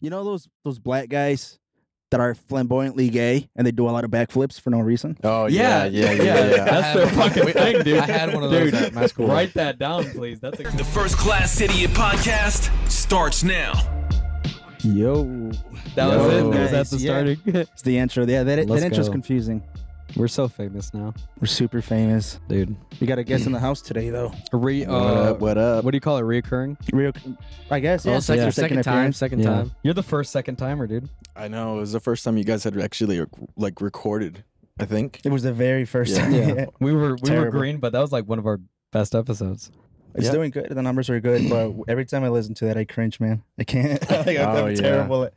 You know those those black guys that are flamboyantly gay and they do a lot of backflips for no reason? Oh yeah, yeah, yeah, yeah. That's I their had one- fucking we- thing, dude. I had one of those Dude, at my school. Write that down, please. That's a- The First Class Idiot Podcast starts now. Yo, that was Yo. it. That was at Nice, the yeah. starting. It's the intro. Yeah, that, that Let's intro's go. confusing. we're so famous now, We're super famous. dude. We got a guest in the house today, though. Re, uh, What up? What up? what do you call it? Reoccurring? Real, I guess. Yeah, Oh, second, second, second, second time, appearance. second Yeah. time. You're the first second timer, dude. I know it was the first time you guys had actually rec- like recorded. I think. It was the very first Yeah. time. Yeah. We were we were Terrible. green, but that was like one of our best episodes. It's Yeah. doing good. The numbers are good, but every time I listen to that, I cringe, man. I can't. like, I'm, Oh, I'm yeah. terrible. at-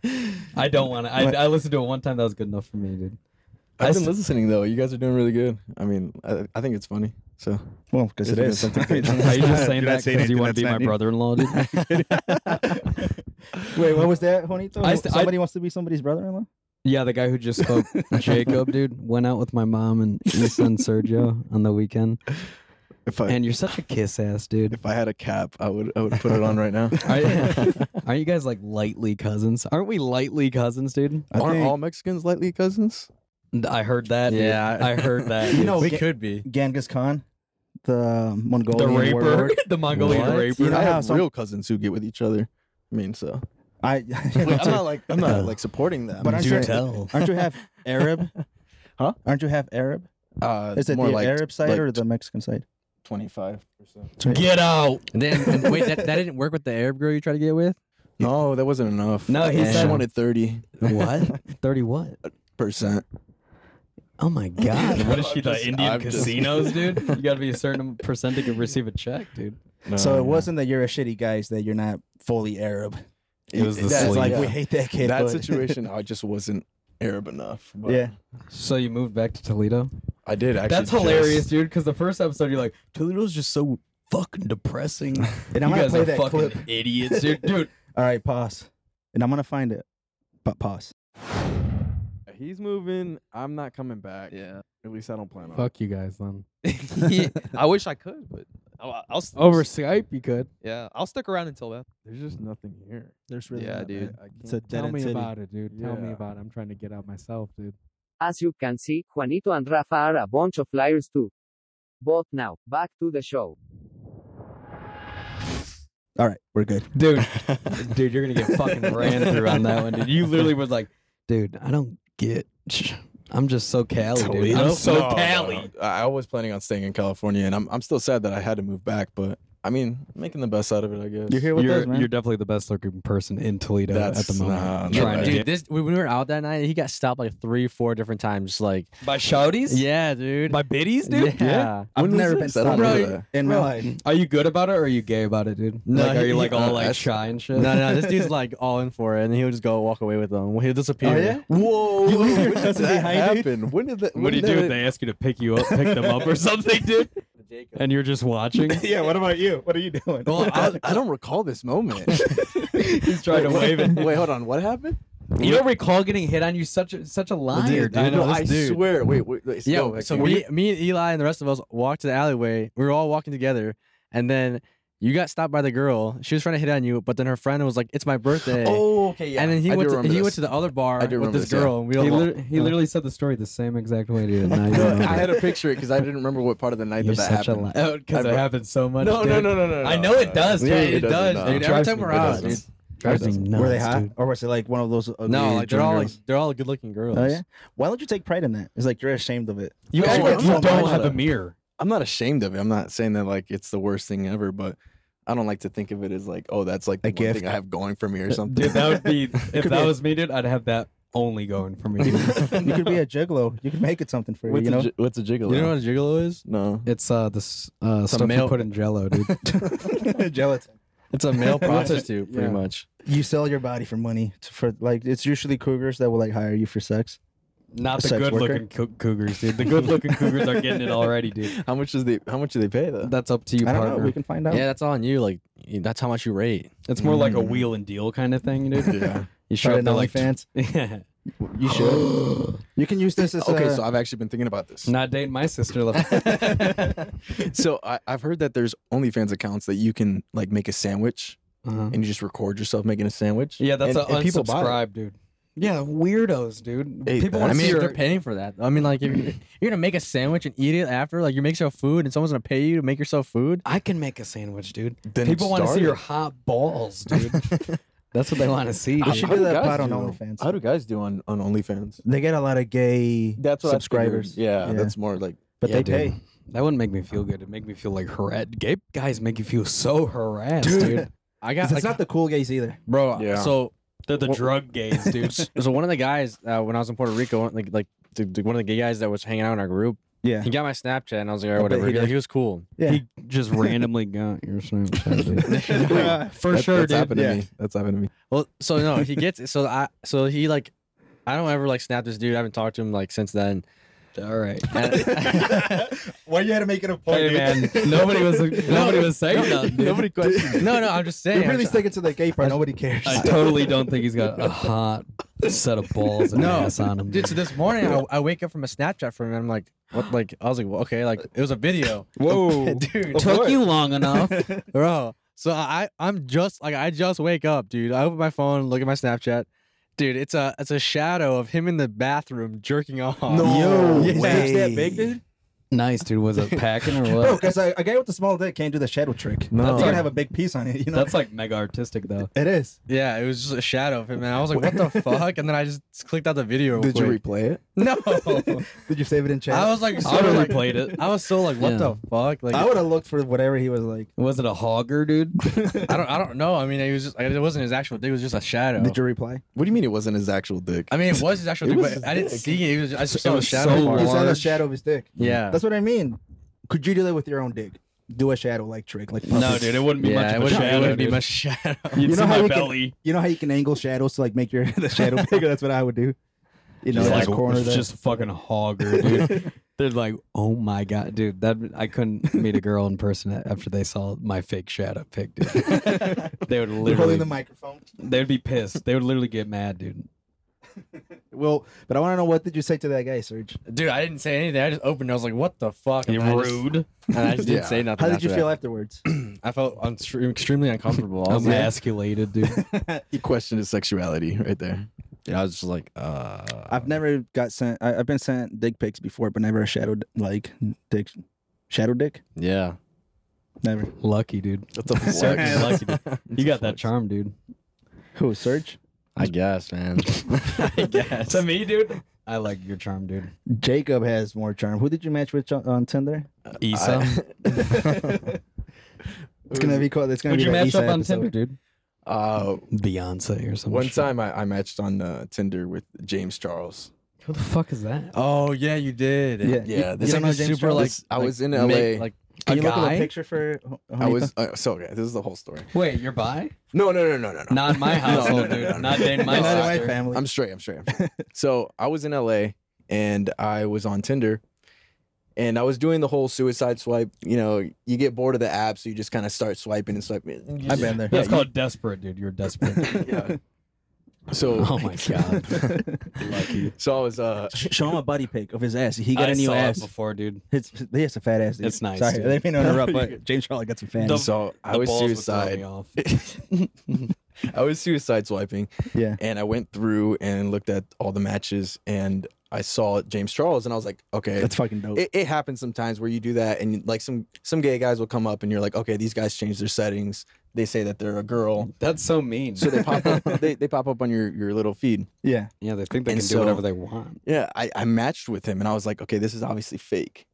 I don't want to. I, I listened to it one time. That was good enough for me, dude. I've I been s- listening though. You guys are doing really good. I mean, I, I think it's funny. So Well, because it Isn't it is. something- Are you just You're saying not that because anything you want to be that's my not new. brother-in-law, dude? Wait, what was that, Juanito? I st- I- Somebody wants to be somebody's brother-in-law? yeah, the guy who just spoke, Jacob, dude, went out with my mom and my son Sergio on the weekend. if I And you're such a kiss ass, dude. if I had a cap, I would I would put it on right now. Aren't, aren't you guys like lightly cousins? Aren't we lightly cousins, dude? Uh, I Aren't think- all Mexicans lightly cousins? I heard that. dude. Yeah. I heard that. You dude. know, we Ga- could be. Genghis Khan, the the Mongolian raper, warlord. the Mongolian What? raper. You know I how have some- real cousins who get with each other. I mean, so I, Wait, I'm not like I'm not like supporting that. But I'm aren't just you, saying- tell. aren't you half Arab? Huh? Aren't you half Arab? uh, Is it more the like Arab side like or the Mexican side? 25%. Get out. And then and wait, that, that didn't work with the Arab girl you tried to get with. No, that wasn't enough. No, he she said- wanted 30%. What? Thirty what? Oh my god! What is she, the just- Indian I'm just- casinos, dude? You got to be a certain percentage to receive a check, dude. Uh, so it wasn't that you're a shitty guy; it's that you're not fully Arab. It was That's sleeve. like we Yeah. hate that kid. that but- situation, I just wasn't Arab enough. But Yeah. So you moved back to Toledo? I did actually. That's hilarious, dude. Because the first episode, you're like, Toledo's just so fucking depressing. and I'm you gonna guys play are that fucking clip. idiots, dude. dude. All right, pause. And I'm gonna find it. But pause. He's moving. I'm not coming back. Yeah. At least I don't plan on. you guys then. I wish I could, but I'll, I'll st- Over Skype, you could. yeah, I'll stick around until then. There's just nothing here. There's really Yeah, nothing. dude. I can't. It's a dead Tell end me city. about it, dude. Tell me Yeah. about it. I'm trying to get out myself, dude. As you can see, Juanito and Rafa are a bunch of liars too. But now, back to the show. All right, we're good. Dude, dude, you're gonna get fucking ran through on that one, dude. You literally was like, dude, I don't get I'm just so Cali, dude. I'm Toledo? so No, no, Cali. no. I I was planning on staying in California, and I'm I'm still sad that I had to move back. But I mean, making the best out of it, I guess. You're here with You're, us, man. you're definitely the best looking person in Toledo That's at the moment. not- Yeah, trying to dude, get- this when we were out that night, he got stopped like three, four different times. just Like, By shouties? yeah, dude. By biddies, dude? Yeah. I've When was never been this? I don't stopped remember in- that. in my Bro. life. Are you good about it or are you gay about it, dude? No, like, are you he- like all uh, like that's- shy and shit? no, no, this dude's like all in for it, and he'll just go walk away with them. He'll disappear. Oh, yeah? Whoa! You leave your when did cousin that behind, dude? happen? When did that? What do you do if they ask you to pick you up, pick them up or something, dude? And you're just watching? yeah, what about you? What are you doing? Well, I, I don't recall this moment. He's trying to wave it. Wait, hold on. What happened? You don't recall getting hit on you such a such a liar, dude. I know No, this I dude. swear. Wait, wait. wait Yeah, go back so in. we, me and Eli and the rest of us walked to the alleyway. We were all walking together, and then you got stopped by the girl. She was trying to hit on you, but then her friend was like, "It's my birthday." Oh, okay, yeah. and then he I do went. To, he remember went this. to the other bar I do with remember this this, yeah. girl. and we all He, wa- lit- he yeah. literally said the story the same exact way, dude. Now you No, remember. I had to picture it because I didn't remember what part of the night You're that that such a happened. liar. Because I it bro- happens so much. no, dude. no, no, no, no, no. I know it no. does, Yeah, dude. It does, not. dude. It Every drives time me we're out, nuts. dude. Drives me nuts, Were they hot, dude. or was it like one of those? Ugly No, like, they're all like, girls? they're all good-looking girls. Oh yeah. Why don't you take pride in that? It's like you're ashamed of it. You Oh, act like I'm you not don't mad have at a him. mirror. I'm not ashamed of it. I'm not saying that like it's the worst thing ever, but I don't like to think of it as like, oh, that's like the A one gift. thing I have going for me or something. Dude, that would be, if that was me, dude, I'd have that only going for me. You could be a juggalo. You could make it something for you. what's, You a, know, gi- what's a gigolo? You know what a gigolo is? no. It's uh this uh Some stuff you male- put in Jello, dude. gelatin. It's a male prostitute, pretty Yeah. much. You sell your body for money. To, for like, it's usually cougars that will like hire you for sex. Not the Sex good worker. looking coo- cougars, dude. The good looking cougars are getting it already, dude. How much is they? How much do they pay though? That's up to you, I don't partner. know. We can find out. Oh. Yeah, that's on you. Like, you- that's how much you rate. It's more like a Mm. wheel and deal kind of thing, dude. yeah. You show Try up it there on like, OnlyFans. yeah. You should. you can use this as Okay, a- so I've actually been thinking about this. Not dating my sister. look. so I, I've heard that there's OnlyFans accounts that you can like make a sandwich Uh-huh. and you just record yourself making a sandwich. Yeah, that's and, a and people buy it. unsubscribe, dude. Yeah, weirdos, dude. Hey, people want I to mean, see if your they're paying for that. I mean, like, if you're, you're gonna make a sandwich and eat it after, like, you make yourself food, and someone's gonna pay you to make yourself food. I can make a sandwich, dude. Then People want to see start your it. hot balls, dude. That's what they want to see. We How- Dude. should how do that guys pod on do? OnlyFans. How do guys do on on OnlyFans? They get a lot of gay That's what I figured. subscribers, Yeah, Yeah. that's more like but Yeah, they dude. pay. That wouldn't make me feel good. It'd make me feel like harassed. Gay guys make you feel so harassed, dude. Dude. 'Cause I got It's like, not the cool gays either. bro. Yeah. So They're the Well- drug gays, dude. so one of the guys uh, when I was in Puerto Rico, one- like like the, the- one of the gay guys that was hanging out in our group, Yeah. he got my Snapchat and I was like, bet alright, whatever. he He, like, did. he was cool. Yeah. He just randomly got your Snapchat. dude. for sure, That's dude. happened Yeah. to me. That's happened to me. Well, so no, he gets so I so he like I don't ever like snap this dude. I haven't talked to him like since then. All right. Why you had to make it a point? Hey man, nobody was nobody was saying nothing. dude. Nobody questioned. Um, No, no, I'm just saying. You're I'm really just- sticking to the gay part. Nobody cares. I totally don't think he's got a hot set of balls and ass on him. Dude, so this morning I, I wake up from a Snapchat from him and I'm like, what? Like, I was like, well, okay, like it was a video, Whoa, dude, took you long enough. bro. So I, I'm just like, I just wake up, dude. I open my phone, look at my Snapchat, dude. It's a, it's a shadow of him in the bathroom jerking off. No way. Yeah. Snapchat that big, dude. nice, dude. Was it packing or Bro, what? because a, a guy with a small dick can't do the shadow trick. No. No. That's That's gonna like- have a big piece on it. You know, That's like mega artistic though. it is. Yeah, it was just a shadow of him, and I was like, what the fuck? And then I just clicked out the video. real did you quick. replay it? no, Did you save it in chat? I was like, so I would have like- replayed it. I was so like, what Yeah. the fuck? Like, I would have looked for whatever he was like. Was it a hogger, dude? I don't, I don't know. I mean, it was just, it wasn't his actual dick. It was just a shadow. Did you reply? What do you mean it wasn't his actual dick? I mean, it was his actual It dick, was but his I didn't dick. see it. It was I just It saw the was shadow. so part. You saw the Large. shadow of his dick. Oh, Yeah. That's what I mean. Could you do that with your own dick? Do a shadow like trick, like no, puppets. dude. It wouldn't be yeah, much of it a wouldn't, it shadow. wouldn't be dude. much shadow. You You'd know see how my we can- belly. You know how you can angle shadows to like make your the shadow bigger. That's what I would do. You know, Just that like corner it's that- just fucking hogger, dude. They're like, oh my god, dude. That I couldn't meet a girl in person a- after they saw my fake shadow pic, dude. they would You're holding literally, the microphone. they would be pissed. They would literally get mad, dude. Well, but I want to know what did you say to that guy, Serge? Dude, I didn't say anything. I just opened. it. I was like, "What the fuck?" You and I just- rude. and I just didn't Yeah. say nothing. How did after you that. feel afterwards? I felt unstre- extremely uncomfortable. I Oh, was, like, Emasculated, dude. He questioned his sexuality right there. yeah, I was just like, uh, I've never got sent. I, I've been sent dick pics before, but never a shadow d- like dick, shadow dick. yeah. Never. Lucky, dude. That's a Serge's flex. lucky, dude. You got that charm, dude. Who? Serge? I guess, man. I guess. To me, dude. I like your charm, dude. Jacob has more charm. Who did you match with on, on Tinder? Issa. It's gonna be called. It's gonna Would be the you match Issa up on episode. Tinder, dude? uh, Beyonce or something. one time I, I matched on uh, Tinder with James Charles. Who the fuck is that? oh yeah, you did. Yeah. Yeah, you, this you don't know is James super Charles? like. This- I was in like, make- LA. like Can you look at guy? a picture for? Ho- I Juanita? was uh, so okay. This is the whole story. Wait, you're bi? No, no, no, no, no, no. Not in my household, dude. Not Not in No, in my, my sister. family. I'm straight. I'm straight. I'm straight. so I was in LA and I was on Tinder and I was doing the whole suicide swipe. You know, you get bored of the app, so you just kind of start swiping and swiping. I've been there. That's called desperate, dude. You're desperate. yeah. So, oh my god. Lucky. so I was, uh, Sh- Show him a buddy pic of his ass. He I got a new saw ass. it before, dude. It's he has a fat ass. Dude. It's nice, Sorry, dude. I didn't mean to interrupt, but James Charles got some fans. so I was balls would throw me suicide. off. I was suicide swiping yeah. and I went through and looked at all the matches and I saw James Charles and I was like, okay, That's fucking dope. it, it happens sometimes where you do that and like some some gay guys will come up and you're like okay these guys change their settings they say that they're a girl That's so mean. so they pop up they, they pop up on your your little feed yeah. yeah, they think they And can so- do whatever they want. yeah I, I matched with him and i was like okay this is obviously fake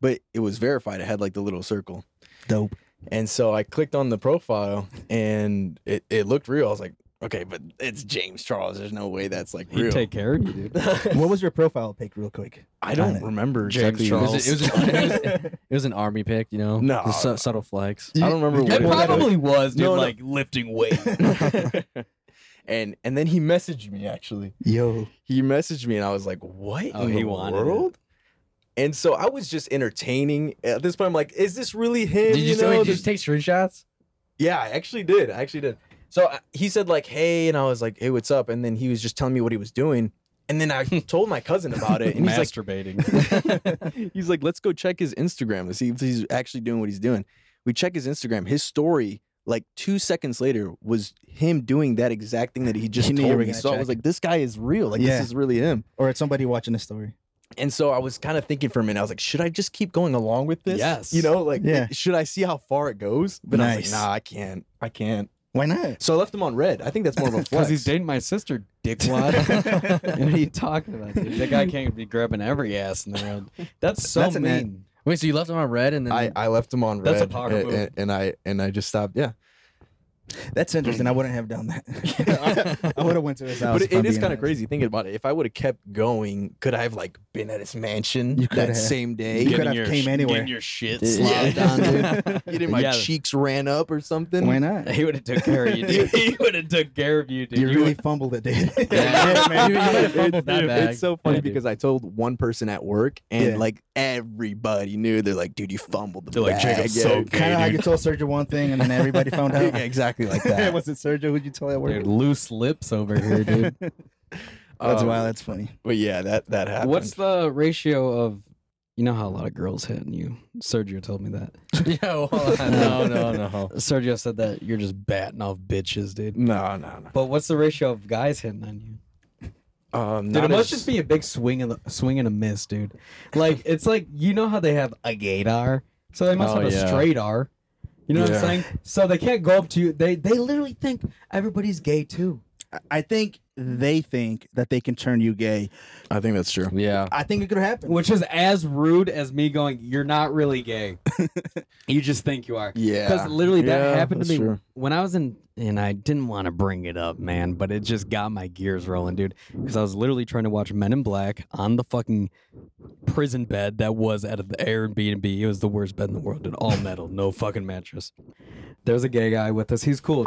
but it was verified it had like the little circle Dope. and so i clicked on the profile and it, it looked real i was like okay but it's james charles there's no way that's like He'd real take care of you, dude. What was your profile pic, real quick? i don't Kinda. remember James exactly Charles. It was, it, was, it, was, it was an army pick, you know. No. The su- subtle flex. i don't remember what It it was. probably was, dude, No, no. like lifting weight. and and then he messaged me actually. Yo. He messaged me and I was like, "What Oh, in he the wanted it. world?" And so I was just entertaining. At this point, I'm like, "Is this really him?" Did you, know, wait, did you there's- take screenshots? yeah, I actually did. I actually did. So I, he said like, "Hey," and I was like, "Hey, what's up?" And then he was just telling me what he was doing. And then I told my cousin about it, and he's like, Masturbating. he's like, let's go check his Instagram to see if he's actually doing what he's doing. We check his Instagram. His story like two seconds later was him doing that exact thing that he just He knew you told were me. gonna So I was check. like, this guy is real. Like Yeah. this is really him. or it's somebody watching the story. And so I was kind of thinking for a minute. I was like, should I just keep going along with this? Yes. You know, like Yeah. should I see how far it goes? But Nice. I was like, nah, I can't. I can't. Why not? So I left him on red. I think that's more of a flex. Because he's dating my sister, dickwad. what are you talking about, dude? That guy can't be grabbing every ass in the room. That's so That's a net. mean. Wait, so you left him on red and then I, I left him on red. That's a power and, move. and- and I and I just stopped. Yeah. That's interesting. I wouldn't have done that. I would have went to his house. But if it- I'm it is being kind of honest. crazy thinking about it. If I would have kept going, could I have like been at his mansion You could that have. same day? You could have came anywhere. your shit Yeah. slobbed on, dude. Getting my Yeah. cheeks ran up or something. Why not? He would have took care of you, dude. He would have took care of you, dude. You You really fumbled it, dude. Yeah, man. You- you might have fumbled It's- that dude, bag. It's so funny Yeah, dude. because I told one person at work, and Yeah. like everybody knew. They're like, "Dude, you fumbled the They're like, bag." "Jacob's yeah. so Kind of how you told Sergio one thing and then everybody found out. Yeah, exactly like It that. was it Sergio? Who'd you tell that would- word? dude, loose lips over here, dude. That's Um, wild. That's funny. But yeah, that that happened. What's the ratio of? You know how a lot of girls hit and you. Sergio told me that. yeah, well, no, no, no. Sergio said that you're just batting off bitches, dude. no, no, But what's the ratio of guys hitting on you? no. Um, Dude, not it must as- just be a big swing and a, swing and a miss, dude. Like it's like you know how they have a gaydar, so they must Oh, have a yeah. straight R. You know what Yeah. I'm saying? So they can't go up to you. They they literally think everybody's gay too. I think they think that they can turn you gay. I think that's true. Yeah. I think it could happen. which is as rude as me going, "You're not really gay. you just think you are." Yeah, Because literally that Yeah, happened to that's me true. when I was in, and I didn't want to bring it up, man, but it just got my gears rolling, dude. Because I was literally trying to watch Men in Black on the fucking prison bed that was at the Airbnb. It was the worst bed in the world, dude. All metal, no fucking mattress. There's a gay guy with us. He's cool. as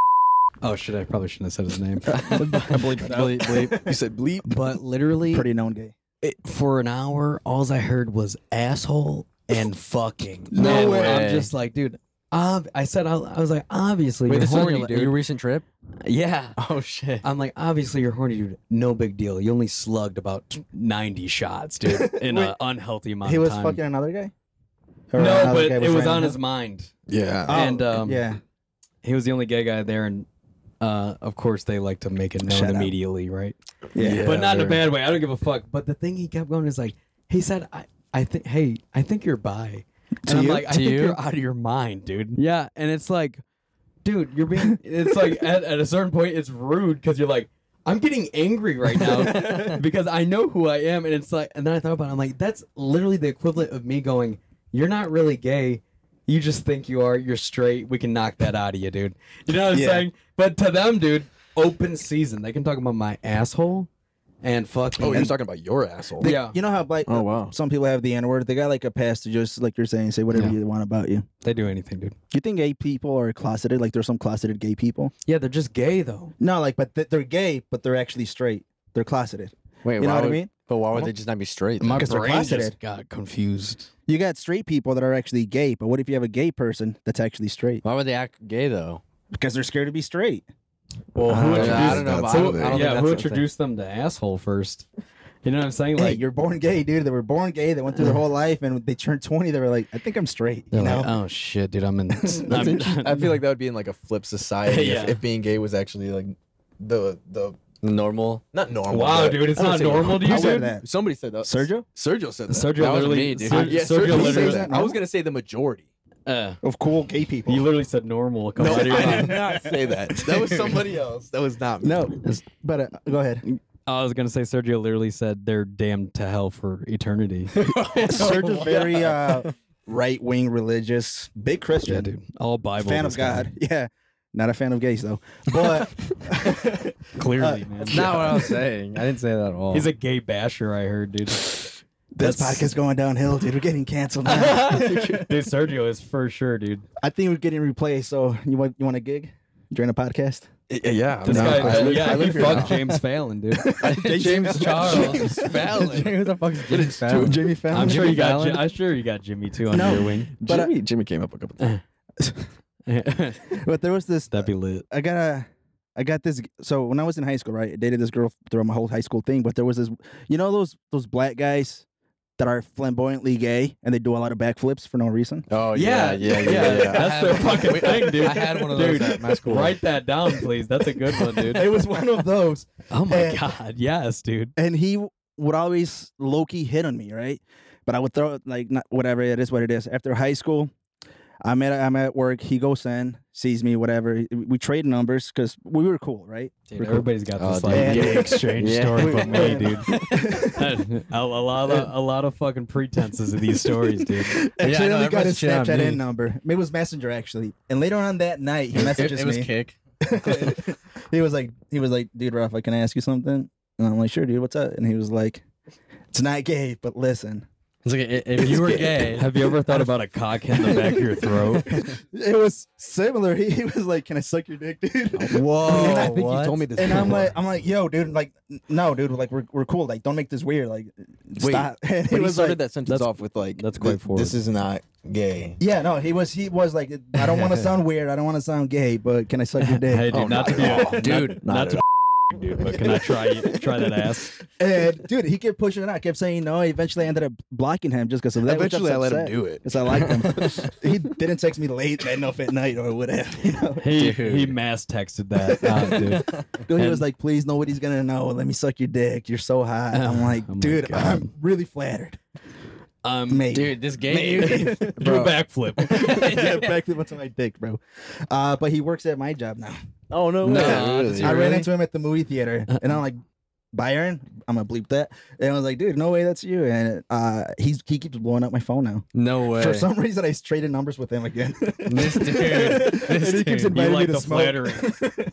Oh shit! I probably shouldn't have said his name. bleep, bleep, bleep. You said bleep. But literally, Pretty known gay. it, for an hour, all I heard was asshole and fucking. No And way. I'm just like, dude. Ob- I said, I, I was like, obviously Wait, you're this was horny, your, dude. your recent trip? yeah. Oh shit. I'm like, obviously you're horny, dude. No big deal. You only slugged about 90 shots, dude, in an unhealthy amount He of was time. fucking another guy. Or no, another but guy it was riding on him? his mind. Yeah. and Oh, um, yeah, he was the only gay guy there, and uh, of course they like to make it known Shout out. immediately, right? yeah. but not in they're- a bad way. I don't give a fuck. But the thing he kept going is like, he said, I, I think, hey, I think you're bi. And To I'm you? like, I To think you? are out of your mind, dude. Yeah. And it's like, dude, you're being, it's like at, at a certain point, it's rude because you're like, I'm getting angry right now because I know who I am. And it's like, and then I thought about it, I'm like, that's literally the equivalent of me going, you're not really gay. You just think you are. You're straight. We can knock that out of you, dude. You know what I'm Yeah. saying? But to them, dude, open season. They can talk about my asshole and fucking. Oh, you're talking about your asshole. They- yeah. You know how like uh, Oh, wow. some people have the N word. They got like a pass to just like you're saying, say whatever Yeah. you want about you. They do anything, dude. You think gay people are closeted? Like there's some closeted gay people. Yeah, they're just gay though. No, like but th- they're gay, but they're actually straight. They're closeted. You Wait, know what I mean? But why would they just not be straight? My Because they're brain closeted. just got confused. You got straight people that are actually gay, but what if you have a gay person that's actually straight? Why would they act gay though? Because they're scared to be straight. Well, who I don't know, I introduced- don't that's know. but how I don't, they- I don't think yeah, that's who a thing. introduced them to asshole first? You know what I'm saying? Hey, Like, you're born gay, dude. They were born gay. They went through their whole life, and when they turned 20, they were like, I think I'm straight. they're You know? like, oh shit, dude, I'm in. I'm, I feel like that would be in like a flip society Yeah. if, if being gay was actually like the the normal. not normal. wow, but- dude, it's I don't not say normal. normal to I you, would dude. that. Somebody said that. Sergio? Sergio said that. Sergio That was literally, me, dude. Ser- I- yeah, Sergio Sergio said literally, that. I was gonna say the majority. uh, Of cool gay people. you literally said normal. Come No, out of your I mouth. did not say that. That was somebody else. That was not me. no, but uh, go ahead. I was gonna say Sergio literally said they're damned to hell for eternity. Sergio's very uh, right wing religious, big Christian, yeah, dude, all Bible. fan of this guy. God. Yeah. Not a fan of gays, though. But Clearly, man. That's not what I was saying. I didn't say that at all. He's a gay basher, I heard, dude. this podcast going downhill, dude. We're getting canceled now. dude, Sergio is for sure, dude. I think we're getting replaced. So you want you want a gig during a podcast? Yeah, This guy, I live, yeah, I he live here fucked now. James Fallon, dude. James Charles. James Fallon. who the fuck is James Fallon? Jamie Fallon. I'm sure you got. Fallon? Ji- I'm sure you got Jimmy too under No. your wing. But, uh, Jimmy, Jimmy came up a couple times. That'd But there was this. be lit. I got a. I got this. So when I was in high school, right, I dated this girl throughout my whole high school thing. But there was this, you know, those those black guys that are flamboyantly gay and they do a lot of backflips for no reason. Oh Yeah, yeah, yeah, yeah, yeah. yeah. That's their fucking Wait, thing, dude. I had one of those Dude. at my school. Write that down, please. That's a good one, dude. it was one of those, Oh my Eh. god, yes, dude. and he w- would always low key hit on me, right? But I would throw it like not, whatever it is, what it is. After high school, I'm at I'm at work. He goes in, sees me, whatever. We trade numbers because we were cool, right? Dude, everybody's got Oh, this dude. like Yeah. gay exchange Yeah. story from me, Yeah. dude. a, a lot of a lot of fucking pretenses of these stories, dude. I Actually, know, I only got everyone's his shit on Snapchat me. in number. It was Messenger actually. And later on that night, he It, messages it was me. kick. he was like, he was like, dude, Rafa, can I ask you something? And I'm like, sure, dude, what's up? And he was like, it's not gay, but listen, It's like i- if you were gay, Have you ever thought about a cock in the back of your throat? it was similar. He, he was like, can I suck your dick, Oh, dude? Whoa! I think you told me this And I'm before. like, I'm like, yo, dude, like, n- no, dude, like, we're, we're cool. Like, don't make this weird. Like, stop. And But he was started like, that sentence that's- off with like, that's th- quite forward. This is not gay. yeah, no, he was, he was like, I don't want to sound weird. I don't want to sound gay, but can I suck your dick? Hey, dude, Oh, not not to be, at all. not- Dude, not, not at to, be dude, but can I try try that ass? And dude, he kept pushing it out, kept saying no. I eventually ended up blocking him just because of that. Eventually, I let him do it. Because I liked him. he didn't text me late enough at night or whatever. You know? He he mass texted that, uh, dude. Dude, he was And- like, please, nobody's going to know. Let me suck your dick. You're so hot. I'm like, Oh my dude, God. I'm really flattered. Um, Mate. dude, this gay. do a backflip. yeah, practically went to my dick, bro. Uh, but he works at my job now. Oh no, way. really. I ran into him at the movie theater, Uh-uh. and I'm like, Byron, I'm gonna bleep that. And I was like, dude, no way, that's you. And uh, he's he keeps blowing up my phone now. No way. For some reason, I traded numbers with him again. This dude. This and he dude. keeps You inviting like me to the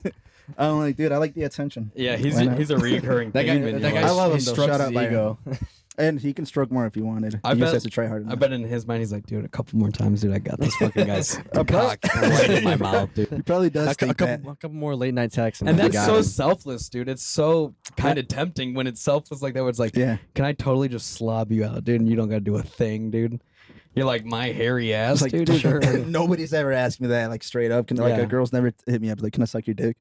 smoke. I'm like, dude, I like the attention. yeah, he's Why not? he's a reoccurring That thing. in guy- your that life. guy- I love him he though. strokes Shout out his Byron. ego. And he can stroke more if he wanted. I he bet- just has to try harder. I bet in his mind he's like, dude, a couple more times, dude, I got this fucking guy's A cock right in my mouth, dude. He probably does a, cou- a think that. couple, a couple more late night texts, And I that's got so him. selfless, dude. It's so kind of tempting when it's selfless like that. Where it's like, Yeah. can I totally just slob you out, dude? And you don't got to do a thing, dude. You're like my hairy ass, It's like, dude. dude, sure. nobody's ever asked me that, like straight up. Can like Yeah. a girl's never hit me up like, can I suck your dick?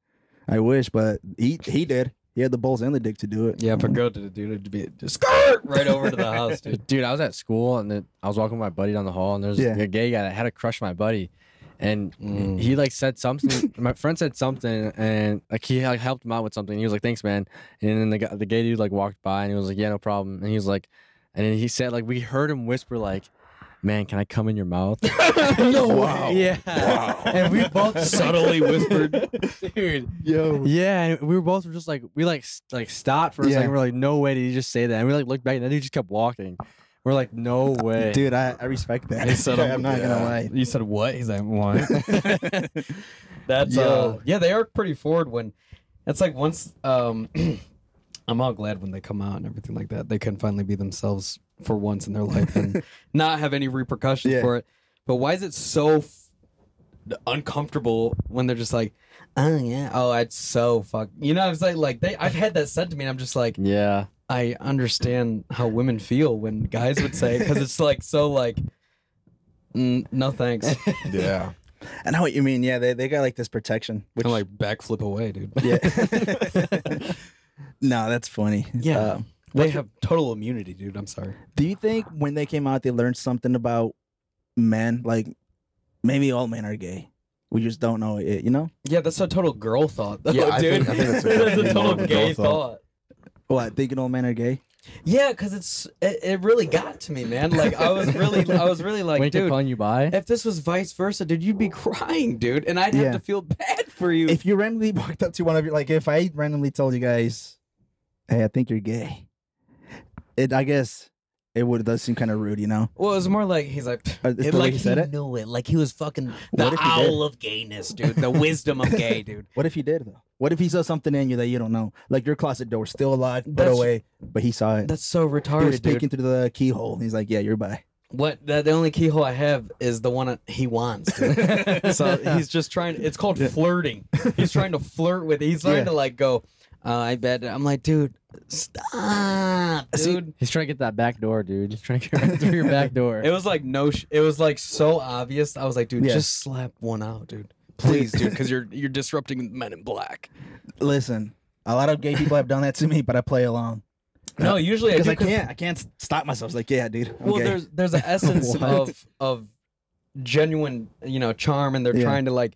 I wish, but he he did. He had the balls and the dick to do it. yeah, if a girl did it, dude, it'd be just skirt right over to the house, dude. dude, I was at school and then I was walking with my buddy down the hall, and there's Yeah. a gay guy that had a crush on my buddy, and he like said something. my friend said something, and like he like helped him out with something. He was like, "Thanks, man." And then the guy, the gay dude like walked by and he was like, "Yeah, no problem." And he was like, and then he said like we heard him whisper like. Man, can I come in your mouth? no way. Yeah. And we both just, like- Subtly whispered. dude. Yo. Yeah, and we were both just like we like s- like stopped for a Yeah. second. We're like, no way did he just say that? And we like looked back, and then he just kept walking. We're like, no way, Dude, I, I respect that. I'm not gonna lie. You said what? He's like, what? That's Yeah. uh, yeah, they are pretty forward when it's like once um I'm all glad when they come out and everything like that. They can finally be themselves for once in their life and not have any repercussions Yeah. for it. But why is it so f- uncomfortable when they're just like, oh yeah, oh it's so fuck. You know, I was like, like they, I've had that said to me, and I'm just like, Yeah, I understand how women feel when guys would say because it's like so like, mm, no thanks. Yeah, I know what you mean. Yeah, they, they got like this protection. Which I'm like backflip away, dude. yeah. no, that's funny. Yeah. Um, They have total immunity, dude. I'm sorry. do you think when they came out they learned something about men? Like maybe all men are gay. We just don't know it, you know? Yeah, that's a total girl thought, though, Yeah, I dude. think- I think that's a- more a total of a gay girl thought. thought. What, thinking all men are gay? Yeah, because it's it, it really got to me, man. Like I was really, I was really like, when he kept dude, calling you by, if this was vice versa, dude, you'd be crying, dude, and I'd Yeah. have to feel bad for you. if you randomly walked up to one of your like if I randomly told you guys, hey, I think you're gay, it I guess it would does seem kind of rude, you know? Well, it was more like he's like, Uh, it's the it, way like he said it? knew it, like he was fucking What the if he did? owl of gayness, dude, the wisdom of gay, dude. What if he did though? What if he saw something in you that you don't know? Like your closet door still alive, put That's- away, but he saw it. That's so He was retarded, dude. peeking through the keyhole, and he's like, "Yeah, you're bi." What the, the only keyhole I have is the one that he wants. dude. so he's just trying. It's called flirting. He's trying to flirt with. He's trying Yeah. to like go. Uh, I bet. I'm like, dude, Uh, stop, dude. he's trying to get that back door, dude. He's trying to get right through your back door. It was like no. Sh- it was like so obvious. I was like, dude, Yeah. just slap one out, dude. Please, dude, because you're you're disrupting Men in Black. Listen, a lot of gay people have done that to me, but I play along. No, No, usually I because do I can't. I can't s- stop myself. It's like, yeah, dude. I'm well gay. there's there's an essence What? of of genuine you know charm and they're Yeah. trying to like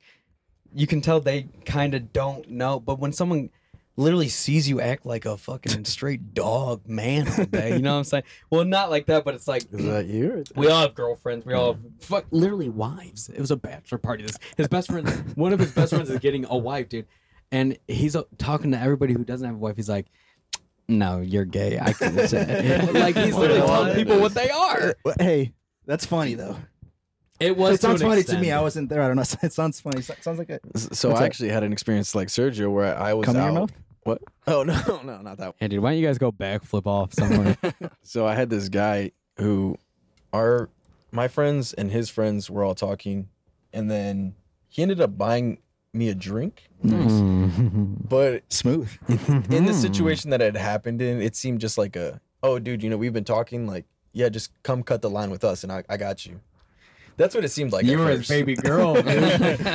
you can tell they kind of don't know but when someone literally sees you act like a fucking straight dog man all day you know what i'm saying well not like that but it's like Is that you? we all have girlfriends. We all have fuck literally wives. It was a bachelor party. This his best friend, one of his best friends is getting a wife, dude, and he's uh, talking to everybody who doesn't have a wife. He's like, "No, you're gay." I can't say. like he's literally telling people what they are. Well, hey, that's funny though. It was. it sounds an funny extent. to me. I wasn't there. I don't know. It sounds funny. It sounds like a So What's up? I actually had an experience like Sergio where I, I was Come in out. your mouth? What? Oh no, no, not that Hey, dude, why don't you guys go backflip off somewhere? so I had this guy who our my friends and his friends were all talking and then he ended up buying me a drink. But smooth. in the situation that had happened in, it seemed just like a oh dude, you know, we've been talking like, yeah, just come cut the line with us and I, I got you. That's what it seemed like. at first. girl.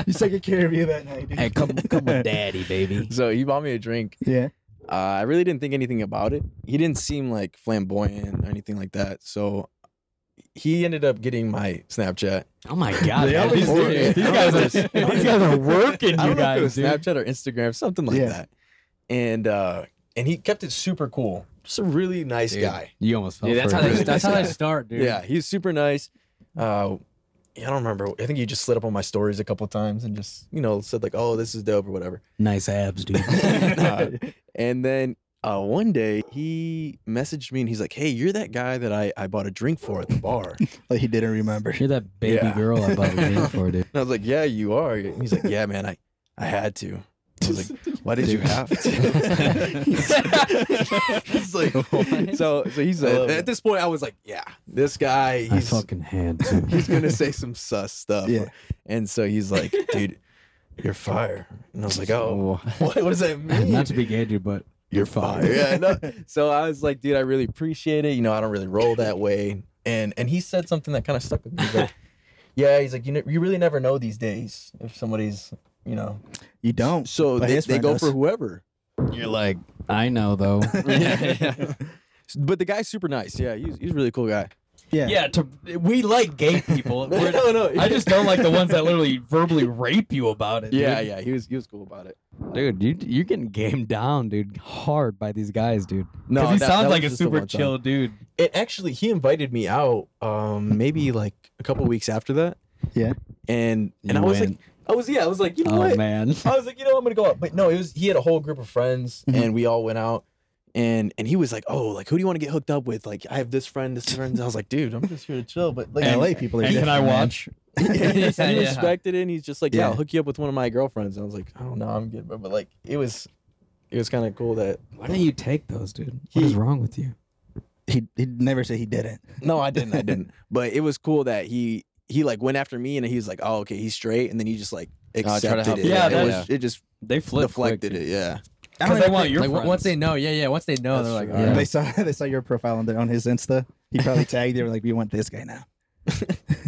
He's taking care of you that night. Dude. hey, come, come with daddy, baby. So he bought me a drink Yeah. Uh, I really didn't think anything about it. He didn't seem like flamboyant or anything like that. So he ended up getting my Snapchat. Oh my god, man, always these, do it. dudes- these guys are these guys are working, I you don't know if it was guys, dude. Snapchat or Instagram, something like Yeah. that. And uh, and he kept it super cool. Just a really nice guy. You almost fell. Dude, that's for how it. they, that's how they start, dude. Yeah, he's super nice. Uh, yeah, I don't remember. I think he just slid up on my stories a couple times and just you know said like, "Oh, this is dope" or whatever. nice abs, dude. Uh, and then uh, one day he messaged me and he's like, "Hey, you're that guy that I, I bought a drink for at the bar." and Like he didn't remember. You're that baby Yeah. girl I bought a ring for, dude. I was like, "Yeah, you are." And he's like, "Yeah, man, I I had to." I was like, "Why did you have to?" he's like, so so he's I love at this point I was like, "Yeah, this guy I he's fucking had to. he's gonna say some sus stuff." Yeah. And so he's like, "Dude." You're fire. And I was like, oh, what, what does that mean? Not to be gay, dude, but you're fired. yeah, no. So I was like, dude, I really appreciate it. You know, I don't really roll that way. And and he said something that kind of stuck with me. He's like, yeah, he's like, you know, you really never know these days if somebody's, you know. You don't. So But they, his they friend go does. for whoever. you're like, I know though. But the guy's super nice. Yeah, he's he's a really cool guy. Yeah. yeah, to, we like gay people. We're- no, no. I just don't like the ones that literally verbally rape you about it. yeah, yeah. He was he was cool about it. dude, dude you, you're getting gamed down, dude, hard by these guys, dude. No, he that- sounds that like was a just the super one time. chill dude. it actually he invited me out um maybe like a couple weeks after that Yeah. and and You i was like went. i was yeah i was like you know Oh what man, i was like you know i'm gonna go out but no it was he had a whole group of friends and we all went out and and he was like oh like who do you want to get hooked up with like i have this friend this friend i was like dude i'm just here to chill but like LA people are. and can I different, man. watch? he Yeah, yeah. respected it and he's just like yeah, Yeah. i'll hook you up with one of my girlfriends and i was like oh no i'm good but, but like it was it was kind of cool that Why don't you take those, dude? What is wrong with you? He he never said he didn't. No, I didn't. I didn't. But it was cool that he he like went after me and he was like, "Oh, okay, he's straight," and then he just like try to accepted help it. you. Yeah, it, that- was, it just They flip deflected it. Yeah, don't because they even want think- your Like w- once they know, yeah, yeah. Once they know, they're like, true. all right. They saw they saw your profile on, the, on his Insta. He probably tagged you. Like we want this guy now.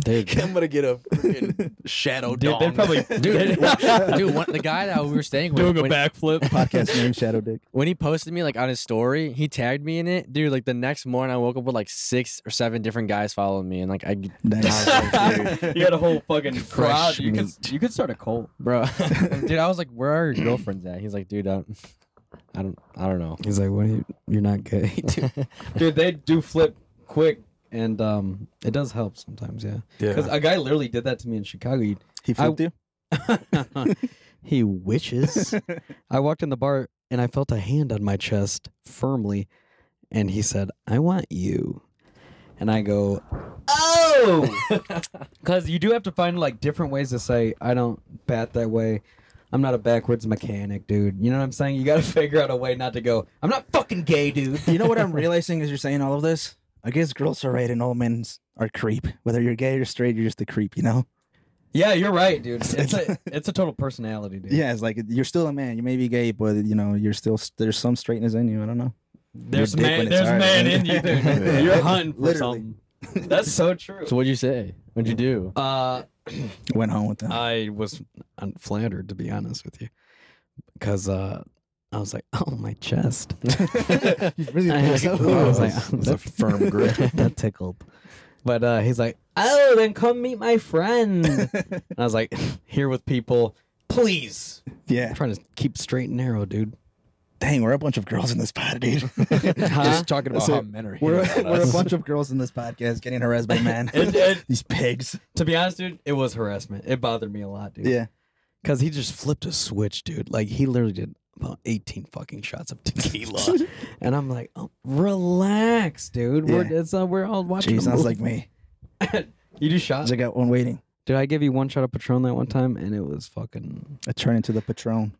I'm gonna get a freaking shadow Dude, they dong. probably dude, dude, one, the guy that we were staying with, doing a when, backflip. Podcast name Shadow Dick. when he posted me like on his story, he tagged me in it, dude. Like the next morning, I woke up with like six or seven different guys following me, and like I, Nice. you had a whole fucking crowd. Fresh You could, you could start a cult. bro, dude, I was like, where are your girlfriends at? He's like, dude, um, I don't, I don't, I don't know. He's like, "What? Are you, you're not gay, dude." dude, they do flip quick, and um, it does help sometimes, yeah. Because a guy literally did that to me in Chicago. He- He flipped you. he wishes. I walked in the bar and I felt a hand on my chest firmly, and he said, "I want you," and I go, "Oh," because you do have to find like different ways to say, "I don't bat that way." I'm not a backwards mechanic, dude. You know what I'm saying? You got to figure out a way not to go. I'm not fucking gay, dude. You know what I'm realizing as you're saying all of this? I guess girls are right and all men are creep. Whether you're gay or straight, you're just a creep, you know? Yeah, you're right, dude. It's a it's a total personality, dude. Yeah, it's like you're still a man. You may be gay, but you know, you're still there's some straightness in you. I don't know. there's Your dick when man, it's there's hard, man man. in you, dude. Yeah. You're hunting for Literally. something. That's so true. So what'd you say? What'd you do? Uh, Went home with them. I was unflattered to be honest with you, because uh, I was like, oh, my chest. really I was like, I was like, "Oh, It was a firm grip. that tickled. But uh, he's like, oh, then come meet my friend. and I was like, here with people, please. yeah. I'm trying to keep straight and narrow, dude. Dang, we're a bunch of girls in this pod, dude. Just talking about So, how men are we're, hating on we're a us. bunch of girls in this podcast getting harassed by men. These pigs. To be honest, dude, it was harassment. It bothered me a lot, dude. Yeah. Because he just flipped a switch, dude. Like, he literally did about 18 fucking shots of tequila. and I'm like, oh, relax, dude. We're, Yeah. it's, uh, we're all watching. Gee, a sounds movie." like me. You do shots? I got one waiting. Dude, I gave you one shot of Patron that one time, and it was fucking. I turn into the patron.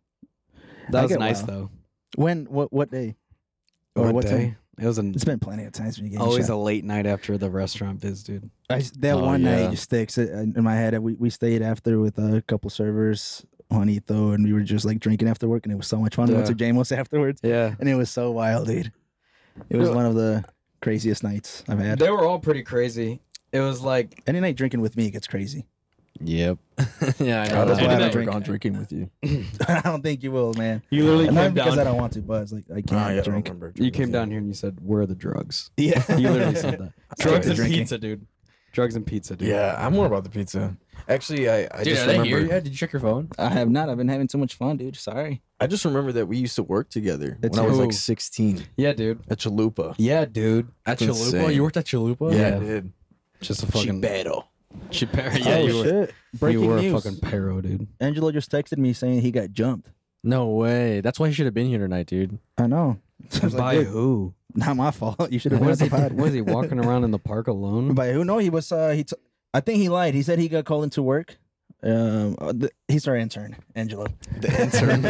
That I was get nice wild. though. When? What? What day? Or One what day. time? It was an It's been plenty of times when you get always shot. a late night after the restaurant biz, dude. I s that Oh, one yeah. night just sticks i- in my head. We we stayed after with a couple servers on Etho, and we were just like drinking after work, and it was so much fun. We went to Yeah. Jamos afterwards, Yeah, and it was so wild, dude. It was one of the craziest nights I've had. they were all pretty crazy. It was like Any night drinking with me gets crazy. Yep. yeah, I know. Oh, that's that. why I Ended haven't up gone drinking with you. I don't think you will, man. You literally And came Not because I down. don't want to, but it's like I Ah, can't yeah, I drink. remember drinking you came with down here and you said, "Where are the drugs?" Yeah, You literally said that. drugs and drinking. pizza, dude. Drugs and pizza, dude. Yeah, I'm more about the pizza. Actually, I, I Dude, just are they remember. here yet? Did you check your phone? I have not. I've been having so much fun, dude. Sorry. I just remember that we used to work together It's when I was who? like 16 yeah, dude. at Chalupa. Yeah, dude. At That's Chalupa? Oh, insane. You worked at Chalupa? Yeah, I did. Just a fucking. Chibero. Chipper. Yeah, you were. Oh, shit. You Breaking were a news. fucking pyro, dude. Angelo just texted me saying he got jumped. No way. That's why you should have been here tonight, dude. I know. I was By like, dude, who? not my fault. You should have been Was at the he, pod. was he walking around in the park alone? By who? No, he was. Uh, he. T- I think he lied. He said he got called into work. Um, uh, th- he's our intern, Angelo. The intern.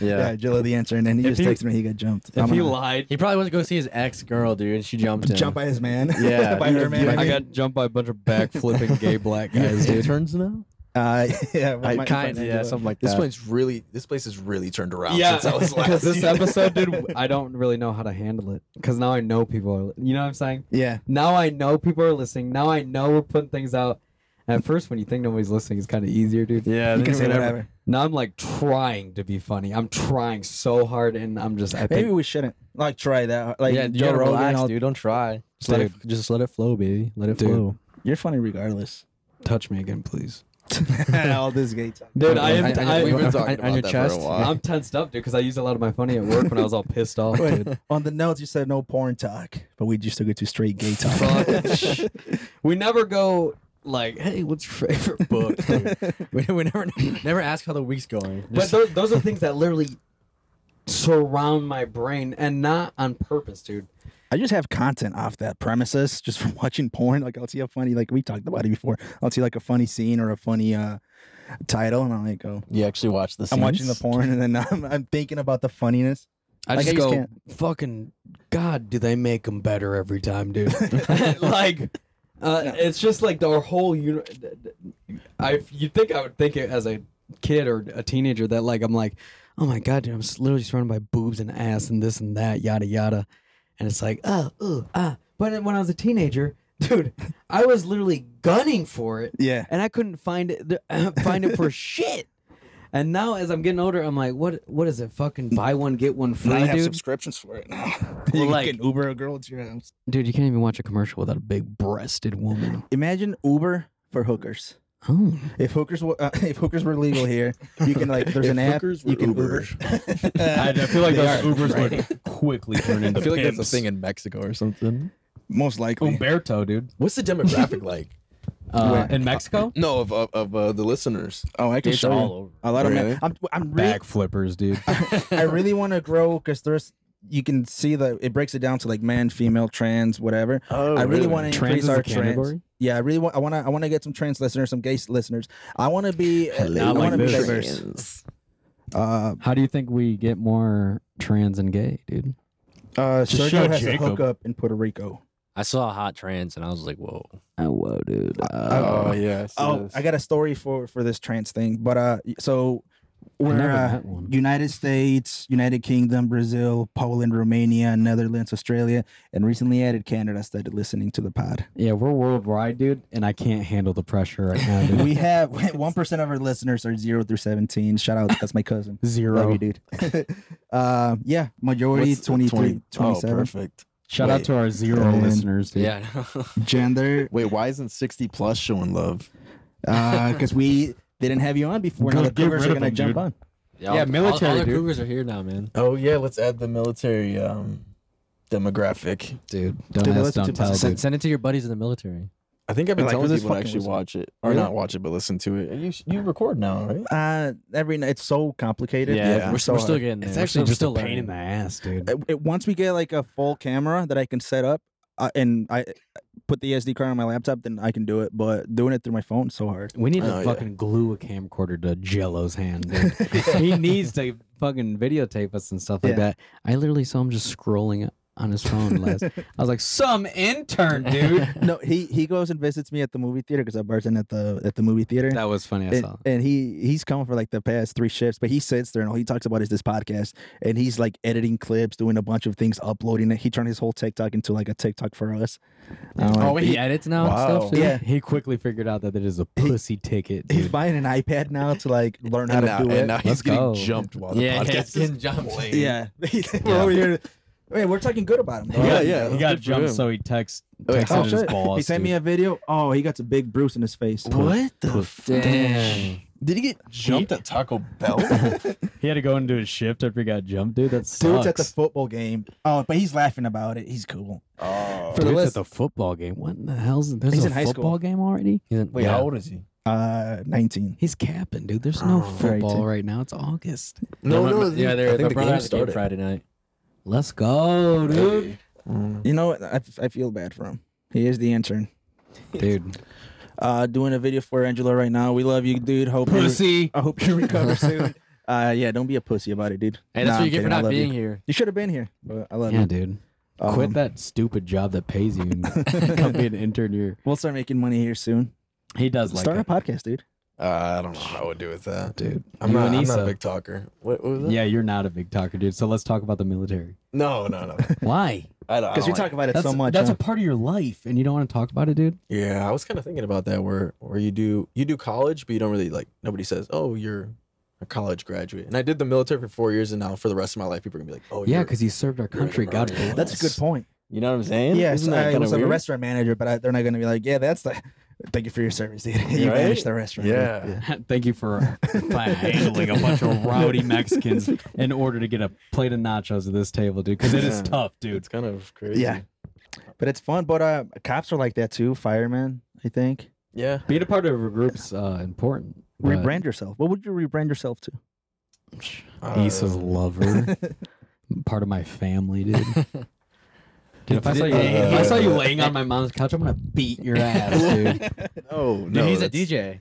yeah. Yeah. Angelo, the intern, and he If just he- texted me he got jumped. If he gonna lied, He probably went to go see his ex girl, dude, and she jumped him. jump by his man. Yeah. by her man. I got jumped by a bunch of back flipping gay black guys, dude. interns now? Uh, yeah. well, my- Kind of, yeah, Angelo. something like This that. place really, this place has really turned around Yeah, since I was last. because this here. episode, dude, I don't really know how to handle it. Because now I know people are, you know what I'm saying? Yeah. Now I know people are listening. Now I know we're putting things out. At first, when you think nobody's listening, it's kind of easier, dude. yeah, You then can say whatever. whatever. Now I'm like trying to be funny. I'm trying so hard, and I'm just, I Maybe think, we shouldn't like try that. Like yeah, Joe you gotta Rogan, relax, all- dude. Don't try. Just let, it, just let it flow, baby. Let it Dude. flow. You're funny regardless. touch me again, pleys. all this gay talk. Dude, I I- am, I- I, we've We've been on- talking on about your that chest? for a while. I'm tensed up, dude, because I used a lot of my funny at work when I was all pissed off, dude. On the notes, you said no porn talk, but we just took it to straight gay talk. Fuck. we never go like, hey, what's your favorite book? dude? we, we never never ask how the week's going. But those, those are things that literally surround my brain and not on purpose, dude. I just have content off that premises just from watching porn. Like I'll see a funny, like we talked about it before. I'll see like a funny scene or a funny uh title, and I'm like, oh, You actually watched this. I'm watching the porn, and then I'm, I'm thinking about the funniness. I Like, I just just go, can't. fucking God, do they make them better every time, dude? like, uh, it's just like the whole. Uni- I you think I would think it as a kid or a teenager that like I'm like, oh my god, dude, I'm s- literally surrounded by boobs and ass and this and that, yada yada, and it's like, oh, ooh, ah. But then when I was a teenager, dude, I was literally gunning for it. Yeah, and I couldn't find it find it for shit. And now as I'm getting older, I'm like, what what is it? Fucking buy one get one And I free, have dude. subscriptions for it. now. Well, you like- can Uber a girl to your house. dude, you can't even watch a commercial without a big breasted woman. Imagine Uber for hookers. Oh, If hookers were uh, if hookers were legal here, you can like there's an app hookers you were can Uber. I, I feel like They those are, Ubers right? would quickly turn into I feel like pimps. that's a thing in Mexico or something. most likely. Umberto, dude, What's the demographic like? uh, in Mexico. No, of of, of uh, the listeners. Oh, I can It's show all you. over. A lot of Really? men. I'm I'm really back flippers, dude. I really want to grow because there's you can see that it breaks it down to like man, female, trans, whatever. Oh, I really want to Trans increase is a our trans. category? Yeah, I really want. I want to. I want to get some trans listeners, some gay listeners. I want to be. uh, I Hello, want to be this. diverse. Uh, How do you think we get more trans and gay, dude? uh, Just Sergio show has Jacob. a hookup in Puerto Rico. I saw a hot trans and I was like, whoa. Oh, whoa, dude. Oh yeah. Oh, I got a story for for this trans thing. But uh, so where never uh, met one. United States, United Kingdom, Brazil, Poland, Romania, Netherlands, Australia, and recently added Canada started listening to the pod. Yeah, we're worldwide, dude, and I can't handle the pressure right now, dude. We have one percent of our listeners are zero through seventeen. Shout out, that's my cousin. Love Zero. you, dude. uh, yeah, majority What's the 23, 20 Oh, 27. perfect. Shout out Wait. to our zero And- listeners, dude. Yeah. I know. Gender, Wait, why isn't 60 plus showing love? because uh, we didn't have you on before. Now Go the get Cougars rid are of gonna them, jump dude. on. yeah, Yeah, all- military, All, all the dude. Cougars are here now, man. Oh, yeah, let's add the military um, demographic. Dude, don't Dude, ask, listen don't to tell, Send, dude. send it to your buddies in the military. I think I've been Like, telling who's this people to fucking actually listen? watch it. Or Really? not watch it, but listen to it. You, sh- you record now, right? Uh, every night it's so complicated. Yeah, Yeah. We're, so we're still hard. getting there. It's We're actually still, just we're a still pain in the learning. ass, dude. it- it- once we get like a full camera that I can set up uh, and I put the SD card on my laptop, then I can do it. But doing it through my phone is so hard. We need to Oh, yeah. fucking glue a camcorder to Jello's hand. Dude. he needs to fucking videotape us and stuff like Yeah. that. I literally saw him just scrolling on his phone last. I was like, some intern, dude. No, he he goes and visits me at the movie theater because I bartend at the at the movie theater. that was funny. I and, saw. and he he's coming for like the past three shifts, but he sits there and all he talks about is this podcast, and he's like editing clips, doing a bunch of things, uploading it. He turned his whole TikTok into like a TikTok for us. I'm like, Oh, he edits now and Wow. stuff. Dude? yeah, He quickly figured out that it is a pussy ticket. he's dude. buying an iPad now to like learn how and to now, do and it. now he's Let's getting go. jumped while the Yeah, podcast yeah, is it's getting jumped. Yeah, we're over here. Wait, we're talking good about him. Yeah, though. yeah. He got Good for jumped, him. so he text, Oh, Wait, texted how- his boss. he sent me dude. a video. Oh, he got some big bruise in his face. What the Damn. Did he get jumped at Taco Bell? He had to go into his shift after he got jumped, dude. That Dude's sucks. at the football game. Oh, but he's laughing about it. He's cool. oh. For the Dude's list, at the football game. What in the hell's there's He's a in high school. football game already? Wait, how old is he? uh, 19. He's capping, dude. There's no Oh, right, football dude. right now. It's August. my- my- yeah, they're, I my think the brother game has a game started. Friday night. Let's go, dude. You know what? I, I feel bad for him. He is the intern. Dude, Uh, doing a video for Angelo right now. We love you, dude. Hope You, I hope you recover soon. Uh, yeah, don't be a pussy about it, dude. Hey, that's Nah, what I'm you get kidding. for I not love being you. here. You should have been here, but I love yeah, you. dude. Um, Quit that stupid job that pays you and come be an intern here. We'll start making money here soon. He does like start it. a podcast, dude. Uh, I don't know how I would do with that. dude. I'm You not, and I'm not Issa. a big talker. What, what was that? Yeah, you're not a big talker, dude. So let's talk about the military. No, no, no. Why? I don't. Because Because you talk about it That's, so much. that's huh? a part of your life, and you don't want to talk about it, dude. Yeah, I was kind of thinking about that where where you do you do college, but you don't really like nobody says, "Oh, you're a college graduate." And I did the military for four years, and now for the rest of my life, people are gonna be like, "Oh, Yeah, you're- because he served our you're in the country. God Marines." bless. that's a good point. You know what I'm saying? Yes, Isn't that I kinda was like a weird? restaurant manager, but I, they're not going to be like, yeah, that's the. Thank you for your service. dude. you Right? managed the restaurant. Yeah. Thank you for handling a bunch of rowdy Mexicans in order to get a plate of nachos at this table, dude. Because it is Yeah. tough, dude. It's kind of crazy. Yeah. But it's fun. But uh, cops are like that too. Firemen, I think. yeah. Being a part of a group's uh, important. but- Rebrand yourself. What would you rebrand yourself to? Uh, Issa's lover, part of my family, dude. Dude, if I, saw you, Uh, if I saw you laying on my mom's couch, I'm gonna beat your ass, dude. Oh no, Dude, he's a that's- DJ.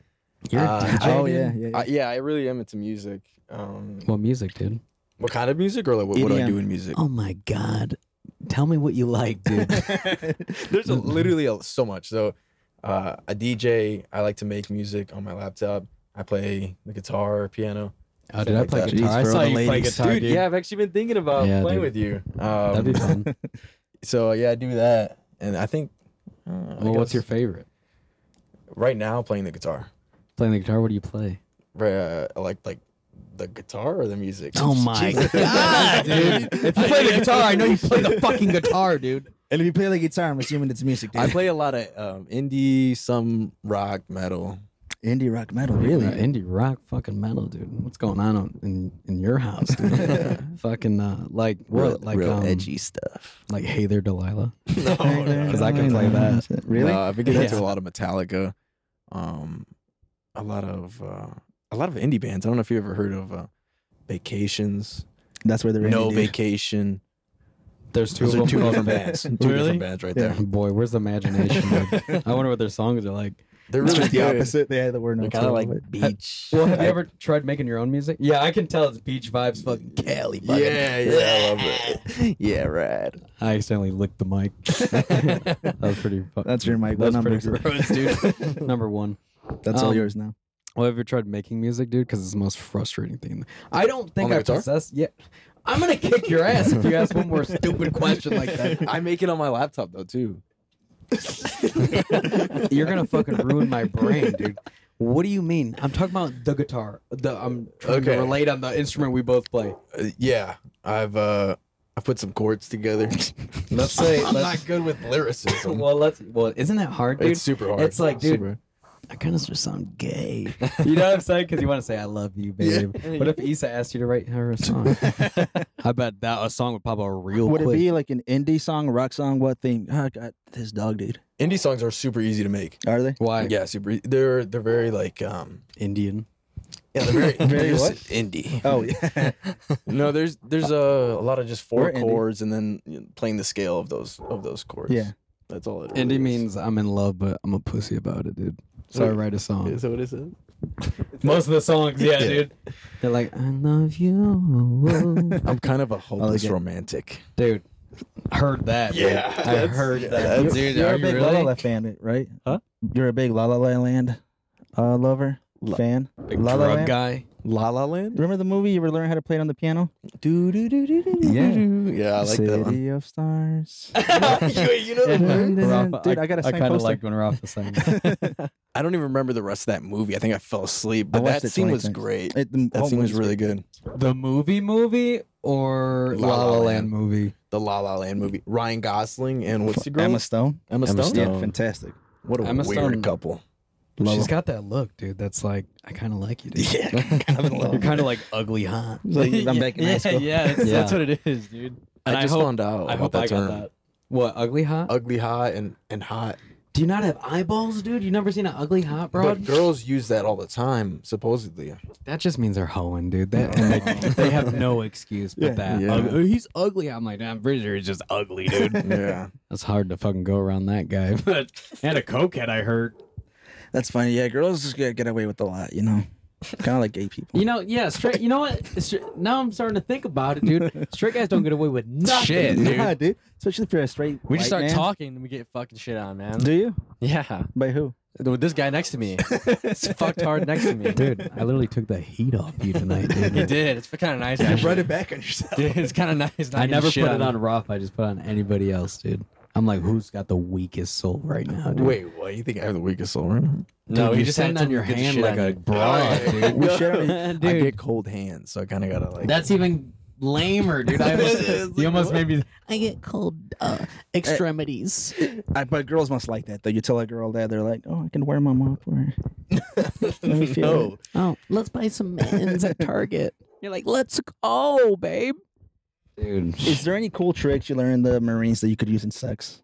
You're a Uh, DJ, oh dude? yeah, yeah. yeah. I, yeah, I really am into music. Um, What music, dude? what kind of music, or like what, what do I EDM. do in music? Oh my god, tell me what you like, dude. There's a, literally a, so much. So, uh, a DJ, I like to make music on my laptop. I play the guitar, piano. oh, did I Like play that. guitar? I Jeez, for saw all the you play ladies. guitar, dude. yeah, I've actually been thinking about Yeah, playing dude. with you. that'd Um, be fun. so yeah, I do that, and I think. Uh, I well, what's guess your favorite? right now playing the guitar? Playing the guitar. What do you play? Right, uh, I like like the guitar or the music. Oh god, dude! If you play the guitar, I know you play the fucking guitar, dude. And if you play the guitar, I'm assuming it's music. Dude. I play a lot of um, indie, some rock, metal. indie rock metal. Really, Really? indie rock, fucking metal, dude. What's going on on- in in your house, dude? fucking uh, like what, like um, stuff. like Hey There, Delilah. No, no, I can play that. Really? No, I've been getting into a Yeah. lot of Metallica, um, a lot of uh, a lot of indie bands. I don't know if you ever heard of uh, Vacations, That's where they're. No indie, dude. Vacation. There's two Those are of two them. different bands. Two different bands right there. Boy, where's the imagination? Dude? I wonder what their songs are like. They're It's really just the good. opposite. Yeah, the word no. They're kind of like beach. Well, have you ever tried making your own music? Yeah, I can tell it's beach vibes. Fucking Cali. Yeah, yeah, I love it. Yeah, rad. I accidentally licked the mic. that was pretty. Fu- That's your mic. What That's number pretty is it? gross, dude. Number one. That's all Um, yours now. Well, have you tried making music, dude? Because it's the most frustrating thing. I don't think On the I guitar? possess. Yeah, I'm gonna kick your ass if you ask one more stupid question like that. I make it on my laptop though too. You're gonna fucking ruin my brain, dude. What do you mean? I'm talking about the guitar. The I'm trying Okay. to relate on the instrument we both play. Uh, yeah, I've uh, I put some chords together. let's say I'm not good with lyricism. Well, let's. Well, isn't that hard, dude? it's super hard. it's like, dude, Super. I kind of just sound gay. You know what I'm saying? Because you want to say "I love you, babe." What if Issa asked you to write her a song? I bet that a song would pop out real Would it quick. be like an indie song, rock song, what theme? Oh, God, this dog, dude. indie songs are super easy to make. Are they? Why Yeah, super. e- They're they're very like um. Indian? Yeah, they're very Very they're what? just Indie. Oh, yeah. No, there's there's a, a lot of just We're four indie. chords and then you know, playing the scale of those of those chords. Yeah. that's all it. Really Indie is. means I'm in love, but I'm a pussy about it, dude. So I write a song. Is that what it says? Most of the songs, yeah, dude. They're like, "I love you," I'm kind of a hopeless it. romantic. dude. Heard that? dude. Yeah, I that's- heard yeah, that. that's- Dude, You're are a you big La La really? La fan, right? Huh? You're a big La La La Land uh, lover, fan. Big La La drug Land? guy. La La Land. Remember the movie you were learning how to play it on the piano? Do do do do do. Yeah. yeah, I like City that one. of Stars. you, you know the lyrics? Rafa- Dude, I got a I signed kind of poster. liked when Rafa sang. it. I don't even remember the rest of that movie. I think I fell asleep, I but watched that it scene 20 was times. great. It, the That whole scene was movie's really good. the movie movie or La La, Land. movie? The La La Land movie. Ryan Gosling and what's the good. girl? Emma Stone. Emma Emma Stone. Stone. Yeah, fantastic. What a Emma weird Stone. couple. She's got that look, dude. That's like I kind of like you. Dude. Yeah, kind of in love. You're kind of like ugly, huh? It's like I'm back in yeah, high school. Yeah, that's, Yeah. that's what it is, dude. And I I, just hope, found out. I about hope that I got term. that. What ugly hot? Ugly hot and and hot. Oh, Do you not have eyeballs, dude? You never seen an ugly hot, bro? But girls use that all the time, supposedly. that just means they're hoeing, dude. That and they, they have no excuse but Yeah, that. yeah. Ug- he's ugly. I'm like, I'm pretty sure he's just ugly, dude. Yeah. That's hard to fucking go around that guy. But And a cokehead, I heard. That's funny. Yeah, girls just get, get away with a lot, you know. kind of like gay people. you know, yeah, straight. You know what? Stra- now I'm starting to think about it, dude. Straight guys don't get away with nothing. Shit, dude. Yeah, dude. Especially if you're a straight. We just white start man. talking and we get fucking shit on, man. Do you? Yeah. By who? With this guy next to me. it's fucked hard next to me. dude. I literally took the heat off you tonight, He dude. did. It's kind of nice. Actually. back on yourself. Dude, it's kind of nice. not I getting never shit put it on. on Roth. I just put it on anybody else, dude. I'm like, who's got the weakest soul right now, dude? Wait, what? You think I have the weakest soul? Right now? No, Dude, he you're just sitting had on your hand like a bra, Oh, yeah. dude. We share it. I get cold hands, so I kind of gotta like. That's even lamer, dude. I almost, It's you like, almost made me. I get cold uh, extremities. I, but girls must like that though. You tell a girl that they're like, "Oh, I can wear my mop for her." Let me feel it. no. Oh, let's buy some mittens at Target. You're like, let's go, babe. Dude, Is there any cool tricks you learned in the Marines that you could use in sex?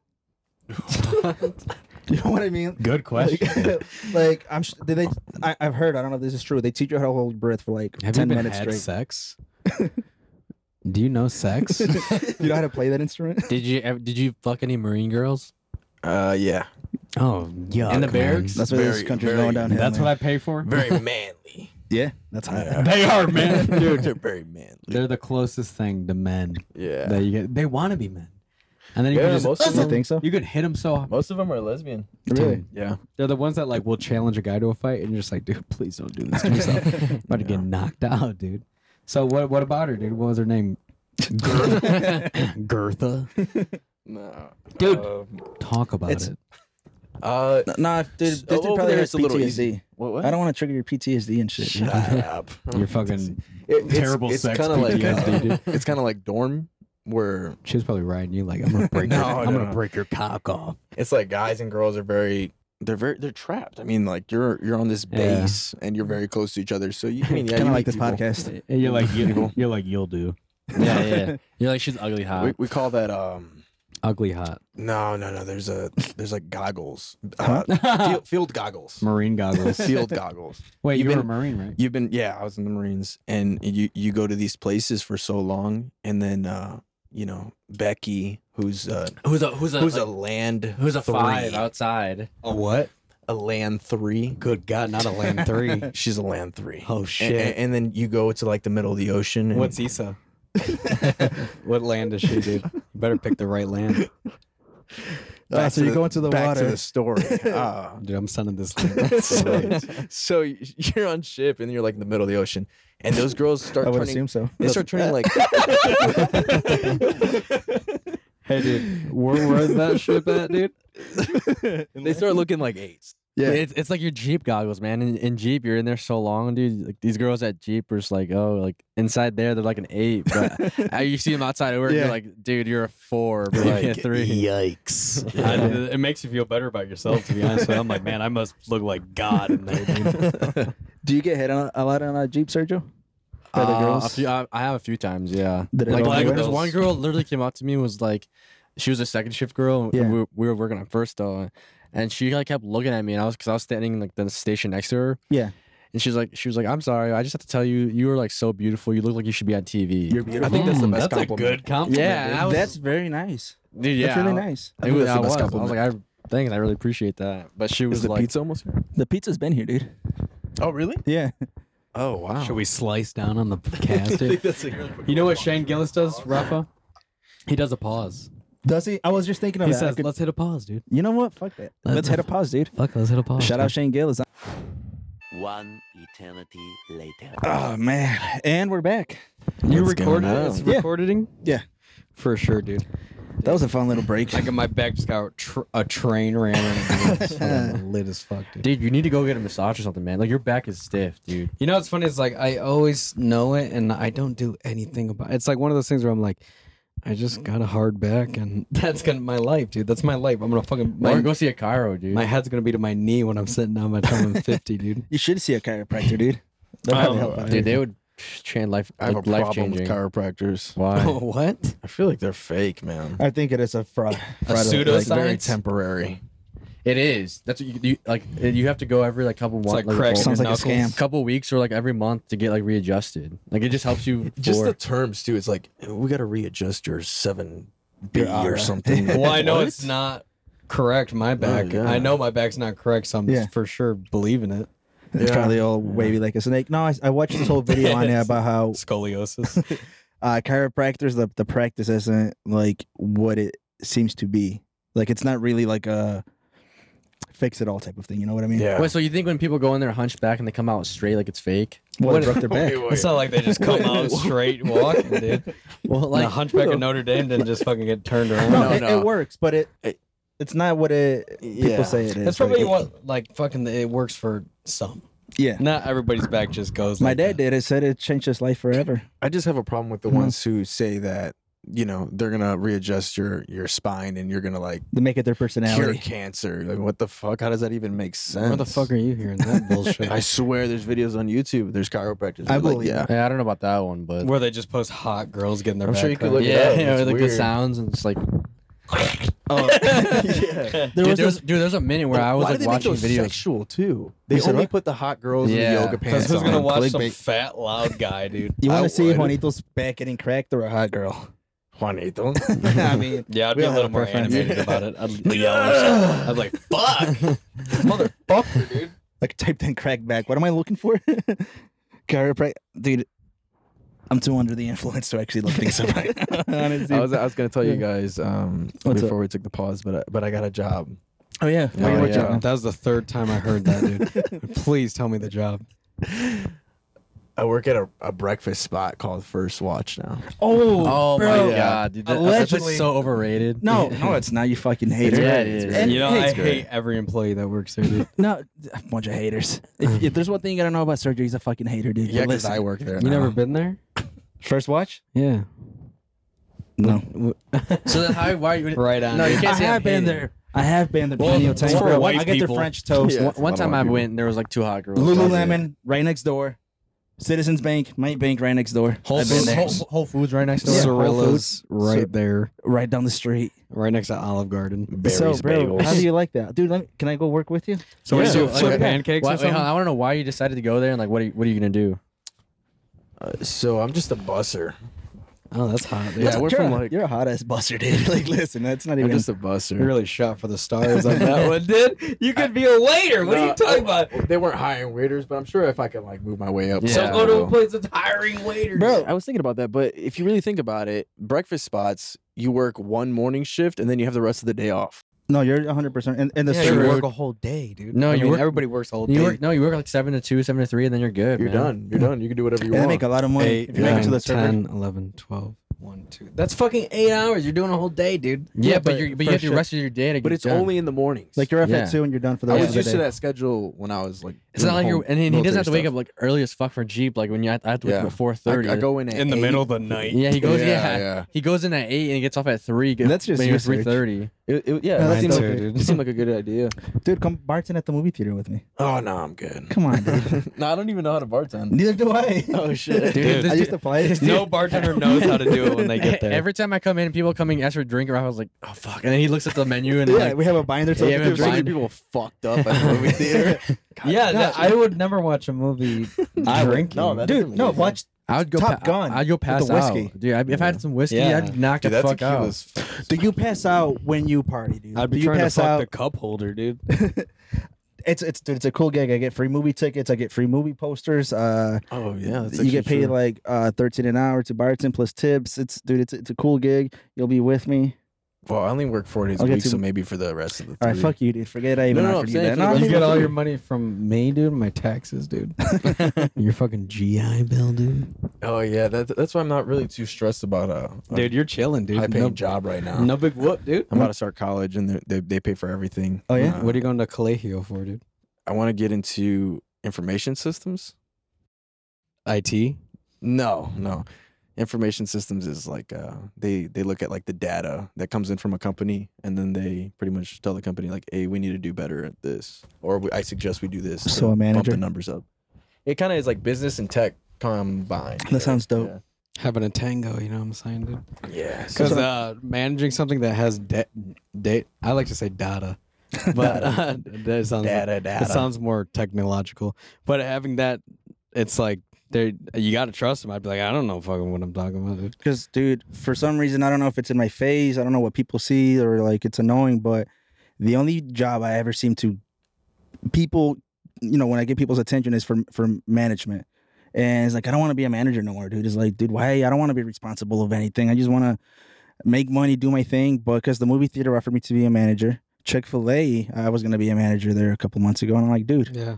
you know what I mean? Good question. Like, like, I'm. sh- Did they? I, I've heard. I don't know if this is true. They teach you how to hold your breath for like have you ten been minutes had straight. sex? Do you know sex? you know how to play that instrument? Did you ever, did you fuck any Marine girls? Uh, yeah. oh, yeah. In the barracks? That's where this Very, country's very- going downhill. That's man. what I pay for. Very manly. Yeah, that's how. Yeah. They are, man. Dude, they're very manly. They're the closest thing to men Yeah. that you get. They want to be men, and then you Yeah, can just most of You them. think so? you can hit them so Most of them are lesbian. Really? Yeah. They're the ones that like will challenge a guy to a fight, and you're just like, dude, please don't do this to yourself. I'm about to get knocked out, dude. So what? What about her, dude? What was her name? Gertha. No. Dude. Um, Talk about It's- it. uh, N- Nah, dude. This dude over probably there, has it's a little PTSD. what? what? I don't want to trigger your PTSD and shit. Shut up. You're fucking. It- it's, Terrible it's sex Kinda like, PTSD, uh, it's kind of like dorm, where She was probably riding you like I'm gonna break. your, No, I'm no. gonna break your cock off. it's like guys and girls are very. They're very they're trapped. I mean, like you're you're on this Yeah. base and you're very close to each other. So you I mean yeah, Kind of you meet like this people. podcast. And you're like, you, you're like, you'll do. yeah, yeah. You're like, she's ugly hot. We, we call that um Ugly hot no no no. There's a there's like goggles, Huh? uh, field, field goggles, marine goggles. field goggles. Wait, You've you were a been- marine, right? You've been yeah, I was in the Marines, and you you go to these places for so long, and then uh you know Becky, who's uh who's a who's a who's a like- land who's a three, five outside? A what? a land three. Good God, not a land three. She's a land three. Oh A- a- shit. And, then you go to like the middle of the ocean. And What's Issa? what land is she, dude? You better pick the right Ah, land. Back so to you the- go into the back water. to the story. Ah. Dude, I'm sending this. so, so you're on ship and you're like in the middle of the ocean, and those girls I start would turning. assume so. They start turning like. hey, dude, where was that ship at, dude? they start looking like eights. Yeah. It's, it's like your Jeep goggles, man. In, in Jeep, you're in there so long, dude. Like these girls at Jeep are just like, oh, like inside there, they're like an eight, but uh, you see them outside of work, Yeah. you're like, dude, you're a four, but you Like, get three. Yikes. I- Yeah. it makes you feel better about yourself, to be honest. with you. I'm like, man, I must look like God in there. Dude. Do you get hit on a lot on a jeep, Sergio? By the Uh, a girls? few- I, I have a few times, yeah. Did it Like, go like anywhere? there's one girl literally came up to me and was like, she was a second shift girl. and Yeah. We, were- we were working on first though, and she like kept looking at me, and I was because I was standing like the station next to her. Yeah. And she's like, she was like, I'm sorry, I just have to tell you, you are like so beautiful. You look like you should be on TV. You're beautiful. I think that's the Mm, best that's a compliment. good compliment. Yeah, and I was- That's very nice. Dude, yeah, That's really I- nice. It think was, that's I, the was. best I was like, I thanks, I really appreciate that. But she Is was the like, pizza almost here? The pizza's been here, dude. Oh, really? Yeah. Oh, wow. Should we slice down on the cast? dude? that's a good you know what Shane Gillis does, Rafa? He does a pause. Does he? I was just thinking of He that. I says, could- "Let's hit a pause, dude. you know what? Fuck that. Let- Let's hit a pause, dude. Fuck, let's hit a pause." Shout out Shane Gillis. One eternity later. Oh man. And we're back. You What's going recorded on? it's Yeah. recording? Yeah. For sure, dude. That was a fun little break. Like my back just got tr- a train ran on it. It's fucking lit as fuck, dude. dude, you need to go get a massage or something, man. Like your back is stiff, dude. You know what's funny is like I always know it and I don't do anything about it. It's like one of those things where I'm like, I just got a hard back and that's gonna my life, dude. That's my life. I'm gonna fucking Or my, go see a Cairo, dude. my head's gonna be to my knee when I'm sitting down by the time I'm 50, dude. You should see a chiropractor, dude. They'll Um, probably help out. dude, they would change life. I have a like, life problem with changing. chiropractors. Why? Oh, what? I feel like they're fake, man. I think it is a fraud. A fraud pseudo- Like, very Pseudoscience? temporary. It is. That's what you, you like. You have to go every like couple months, like cracking sounds like a scam. couple weeks, or like every month to get like readjusted. Like it just helps you. Just for, the terms too. It's like we got to readjust your seven B or aura. something. Well, I know it's not correct, my back. yeah. I know my back's not correct, so I'm Yeah. for sure believing it. It's probably all wavy like a snake. No, I, I watched this whole video on it about how Scoliosis. uh, chiropractors the, the practice isn't like what it seems to be like it's not really like a fix it all type of thing you know what i mean Yeah. Wait, so you think when people go in there hunchback and they come out straight, like it's fake? well, it broke their back it's not like they just come out straight walking, dude. Well, Like like the hunchback of Notre Dame didn't just fucking get turned around. no, No, it, no. it works but it, It- it's not what it people Yeah. say it is That's probably like, what, like, fucking, it works for some. yeah Not everybody's back just goes. my like dad that. did it said it changed his life forever I just have a problem with the Mhm. ones who say that you know they're gonna readjust your your spine and you're gonna like to make it their cure personality cancer. Like what the fuck? How does that even make sense? Where the fuck are you hearing that bullshit? I swear, there's videos on YouTube. There's chiropractors. I They're like, believe yeah. yeah, I don't know about that one, but Where they just post hot girls getting their. I'm back sure you could cracked. look it yeah, up. yeah, It's or, like the weird. sounds and it's like, Oh. there dude, was there's, this, dude, there's a minute where I was Why do like they watching make those videos. sexual too? They You said only what? put the hot girls in Yeah. the yoga 'Cause pants. Who's on. gonna watch some Clickbait. fat loud guy, dude? you want I to see would. juanito's back getting cracked or a hot girl Juanito? i mean Yeah, I'd We be a all little have more preferences. animated about it. I'd yell. or something. I'd be like, "Fuck, motherfucker, dude." like typed in crack back what am i looking for chiropractor dude i'm too under the influence to actually look things up right now honestly I was I was gonna tell you guys um, What's up? before we took the pause, but I, but I got a job. Oh yeah. Oh, Wait, what yeah. job? That was the third time I heard that, dude. Please tell me the job. I work at a, a breakfast spot called First Watch now. Oh, Oh bro. my god, dude, that, that's Allegedly- just so overrated. No, no, it's not. You fucking hater. Yeah, it is. And- You know, hey, I hate every employee that works there, dude. no, a bunch of haters. If, if there's one thing you gotta know about Sergio, he's a fucking hater, dude. Yeah, But because listen, I work there. You now. never been there? first watch? Yeah. No, So then, how? Why? You, Right on. No, you dude. I can't say I'm have been hating. there. I have been there plenty of times. for bro. white I get the people. French toast. Yeah. One, one That's a time lot I of went, and there was like two hot girls. Lululemon right next door. Citizens Bank, my bank right next door. Whole I've been Foods, there. Whole, Whole Foods right next door. Yeah. Cirilla's right Cir- there, right down the street. right next to Olive Garden. Berries, bagels. how do you like that, dude? Let me, can I go work with you? So Yeah. what do you do? So, Flip like, pancakes Why, or wait, something? hold on, I want to know why you decided to go there and like what are you, what are you gonna do? Uh, so I'm just a busser. Oh, that's hot. Dude. Yeah, we're you're, from a, like you're a hot ass buster, dude. Like, listen, that's not I'm even. just a You busser. really shot for the stars on that one, dude. You could be a waiter. What are No, you talking about? They weren't hiring waiters, but I'm sure if I can like move my way up. Yeah. So I go to will. a place that's hiring waiters. Bro, I was thinking about that, but if you really think about it, breakfast spots, you work one morning shift and then you have the rest of the day off. No, you're 100 percent in, in the Yeah, you server. work a whole day, dude. No, I you mean, work- everybody works all day. You work, no, you work like seven to two, seven to three, and then you're good. You're man. done. You're done. You can do whatever and you they want. make a lot of money Eight, if you make it to nine, the server. 10, 11, 12, 1, 2. That's fucking eight hours. You're doing a whole day, dude. Yeah, but, you're, but you for have the shit. rest of your day to get but it's done. only in the mornings. Like you're up Yeah. at two and you're done for the I rest was of the used day. to that schedule when I was like. It's not like you're, and, and he doesn't have to wake up Like, like early as fuck for Jeep. Like when you, I, I have to wake Yeah. up at four thirty. I, I go in at eight. of the night. Yeah, he goes. Yeah, Yeah, yeah. he goes in at eight and he gets off at three. And that's just maybe research. three thirty. It, it- yeah, No, that that's seemed, okay, like, dude. it seemed like a good idea. Dude, come bartend at the movie theater with me. Oh no, I'm good. Come on, dude. no, I don't even know how to bartend. Neither do I. Oh shit. Dude, I this used to play it. No bartender knows how to do it when they get there. Every time I come in, people coming ask for a drink, or I was like, "Oh fuck!" And then he looks at the menu and yeah, like, we have a binder. To Yeah, yeah, we have so many blind- people fucked up at the movie theater. yeah, that- I would never watch a movie I would- drinking. no, that doesn't dude, no, make watch. I would go Top pa- Gun I'd go with the pass whiskey. out, dude. I, if I had some whiskey, Yeah. I'd knock Dude, the that's fuck out. tequila's f- do you pass out when you party, dude? I'd be do you trying to pass fuck out? the cup holder, dude. It's it's dude, it's a cool gig. I get free movie tickets. I get free movie posters. Uh, Oh yeah, that's you get actually paid true. like uh thirteen an hour to bartend plus tips. It's dude, it's it's a cool gig. You'll be with me. Well, I only work four days a I'll get week, to- so maybe for the rest of the. All right, three. fuck you, dude. Forget I even No, no, offered I'm you that. saying for the You rest get all your money from me, dude. My taxes, dude. your fucking GI Bill, dude. Oh yeah, that, that's why I'm not really too stressed about uh, a Dude, you're chilling, dude. high paying no, job right now. no big whoop, dude. I'm about to start college, and they- they they pay for everything. Oh, yeah? Uh, What are you going to Colegio for, dude? I want to get into information systems. IT. No, no. Information systems is like uh, they they look at like the data that comes in from a company, and then they pretty much tell the company like, "Hey, we need to do better at this," or we, "I suggest we do this." to So a bump manager? the numbers up. It kind of is like business and tech combined. That sounds dope. Having a tango, you know what I'm saying, dude? Yeah. yeah so- Because uh, managing something that has de- date, I like to say data, but uh, that sounds data, data. it sounds more technological. But having that, it's like they you got to trust them. I'd be like, I don't know fucking what I'm talking about. Dude. Because, dude, for some reason, I don't know if it's in my face. I don't know what people see or like it's annoying, but the only job I ever seem to people, you know, when I get people's attention is for for management. And it's like, I don't want to be a manager no more, dude. It's like, dude, why? I don't want to be responsible of anything. I just want to make money, do my thing. But because the movie theater offered me to be a manager, Chick fil A, I was going to be a manager there a couple months ago. And I'm like, dude, Yeah,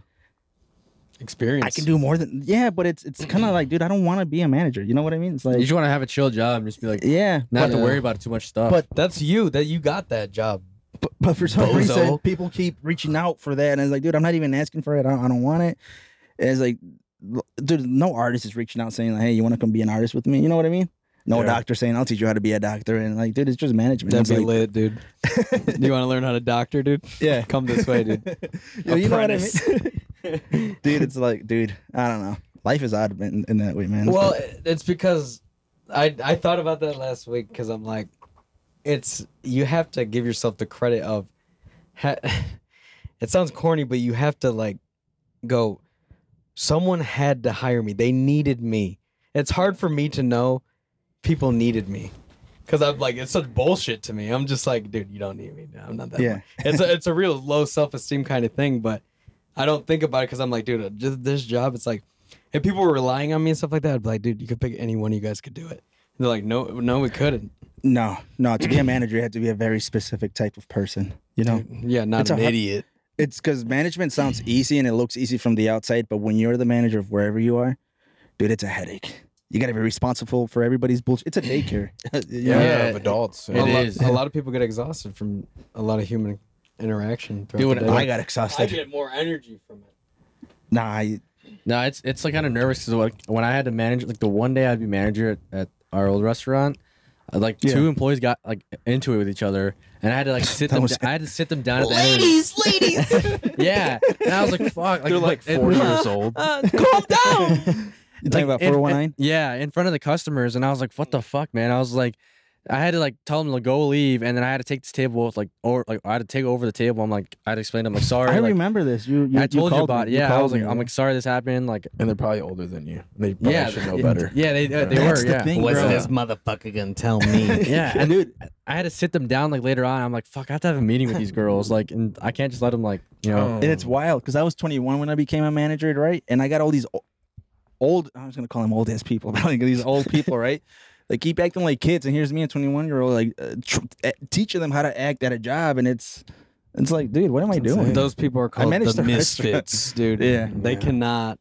experience. I can do more than, yeah, but it's it's kind of like, dude, I don't want to be a manager. You know what I mean? It's You like, just want to have a chill job and just be like, yeah. not have but- to worry about too much stuff. But That's you. That you got that job. But, but for some Bozo. reason, people keep reaching out for that, and it's like, dude, I'm not even asking for it. I don't, I don't want it. And it's like, l- dude, no artist is reaching out saying like, hey, you want to come be an artist with me? You know what I mean? No Yeah. doctor saying I'll teach you how to be a doctor, and like, dude, it's just management. That'd It's be like- lit, dude. you want to learn how to doctor, dude? Yeah. Come this way, dude. Yo, you know what I mean? dude, it's like, dude, I don't know. Life is odd in, in that way, man. It's Well, like- it's because I I thought about that last week because I'm like, it's you have to give yourself the credit of. Ha- it sounds corny, but you have to like go. Someone had to hire me. They needed me. It's hard for me to know people needed me because I'm like it's such bullshit to me. I'm just like, dude, you don't need me. I'm not that. yeah, it's a, it's a real low self esteem kind of thing, but I don't think about it because I'm like, dude, uh, ju- this job, it's like, if people were relying on me and stuff like that, I'd be like, dude, you could pick any one of you guys could do it. And they're like, no, no, we couldn't. no, no. To be a manager, you have to be a very specific type of person. You know, Yeah, not It's a an hu- idiot. It's because management sounds easy and it looks easy from the outside, but when you're the manager of wherever you are, dude, it's a headache. You gotta be responsible for everybody's bullshit. It's a daycare. yeah, Yeah. of adults. It a, lot, is. a lot of people get exhausted from a lot of human interaction. throughout Dude, the when day. I got exhausted. more energy from it. nah, I, no, it's it's like kind of nervous because like when I had to manage, like the one day I'd be manager at, at our old restaurant, uh, like two employees got like into it with each other, and I had to like sit them. was d- I had to sit them down at the end. of the- Ladies, ladies, Yeah, and I was like, fuck. Like, They're like it- four years old. uh, calm down. you talking about in- in- 419? yeah, in front of the customers, and I was like, "What the fuck, man!" I was like, I had to like tell them to go leave, and then I had to take this table with like, or like I had to take over the table. I'm like, I had to explain. to them, like, sorry, I like, remember this. You, you I told you, called about me. it. Yeah, I called was like, me. I'm like, sorry this happened. Like, and they're probably older than you. They probably yeah, should know yeah, better. Yeah, they they, they That's were. the yeah, thing, What's bro. this motherfucker gonna tell me? yeah, and dude, I had to sit them down like later on. I'm like, fuck, I have to have a meeting with these girls. Like, and I can't just let them like, you know. And it's wild because I was 21 when I became a manager, right? And I got all these o- old, I was going to call them old ass people, but like these old people, right? They keep acting like kids, and here's me, a 21 year old, like uh, tr- eh, teaching them how to act at a job, and it's it's like, dude, what am I doing? Those people are I called managed the to restaurant. misfits, dude. Yeah. They Yeah. cannot.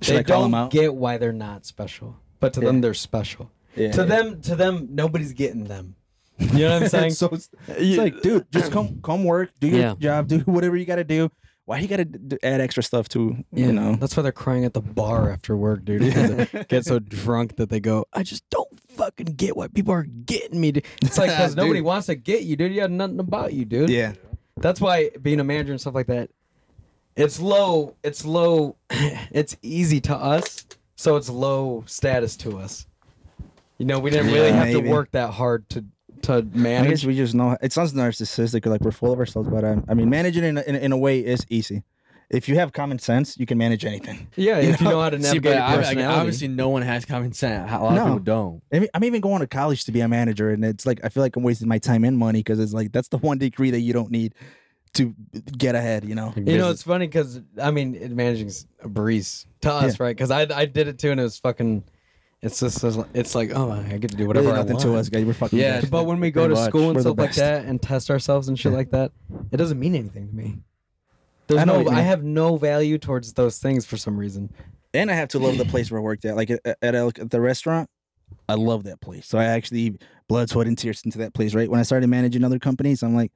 Should they I call don't them out? get why they're not special, but to them Yeah. they're special. Yeah, to yeah. them, to them, nobody's getting them. You know what I'm saying? so it's, it's like, dude, just come come work, do your Yeah. job, do whatever you got to do. Why you got to d- add extra stuff to Yeah, you know? that's why they're crying at the bar after work, dude. 'cause they get so drunk that they go, "I just don't fucking get why people are getting me." Dude. It's like because nobody wants to get you, dude. You got nothing about you, dude. Yeah, That's why being a manager and stuff like that, it's low. It's low. It's easy to us, so it's low status to us. You know, we didn't really Yeah, have maybe. to work that hard to to I guess manage. we just know it sounds narcissistic, like we're full of ourselves. But um, I mean, managing in a, in, a- in a way is easy. If you have common sense, you can manage anything. Yeah, if you know how to See, navigate but your I- like, personality. obviously no one has common sense. A lot No. of people don't. I mean, I'm even going to college to be a manager, and it's like I feel like I'm wasting my time and money because it's like that's the one degree that you don't need to get ahead. You know? You know, it's funny because I mean, it- managing's a breeze to us, right? Because I I did it too, and it was fucking. It's just it's like oh, I get to do whatever Really I nothing want. to us, guys. We're fucking Yeah, good. But when we go Pretty to much. school and We're the stuff like best. that, and test ourselves and shit like that, it doesn't mean anything to me. There's I know what no, you I mean. have no value towards those things for some reason. and I have to love the place where I worked at, like at, at, at the restaurant. I love that place, so I actually blood, sweat, and tears into that place. Right when I started managing other companies, I'm like,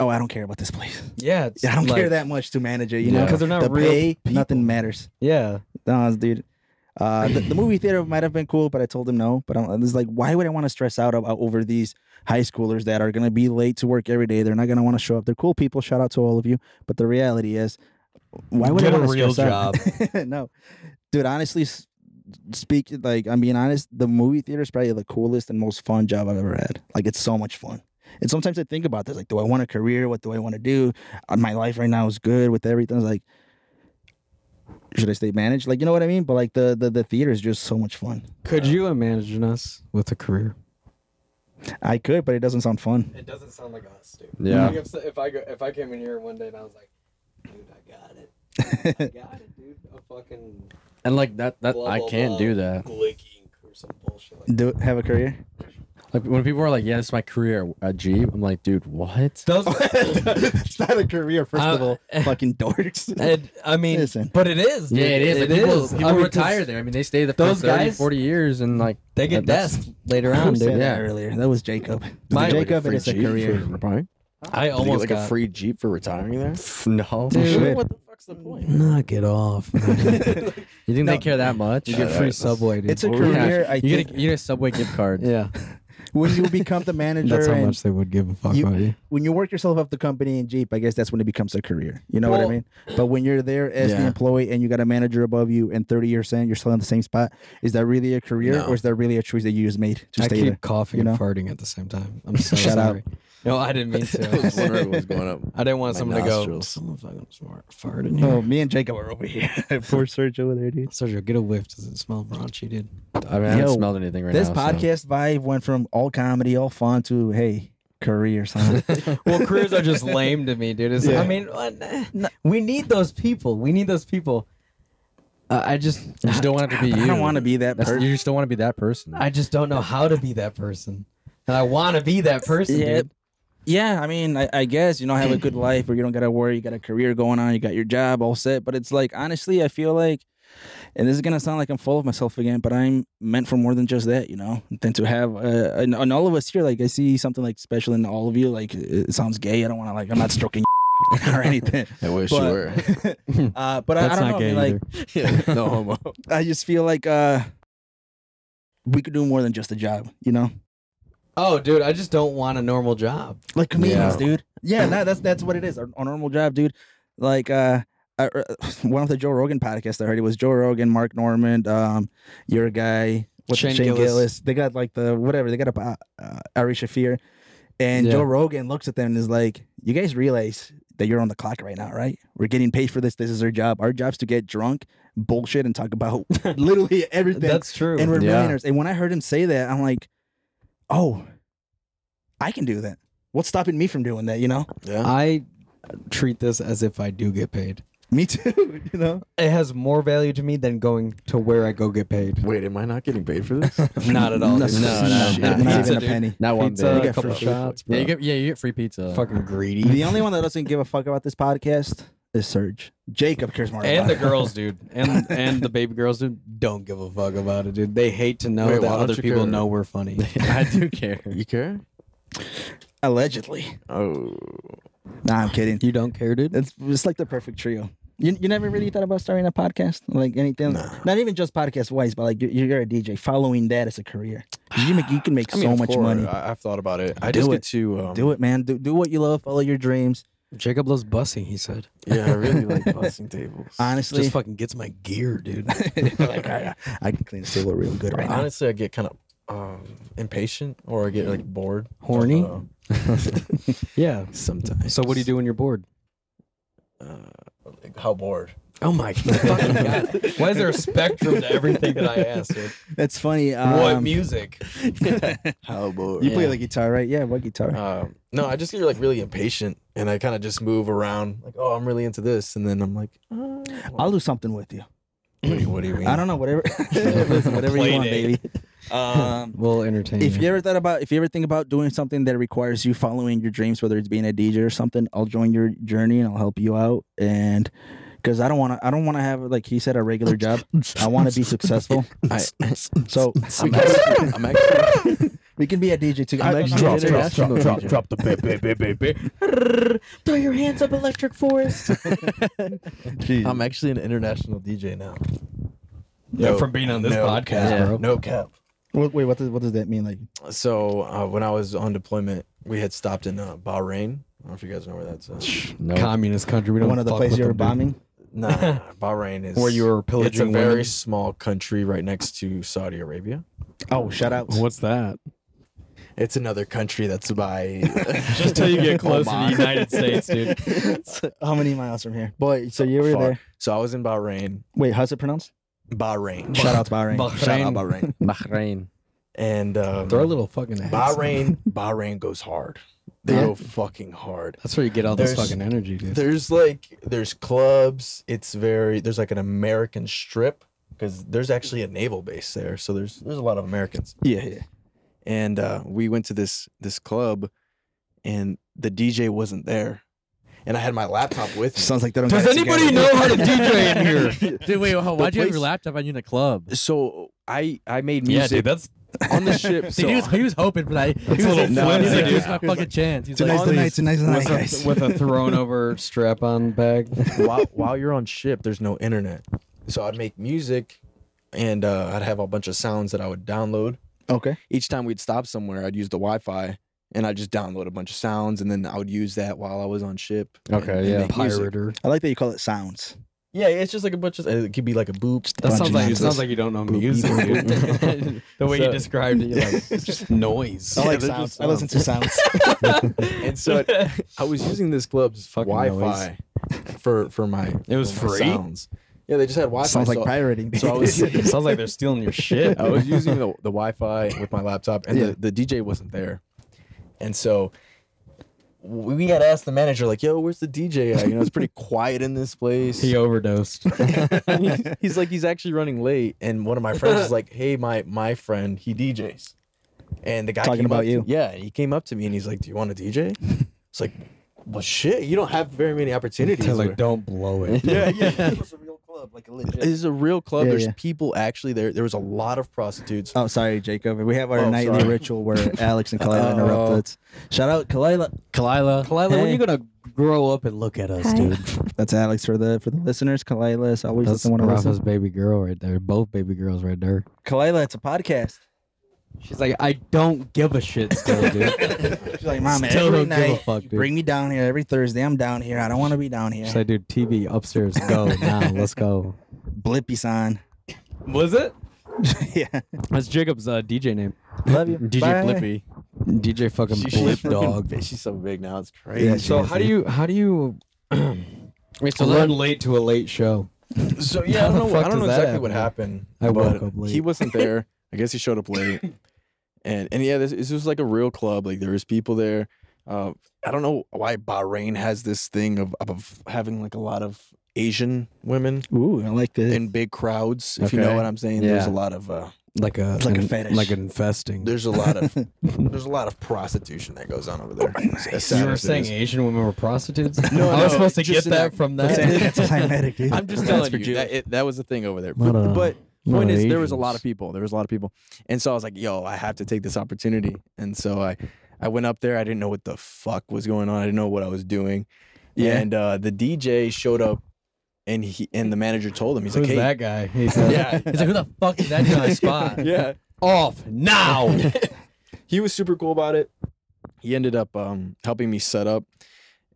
oh, I don't care about this place. Yeah, it's Yeah, I don't like- care that much to manage it. You know, Yeah. 'Cause they're not the real pay, nothing matters. Yeah, No, dude. Uh, the, the movie theater might have been cool, but I told him no. But I'm it's like, why would I want to stress out about over these high schoolers that are gonna be late to work every day? They're not gonna want to show up. They're cool people. Shout out to all of you. But the reality is, why would Get I a want to real stress out? no, dude. Honestly, s- speak like I'm being honest. The movie theater is probably the coolest and most fun job I've ever had. Like it's so much fun. And sometimes I think about this, like, do I want a career? What do I want to do? Uh, My life right now is good with everything. It's like, should I stay managed? Like, you know what I mean? But like the the, the theater is just so much fun. could you imagine us with a career? I could, but it doesn't sound fun. It doesn't sound like us, dude. Yeah. Like, if, I go, if I came in here one day and I was like, dude, I got it, I got it, dude, a fucking And like that, that I can't do that. or some bullshit like Do have a career? Like when people are like, "Yeah, it's my career at Jeep," I'm like, "Dude, what?" it's not a career, first of Uh, all. Fucking dorks. It, I mean, Listen. but it is. Yeah, dude. it is. Like, people people I mean, 'cause retire there. I mean, they stay the those first 30, guys- 40 years, and like They get that's- desk later Who on, said dude. that earlier? That was Jacob. My- Jacob, it is a career. I almost like got a free Jeep for retiring there? No, Dude, shit. What the fuck's the point? knock it off. man. you think they care that much? you get free subway, dude. It's a Yeah. career. I you think get a, you get a subway gift card. yeah, when you become the manager that's how and much they would give a fuck you- about you. when you work yourself up the company in Jeep, I guess that's when it becomes a career. You know what I Well- mean? But when you're there as the Yeah. employee and you got a manager above you and 30 years in, you're still in the same spot, is that really a career or is that really a choice that you just made to I stay keep there? coughing you know? and farting at the same time. I'm so Shut up. sorry. No, I didn't mean to. I I was just- wondering what was going up. I didn't want My someone nostrils. to go. Someone fucking smart fart in here. Oh, me and Jacob are over here. Poor Serge over there, dude. Sergio, get a whiff. Does it smell raunchy, dude? I mean, I haven't Yo, smelled anything right this now. so- podcast vibe went from all comedy, all fun to hey, career son. Well, careers are just lame to me, dude. It's I mean, what- nah. we need those people. We need those people. Uh, I just, You just don't want it to be you. I don't want to be that That's- person. You just don't want to be that person. I just don't know how to be that person, and I want to be that person, Yeah. dude. Yeah, I mean, I, I guess you know have a good life, or you don't gotta worry. You got a career going on. You got your job all set. But it's like honestly, I feel like, and this is gonna sound like I'm full of myself again, but I'm meant for more than just that, you know. Than to have, uh, and, and all of us here, like I see something like special in all of you. Like it it sounds gay. I don't want to like I'm not stroking or anything. I wish you were. But, uh, but I, I That's don't know. not I mean, gay like either. yeah, no homo. I just feel like uh, we could do more than just a job, you know. Oh, dude, I just don't want a normal job. like comedians, Yeah. dude. Yeah, no, that's that's what it is. A, a normal job, dude. Like uh, I, uh, one of the Joe Rogan podcasts I heard it was Joe Rogan, Mark Norman, um, your guy, what's Shane Shane Gillis. Gillis. They got like the whatever. They got a uh, Ari Shafir, and Yeah. Joe Rogan looks at them and is like, "You guys realize that you're on the clock right now, right? We're getting paid for this. This is our job. Our job's to get drunk, bullshit, and talk about literally everything That's true. and we're Yeah. millionaires. And when I heard him say that, I'm like, oh, I can do that. What's stopping me from doing that? You know? Yeah. I treat this as if I do get paid. Me too. You know. It has more value to me than going to where I go get paid. Wait, am I not getting paid for this? Not at all. No, dude. no, no, Shit. no, not Pizza, even a dude. penny. Not one Pizza, bit. a get couple free. shots. Yeah, bro. you get yeah, you get free pizza. fucking greedy. The only one that doesn't give a fuck about this podcast is Serge. Jacob cares more. and about the it. girls, dude, and and the baby girls, dude, don't give a fuck about it, dude. They hate to know Wait, that why don't other you people care? know we're funny. I do care. you care? Allegedly. Oh, Nah, I'm kidding. you don't care, dude. It's it's like the perfect trio. You, you never really thought about starting a podcast, like anything, not even just podcast wise, but like you- you're a DJ. Following that as a career, you make you can make so much money. I, I've thought about it. I Do just it. get to um, Do it, man. Do, do what you love. Follow your dreams. Jacob loves bussing. He said, Yeah, I really like busting tables. Honestly, "Just fucking gets my gear, dude." like, I, I can clean the table real good right now. Honestly, I get kind of um, impatient or I get like bored, Horny? Uh, yeah. sometimes. So what do you do when you're bored? Like, how bored? Oh my fucking god! Why is there a spectrum to everything that I ask? Dude? That's funny. what um, music? How bored? You play the guitar, right? Yeah, what guitar? Um, no, I just get like really impatient, and I kind of just move around. Like, oh, I'm really into this, and then I'm like, oh, I'll do something with you. what, do you, what do you mean? I don't know. Whatever, Listen, whatever you want, baby. Um, We'll entertain. If you ever thought about, if you ever think about doing something that requires you following your dreams, whether it's being a DJ or something, I'll join your journey and I'll help you out. And because I don't want to, I don't want to have like he said a regular job. I want to be successful. I, So I'm actually, I'm actually, we can be a DJ together. I'm actually Drop, an international DJ. the baby, baby, baby. Throw your hands up, Electric Forest. I'm actually an international DJ now. Yeah, from being on this podcast, cap, bro. No cap. Wait, wait, what does what does that mean? Like, So uh, when I was on deployment, we had stopped in uh, Bahrain. I don't know if you guys know where that's at. communist country, we don't one of the fuck places with you were them, dude. bombing. Nah, Bahrain is Where you were It's a pillaging very women? small country right next to Saudi Arabia. Oh, shout out. What's that? It's another country that's by. Just till you get close to the United States, dude. How many miles from here? Boy, so you were Far. there. so I was in Bahrain. Wait, how's it pronounced? Bahrain. Shout out to Bahrain. Shout out Bahrain. Bahrain. And um, Throw a little fucking. accent. Bahrain, Bahrain goes hard. They Yeah. go fucking hard. That's where you get all this There's- fucking energy, dude. There's like there's clubs. It's very there's like an American strip because there's actually a naval base there. So there's there's a lot of Americans. Yeah, yeah. And uh, we went to this this club, and the DJ wasn't there, and I had my laptop with me. Sounds like they don't. got it together. how to DJ in here? Dude, wait, why'd you have place- your laptop on you in a club? So I I made Yeah, music dude, that's on the ship. Dude, he, was, So he was hoping for that. He was a little like, no, flimsy, he's like, dude. here's my fucking chance. He's Tonight's like, the night. Tonight's the night, with, guys. a, with a thrown over strap on bag. while while you're on ship, there's no internet. So I'd make music, and uh, I'd have a bunch of sounds that I would download. Okay. each time we'd stop somewhere, I'd use the Wi-Fi and I'd just download a bunch of sounds and then I would use that while I was on ship. and- Okay, and yeah. make music. Pirater. I like that you call it sounds. Yeah, it's just like a bunch of it could be like a boop. That Bunch sounds of like it noises. sounds like you don't know music, dude. the way you described it, you're like, it's just noise. I like sounds. I listen to sounds. And so I was using this club's Fucking Wi-Fi for for my It was for my free? sounds. Yeah, they just had Wi-Fi. sounds like so, pirating. so I was It sounds like they're stealing your shit. I was using the, the Wi-Fi with my laptop, and the, the DJ wasn't there, and so we we had asked the manager like, "Yo, where's the DJ? At? You know, it's pretty quiet in this place." He overdosed. he's, he's like he's actually running late and one of my friends is like hey my my friend he djs and the guy Talking came up about to- you. yeah he came up to me and he's like do you want to dj it's like well shit you don't have very many opportunities They're where- like, don't blow it. yeah yeah was a real club, like a this is a real club Yeah, there's yeah. people actually there there was a lot of prostitutes Oh, sorry, Jacob. We have our Oh, nightly sorry. ritual where Alex and Kalila interrupt us. Shout out Kalila. Kalila. Kalila, when Hey. are you gonna grow up and look at us, Hi. dude? That's Alex for the for the listeners. Kalila is always That's the one to Rafa's listen. baby girl right there. Both baby girls right there. Kalila, it's a podcast. She's like, I don't give a shit still, dude. She's like, Mom, Still every don't give a night, fuck, you dude. bring me down here every Thursday. I'm down here. I don't want to be down here. She's like, dude, TV upstairs, go now, let's go. Blippy sign. was it? yeah. That's Jacob's uh, DJ name. Love you. DJ Bye. Flippy. DJ fucking She- she's Blip freaking Dog. big. she's so big now it's crazy Yeah, So she how is. do you how do you Wait, so run let, late to a late show? So yeah, How I don't the know. what- I fuck don't know does that exactly happen? what happened. I but woke up late. He wasn't there. I guess he showed up late. And and yeah, this, this was like a real club. Like there was people there. Uh, I don't know why Bahrain has this thing of of having like a lot of Asian women Ooh, I like this. in big crowds. If you know Okay. what I'm saying, there's a Yeah. lot of uh, like a It's like a an- fetish. like infesting. there's a lot of there's a lot of prostitution that goes on over there. As sad you were as it saying is. Asian women were prostitutes. No, I no, was supposed to just get in that that- from That's that. anti-Semitic, dude. I'm just That's telling for you Jews. that, it, that was the thing over there. Not But, a- but not point an is, there was a lot of Asians. people. There was a lot of people, and so I was like, "Yo, I have to take this opportunity." And so I, I went up there. I didn't know what the fuck was going on. I didn't know what I was doing. Yeah. And uh, the DJ showed up, and he and the manager told him, "He's Who's like, hey, that guy? He said, Yeah. He's like, who the fuck is that guy spot? yeah." Off now. he was super cool about it. He ended up um, helping me set up,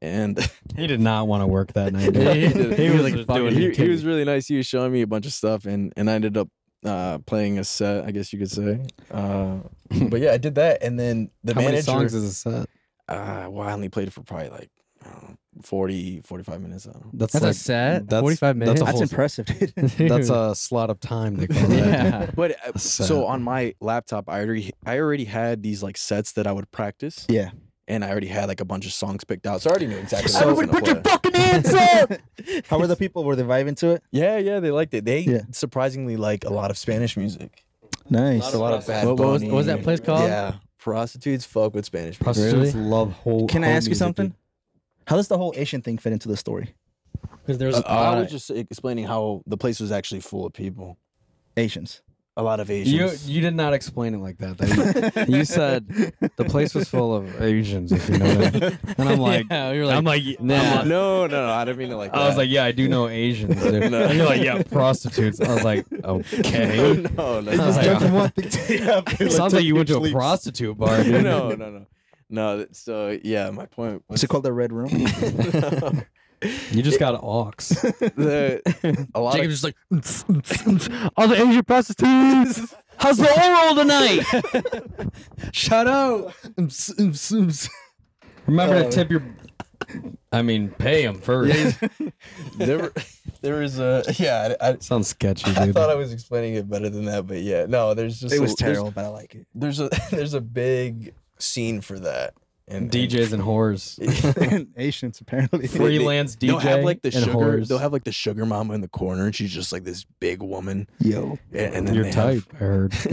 and he did not want to work that night. Yeah, he dude. did. he, He was was like, just doing fucking. it. he, he was really nice. He was showing me a bunch of stuff, and and I ended up uh, playing a set, I guess you could say. Uh, but yeah, I did that, and then the How manager. many songs is a set? uh, well, I only played it for probably like I don't know, 40, 45 minutes. I don't know. That's, That's a like, set. that's- Forty-five that's minutes. a That's whole- impressive, dude. that's Dude. a slot of time. They call that. yeah. But uh, set. so on my laptop, I already I already had these like sets that I would practice. Yeah. And I already had like a bunch of songs picked out, so I already knew exactly. what I was Everybody put gonna your play. fucking hands up. How were the people? Were they vibing to it? Yeah, yeah, they liked it. They Yeah. surprisingly like a lot of Spanish music. Nice. It's a lot of bad. What- what was- Bunny. what was that place called? Yeah, prostitutes fuck with Spanish. Music. Prostitutes love whole. Can I whole ask you music, something? dude. How does the whole Asian thing fit into the story? Because there's Uh, a I lot was just explaining how the place was actually full of people, Asians. a lot of You Asians. you did not explain it like that. though. You, you said the place was full of Asians, if you know that. And I'm like, Yeah, you're like, I'm like, nah. I'm Uh, like- no, no, no, I didn't mean it like that. I was like, yeah, I do know Asians. dude." No. And you're like, yeah, prostitutes. I was like, okay. no, no, no, just no, jumped no. from one thing to the other. It sounds like you went to a prostitute bar, dude. no, no, no, no. that- So yeah, my point was Is it called the Red Room? You just got ox. the, a lot. Jacob's Of, just like, All the Asian prostitutes. How's the oral tonight? Shut up. um, Remember Uh, to tip your. I mean, pay him first. there, were- there was a Uh, yeah. I, I, Sounds sketchy, dude. I thought I was explaining it better than that, but yeah, no, there's just It a- was there's- terrible, but I like it. There's a there's a big scene for that. And and- DJs and whores. Asians apparently. Freelance DJ. they'll have like the and sugar. Whores. They'll have like the sugar mama in the corner, and she's just like this big woman. Yo, And, and then your they type. have- I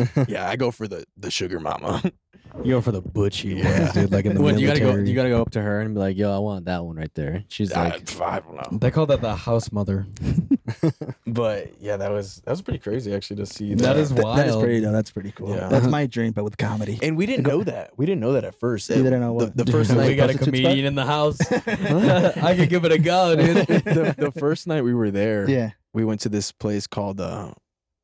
heard. yeah, I go for the the sugar mama. You go for the butchy ones, dude. Like in the what, you gotta military. go. You gotta go up to her and be like, "Yo, I want that one right there." She's I, like, I don't know, They call that the house mother. but yeah, that was that was pretty crazy actually to see that. That is wild. that is pretty. No, that's pretty cool. Yeah. That's Uh-huh. my dream, but with comedy. and we didn't know that. We didn't know that at first. You didn't know the, what? the first night we got a prostitutes comedian in the house. I could give it a go, dude. the, the first night we were there, yeah. we went to this place called uh,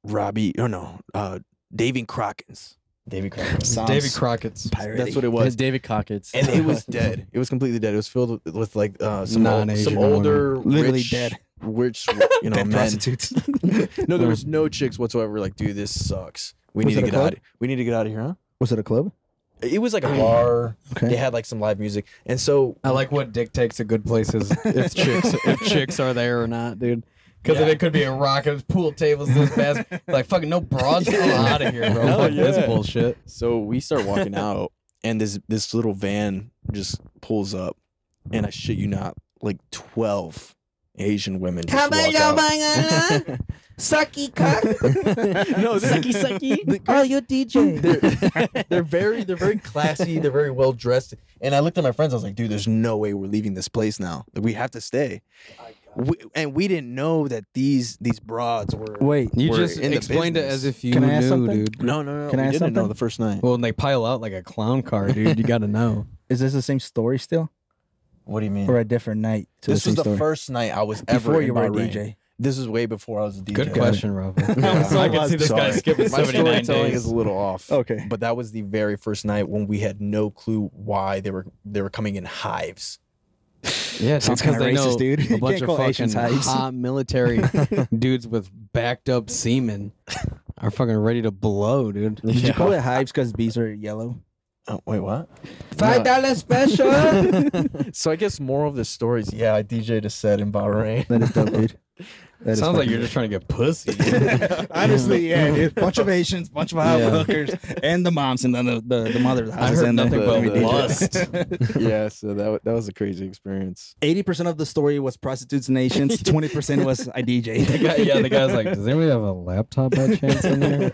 Robbie. Oh no, uh, Davy Crocken's. Davy Crocken's. David Crockett's That's what it was. "It's David Cockett." and it was dead. It was completely dead. It was filled with, with like uh, some old, Non-Asian some older, women. Literally rich, dead. rich, you know, men. Mm. prostitutes. No, there was no chicks whatsoever. We're Like, dude, this sucks. We Was need to it a get club? out. We need to get out of here, huh? Was it a club? It was like a bar. Okay. They had like some live music, and so I like what dictates a good place is if chicks if chicks are there or not, dude. Because if it could be a rock, it was pool tables, this fast, like fucking no broads, get out of here, bro. Hell Fuck yeah. this bullshit. so we start walking out, and this this little van just pulls up, and I shit you not, like twelve Asian women. Just walk out. uh, Sucky cock. no, they're, sucky sucky. Oh, you DJ. they're very they're very classy. They're very well dressed. And I looked at my friends. I was like, dude, there's no way we're leaving this place now. Like, we have to stay. We, and we didn't know that these these broads were. Wait. You We're just in the explained it business. as if you Can I ask knew, something? dude. No, no, no. Can I we ask didn't know something? the first night. Well, when they pile out like a clown car, dude, you gotta know. Is this the same story still, What do you mean? or a different night? To this the same was the story? first night I was ever before in you were a Bahrain. DJ. This is way before I was a DJ. Good question, Rob. Yeah. I can see this guy Sorry. skipping My 79 storytelling is days. a little off. Okay. But that was the very first night when we had no clue why they were they were coming in hives. Yeah, Sounds because kinda they racist, know dude. You a bunch can't of call fucking Asians hives. hot military dudes with backed up semen are fucking ready to blow, dude. Did you call it hives because bees are yellow? Oh, wait, what? Five dollar special. So I guess moral of the story is yeah, I DJ'd a set in Bahrain. That is dope, dude. That is Sounds like fucking you're just trying to get pussy. Honestly, yeah, dude. Bunch of Asians, bunch of hot Yeah. hookers, and the moms, and then the the, the mother I houses heard and nothing the but I mean, DJ. lust. yeah, so that wa- that was a crazy experience. Eighty percent of the story was prostitutes nations. Twenty percent was I DJ. The guy- yeah, the guy's like, does anybody have a laptop by chance in there?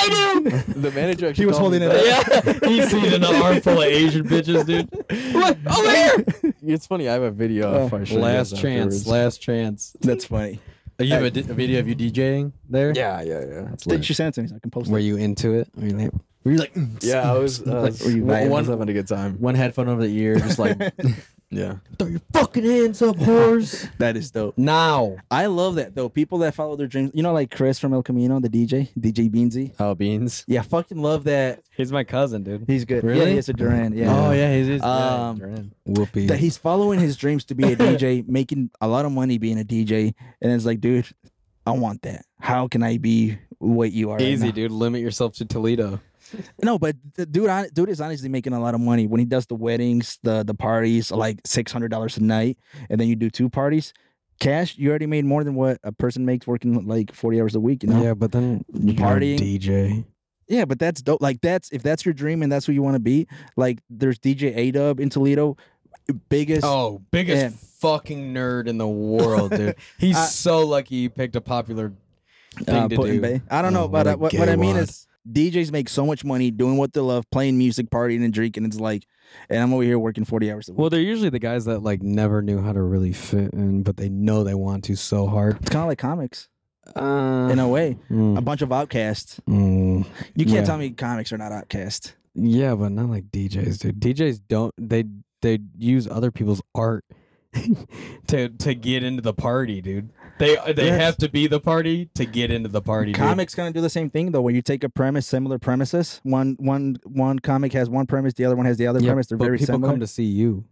The manager actually He was called me holding it back. yeah, he's seen an armful of Asian bitches, dude. What over here? It's funny. I have a video. if I show you Last guys chance, afterwards. last chance. That's funny. You have a, di- a video of you DJing there? Yeah, yeah, yeah. Did she sent it to me? So I can post Were it. you into it? Were you like, Yeah, I was. uh, I was, you I vibing? was having a good time. One headphone over the ear, just like Yeah. fucking hands up, whores? That is dope. now. I love that though. People that follow their dreams. You know, like Chris from El Camino, the DJ, DJ Beansy. oh beans. Yeah, fucking love that. He's my cousin, dude. He's good. Yeah, Really? he's a Duran. Yeah. Oh yeah, he's, he's Um, Whoopee. That he's following his dreams to be a DJ, making a lot of money being a DJ, and it's like, dude, I want that. How can I be what you are? right Easy, now? dude. Limit yourself to Toledo. No, but the dude, hon- dude is honestly making a lot of money when he does the weddings, the the parties, like six hundred dollars a night, and then you do two parties. Cash, you already made more than what a person makes working like forty hours a week. You know. Yeah, but then you gotta Partying. DJ. Yeah, but that's dope. Like that's if that's your dream and that's what you want to be. Like there's DJ A Dub in Toledo, biggest. Oh, biggest Yeah. fucking nerd in the world, dude. He's I- so lucky he picked a popular thing uh, to Put in do. Bay. I don't know, Oh, but what a uh, what, what I mean gay is DJs make so much money doing what they love, playing music, partying, and drinking. It's like, and I'm over here working forty hours a week. Well, they're usually the guys that like never knew how to really fit in, but they know they want to so hard. it's kind of like comics Uh, in a way. mm, A bunch of outcasts. mm. You can't Yeah. tell me comics are not outcasts. yeah, but not like DJs, dude. DJs don't they they use other people's art to to get into the party, dude. They they Yes. have to be the party to get into the party. dude. Comics kind of do the same thing though, where you take a premise, similar premises. One one one comic has one premise, the other one has the other Yeah, premise. They're but very people similar. come to see you.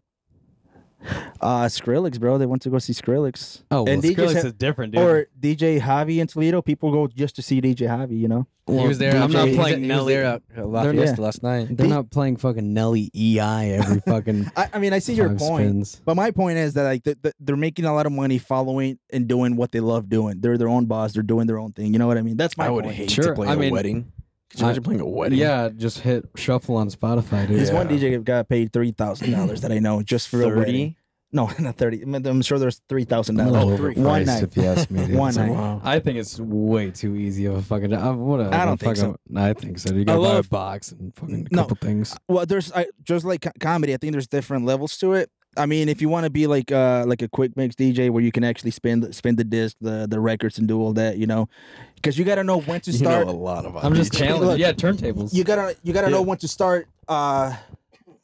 uh, Skrillex, bro, they went to go see Skrillex. Oh, well, And DJs Skrillex have- is different, dude. or DJ Javi in Toledo. People go just to see DJ Javi, you know. he was there. I'm not he was- playing he was Nelly. there at uh, They're Lafayette not- last night. They're not playing fucking Nelly EI every fucking. I, I mean, I see your five point, spins. but my point is that like th- th- they're making a lot of money following and doing what they love doing. They're their own boss. They're doing their own thing. You know what I mean? That's my I would point. hate Sure, to play I a mean, wedding. Could you I- imagine playing a wedding? Yeah, just hit shuffle on Spotify, dude. This one Yeah. DJ got paid three thousand dollars that I know just for a wedding. No, not thirty. I mean, I'm sure there's three thousand Oh. dollars. three. One night. If you ask me, dude. One It's like, night. Wow. I think it's way too easy of a fucking. I, what a, I don't a think fucking, I think so. You gotta buy love- a box and fucking a No. Uh, couple things. Well, there's I, just like co- comedy. I think there's different levels to it. I mean, if you want to be like uh like a quick mix DJ where you can actually spin the- spin the disc, the the records, and do all that, you know, because you got to know when to You start. know a lot about. I'm just these. challenging. look, yeah, turntables. you gotta you gotta know when to start uh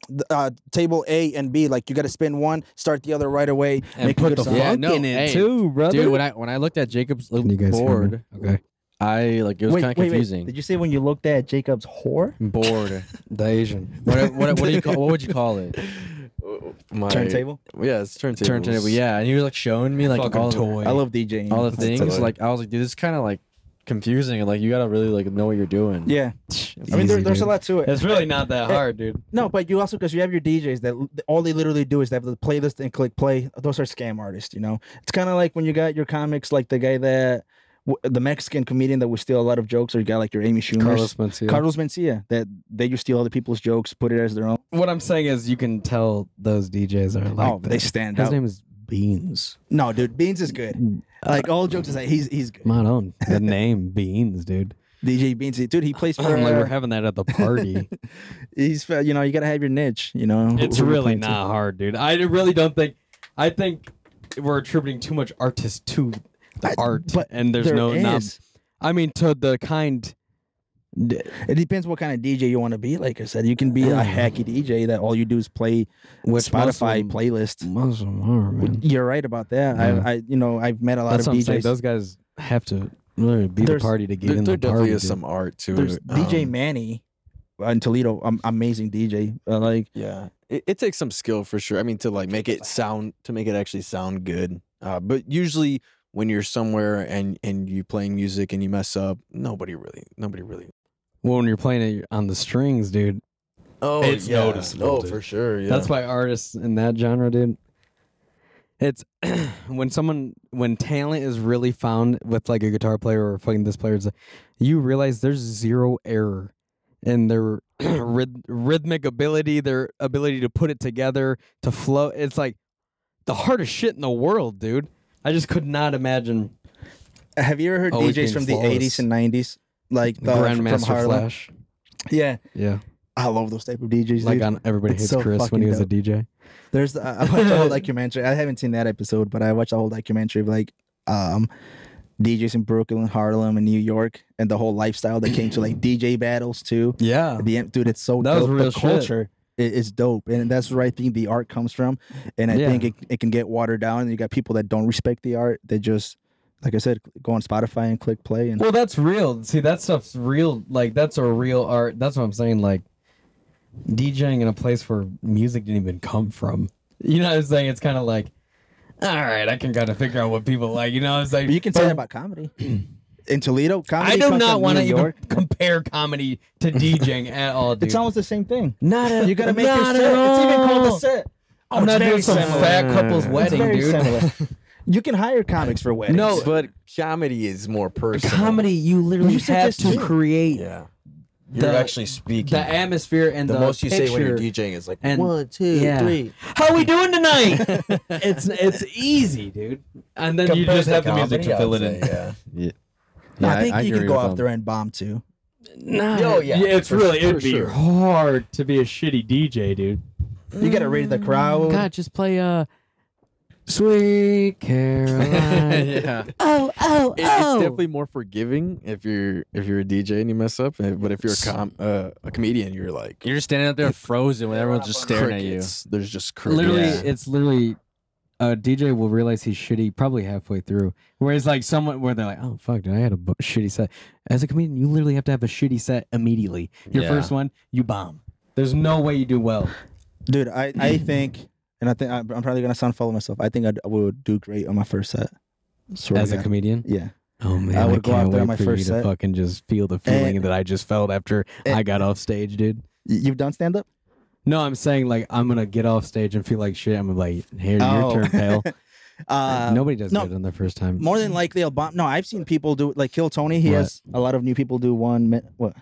th- uh table A and B. Like you gotta spin one, start the other right away, and make a put good the song. Yeah, fuck no, in it hey, too, brother. Dude, when I when I looked at Jacob's Can you little guys hear me? board, Okay, I like it was Wait, kind of wait, wait. confusing. Did you say when you looked at Jacob's whore? Board. the Asian. What what what do you call, what would you call it? My, Turntable. Yeah, it's turntable. Turntable. Yeah, and he was like showing me like fucking all the- toy. I love DJing. all the That's a things. toy. Like I was like, dude, this is kind of like confusing, and like you gotta really like know what you're doing. yeah, I mean there, Easy, there's a dude. lot to it. It's really not that hard, dude. No, but you also because you have your DJs that l- all they literally do is they have the playlist and click play. Those are scam artists, you know. It's kind of like when you got your comics, like the guy that w- the Mexican comedian that would steal a lot of jokes, or you got like your Amy Schumer, Carlos Carlos, Mencia. Mencia, that they just steal other people's jokes, put it as their own. what I'm saying is, you can tell those DJs are like. oh, they that. stand His out. name is Beans. no, dude, Beans is good. Like all jokes aside, he's he's good. My own. The name Beans, dude. DJ Beans, dude, he plays for. I'm like, we're Uh, having that at the party. he's uh, you know you gotta have your niche, you know. who- it's who you're really playing to. not hard, dude. I really don't think. I think we're attributing too much artist to the I- art, but and there's There no. Not, is. I mean, to the kind. d- It depends what kind of DJ you want to be. Like I said, you can be a hacky DJ that all you do is play Which most of Spotify them- playlist. Most of them are, man. You're right about that. Yeah. I, I, you know, I've met a lot That's of what I'm saying. DJs. Those guys have to really be There's- the party to get There, in there the party. definitely is dude. some art to There's it. DJ um, Manny in Toledo, um, amazing DJ. Uh, like, Yeah, it, it takes some skill for sure. I mean, to like make it sound to make it actually sound good. Uh, but usually, when you're somewhere and and you playing music and you mess up, nobody really, nobody really. Well, when you're playing it on the strings, dude. Oh, It's yeah. noticeable, Oh, dude. for sure. Yeah, That's why artists in that genre, dude. It's when someone when talent is really found with like a guitar player or fucking this player, it's like, you realize there's zero error in their ryth- rhythmic ability, their ability to put it together, to flow. It's like the hardest shit in the world, dude. I just could not imagine. Have you ever heard Always DJs being from flawless. the 80s and 90s? Like the from Grandmaster Harlem? Flash. Yeah. Yeah, I love those type of DJs. like dude. on Everybody It's Hates so Chris when he fucking was dope. a DJ. There's the, I watched the whole documentary. I haven't seen that episode, but I watched the whole documentary of like um DJs in Brooklyn, Harlem, and New York, and the whole lifestyle that came to like DJ battles too. Yeah, The end- dude, it's so That was dope. real the shit. culture i- is dope, and that's where I think the art comes from. And I Yeah. think it, it can get watered down. You got people that don't respect the art. They just, like I said, go on Spotify and click play. And Well, that's real. See, that stuff's real. Like that's a real art. That's what I'm saying. Like DJing in a place where music didn't even come from. You know what I'm saying? It's kind of like, all right, I can kind of figure out what people like. You know what I'm saying? But you can say But that about comedy. In Toledo, comedy. I do comes not from want to New even York. compare comedy to DJing at all, dude. It's almost the same thing. not at, You gotta make your not set. at It's even called a all. set. I'm not doing some fat couple's wedding, it's very dude. Similar. You can hire comics for weddings. No, but comedy is more personal. Comedy, you literally You should have just to do it. create yeah, you're The- actually speaking. the atmosphere and the, the, most you say when you're picture. DJing is like and- one, two, yeah. three. How we doing tonight? it's it's easy, dude. And then you just have the music to fill it in. Yeah, No, Yeah, I think I you can agree go with out him. there and bomb too. Nah, Yo, yeah, it's for really sure, it'd be sure. hard to be a shitty DJ, dude. You gotta read the crowd. God, just play uh, Sweet Caroline. yeah. Oh, oh, It- oh. It's definitely more forgiving if you're if you're a DJ and you mess up, eh, but if you're a com uh, a comedian, you're like You're just standing out there frozen when everyone's just staring at you. crickets. There's just crickets. literally, Yeah. it's literally a DJ will realize he's shitty probably halfway through. Whereas like someone where they're like, oh fuck, dude, I had a bu- shitty set. As a comedian, you literally have to have a shitty set immediately. Your Yeah. first one, you bomb. There's no way you do well. Dude, I, I think, and I think I'm I'm probably gonna sound follow myself. I think I'd- I would do great on my first set. Swear as to a God. comedian. yeah. Oh man, I I, would go out can't there wait on my for first you set. to fucking just feel the feeling And- that I just felt after and- I got off stage, dude. Y- You've done stand up? No, I'm saying like I'm gonna get off stage and feel like shit. I'm like, here, Oh. your turn, pal. Uh, Nobody does no. good on their first time. More than likely, I'll bomb. No, I've seen people do like Kill Tony. He What? has a lot of new people do one. Mi- what?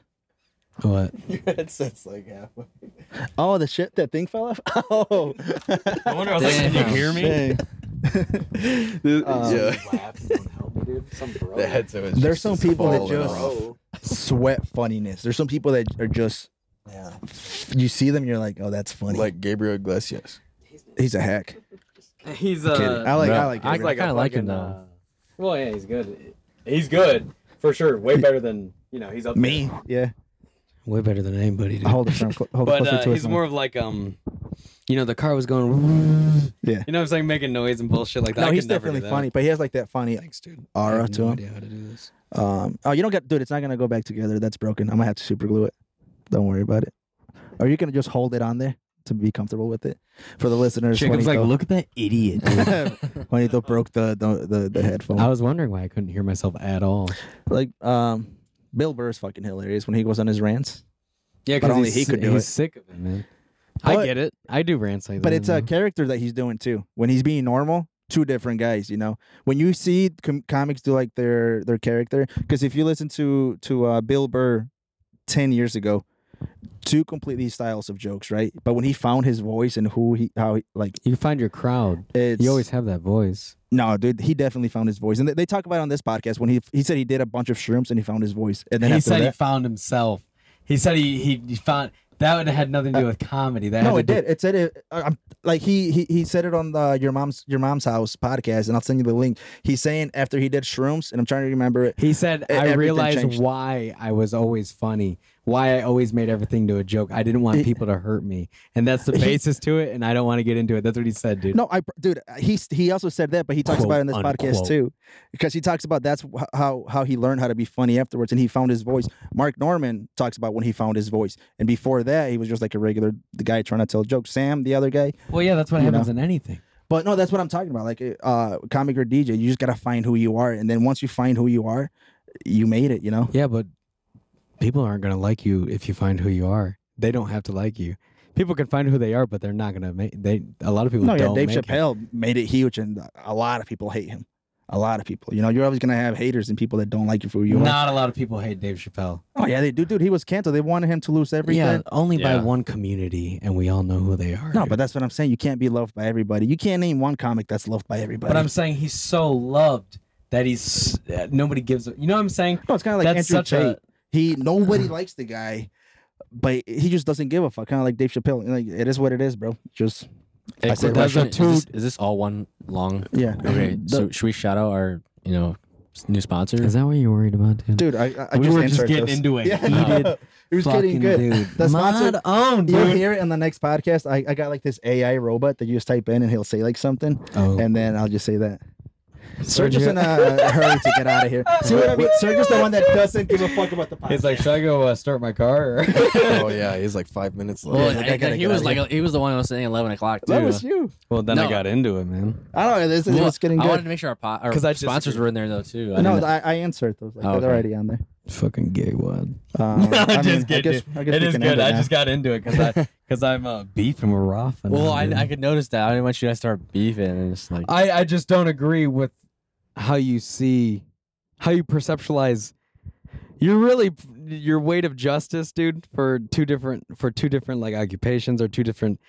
What? Oh, the shit, that thing fell off. Oh, I wonder. I was like, can you hear me? Dang. Oh, Um, yeah. the headset was There's just- some it's people that falling just off. sweat funniness. There's some people that are just. You see them, you're like, oh, that's funny. like Gabriel Iglesias. he's a hack. He's uh, Kidding. I like, I uh, like. I, Gabriel. kind of like him though. well, yeah, he's good. He's good for sure. Way better than you know. He's up Me, yeah. Way better than anybody. Dude. Hold it, from, cl- hold it but closer uh, to us. he's man. more of like um, you know, the car was going. Yeah. You know, what I'm saying making noise and bullshit like that. No, I he's could never do definitely that. funny, but he has like that funny. Thanks, dude. Aura I have to no him. idea how to do this. Um, oh, you don't get, dude. It's not gonna go back together. That's broken. I'm gonna have to super glue it. Don't worry about it. Or you can just hold it on there to be comfortable with it. For the listeners, Jacob's like, Juanito- look at that idiot. dude." Juanito broke the the the, the headphone. I was wondering why I couldn't hear myself at all. like, um, Bill Burr's fucking hilarious when he goes on his rants. Yeah, 'cause only he could do he's it. sick of it, man. But- I get it. I do rants like that. But it's a you know? character that he's doing too. When he's being normal, two different guys. You know, when you see com- comics do like their their character, because if you listen to to uh, Bill Burr ten years ago, two completely styles of jokes, right? But when he found his voice and who he how he, like you find your crowd. it's You always have that voice. no dude. He definitely found his voice, and they, they talk about it on this podcast when he he said he did a bunch of shrooms and he found his voice, and then he after said he that, found himself. He said he he, he found that would have had nothing to do with comedy. That Uh, no, it had to did. It said it. I- I'm like he he he said it on the your mom's your mom's house podcast, and I'll send you the link. He's saying after he did shrooms, and I'm trying to remember it. Do, he said I E, everything realized changed." why I was always funny, why I always made everything to a joke. I didn't want He- people to hurt me, and that's the E He- basis to it. And I don't want to get into it. That's what he said, dude. No, I dude, he he also said that, but he talks about it in this Quote, podcast unquote. too, because he talks about that's wh- how how he learned how to be funny afterwards, and he found his voice. Mark Norman talks about when he found his voice, and before that, he was just like a regular the guy trying to tell jokes. Sam, the other guy, Well, yeah, that's what You happens in anything. But no, that's what I'm talking about. Like, uh, comic or DJ, you just gotta find who you are, and then once you find who you are, you made it. You know. Yeah, but people aren't gonna like you if you find who you are. They don't have to like you. people can find who they are, but they're not gonna make. They a lot of people No, yeah, don't Dave make it. Chappelle made it huge, and a lot of people hate him. A lot of people. You know, you're always gonna have haters and people that don't like you for who you. are. Not a lot of people hate Dave Chappelle. Oh yeah, they do, dude. He was canceled. They wanted him to lose everything. Yeah, only Yeah. by one community, and we all know who they are. No, but that's what I'm saying. You can't be loved by everybody. You can't name one comic that's loved by everybody. But I'm saying he's so loved that he's that nobody gives. A, you know what I'm saying? no, it's kind of like that's Andrew such a- Tate. He nobody likes the guy, but he just doesn't give a fuck. Kind of like Dave Chappelle. Like it is what it is, bro. Just I Hey, said quick it right. question, is, this, is this all one long? yeah, Okay, so should we shout out our you know s- new sponsor? Is that what you're worried about, dude? dude. I, I- I we just were just answered getting this. into it. Yeah. Heated It was getting fucking good. dude. The sponsor- Mod on, You'll dude. hear it on the next podcast. I, I got like this AI robot that you just type in and he'll say like something, Oh. and then I'll just say that. Sergio- Sergio's in a hurry to get out of here. See what I mean? Sergio's the one that doesn't give a fuck about the podcast. He's like, should I go uh, start my car? Or? oh yeah, he's like five minutes left. Well, Yeah, that I- gotta he get was out like he was the one who was saying eleven o'clock too. that was you. well, then No. I got into it, man. I don't know. This is Well, it's getting I wanted good. to make sure our, po- our 'Cause I sponsors disagree. were in there though too. I no, didn't- I, I answered those. Like, Oh, They're okay. already on there. Fucking gay one. Um, I'm I mean, just I kidding. guess, I guess It we is can good. end it I now. just got into it because I because I'm uh, beefing with Rafa. now, well, I, dude. I could notice that. I didn't want you to start beefing and just like I, I just don't agree with how you see how you perceptualize you're really your weight of justice dude for two different for two different like occupations or two different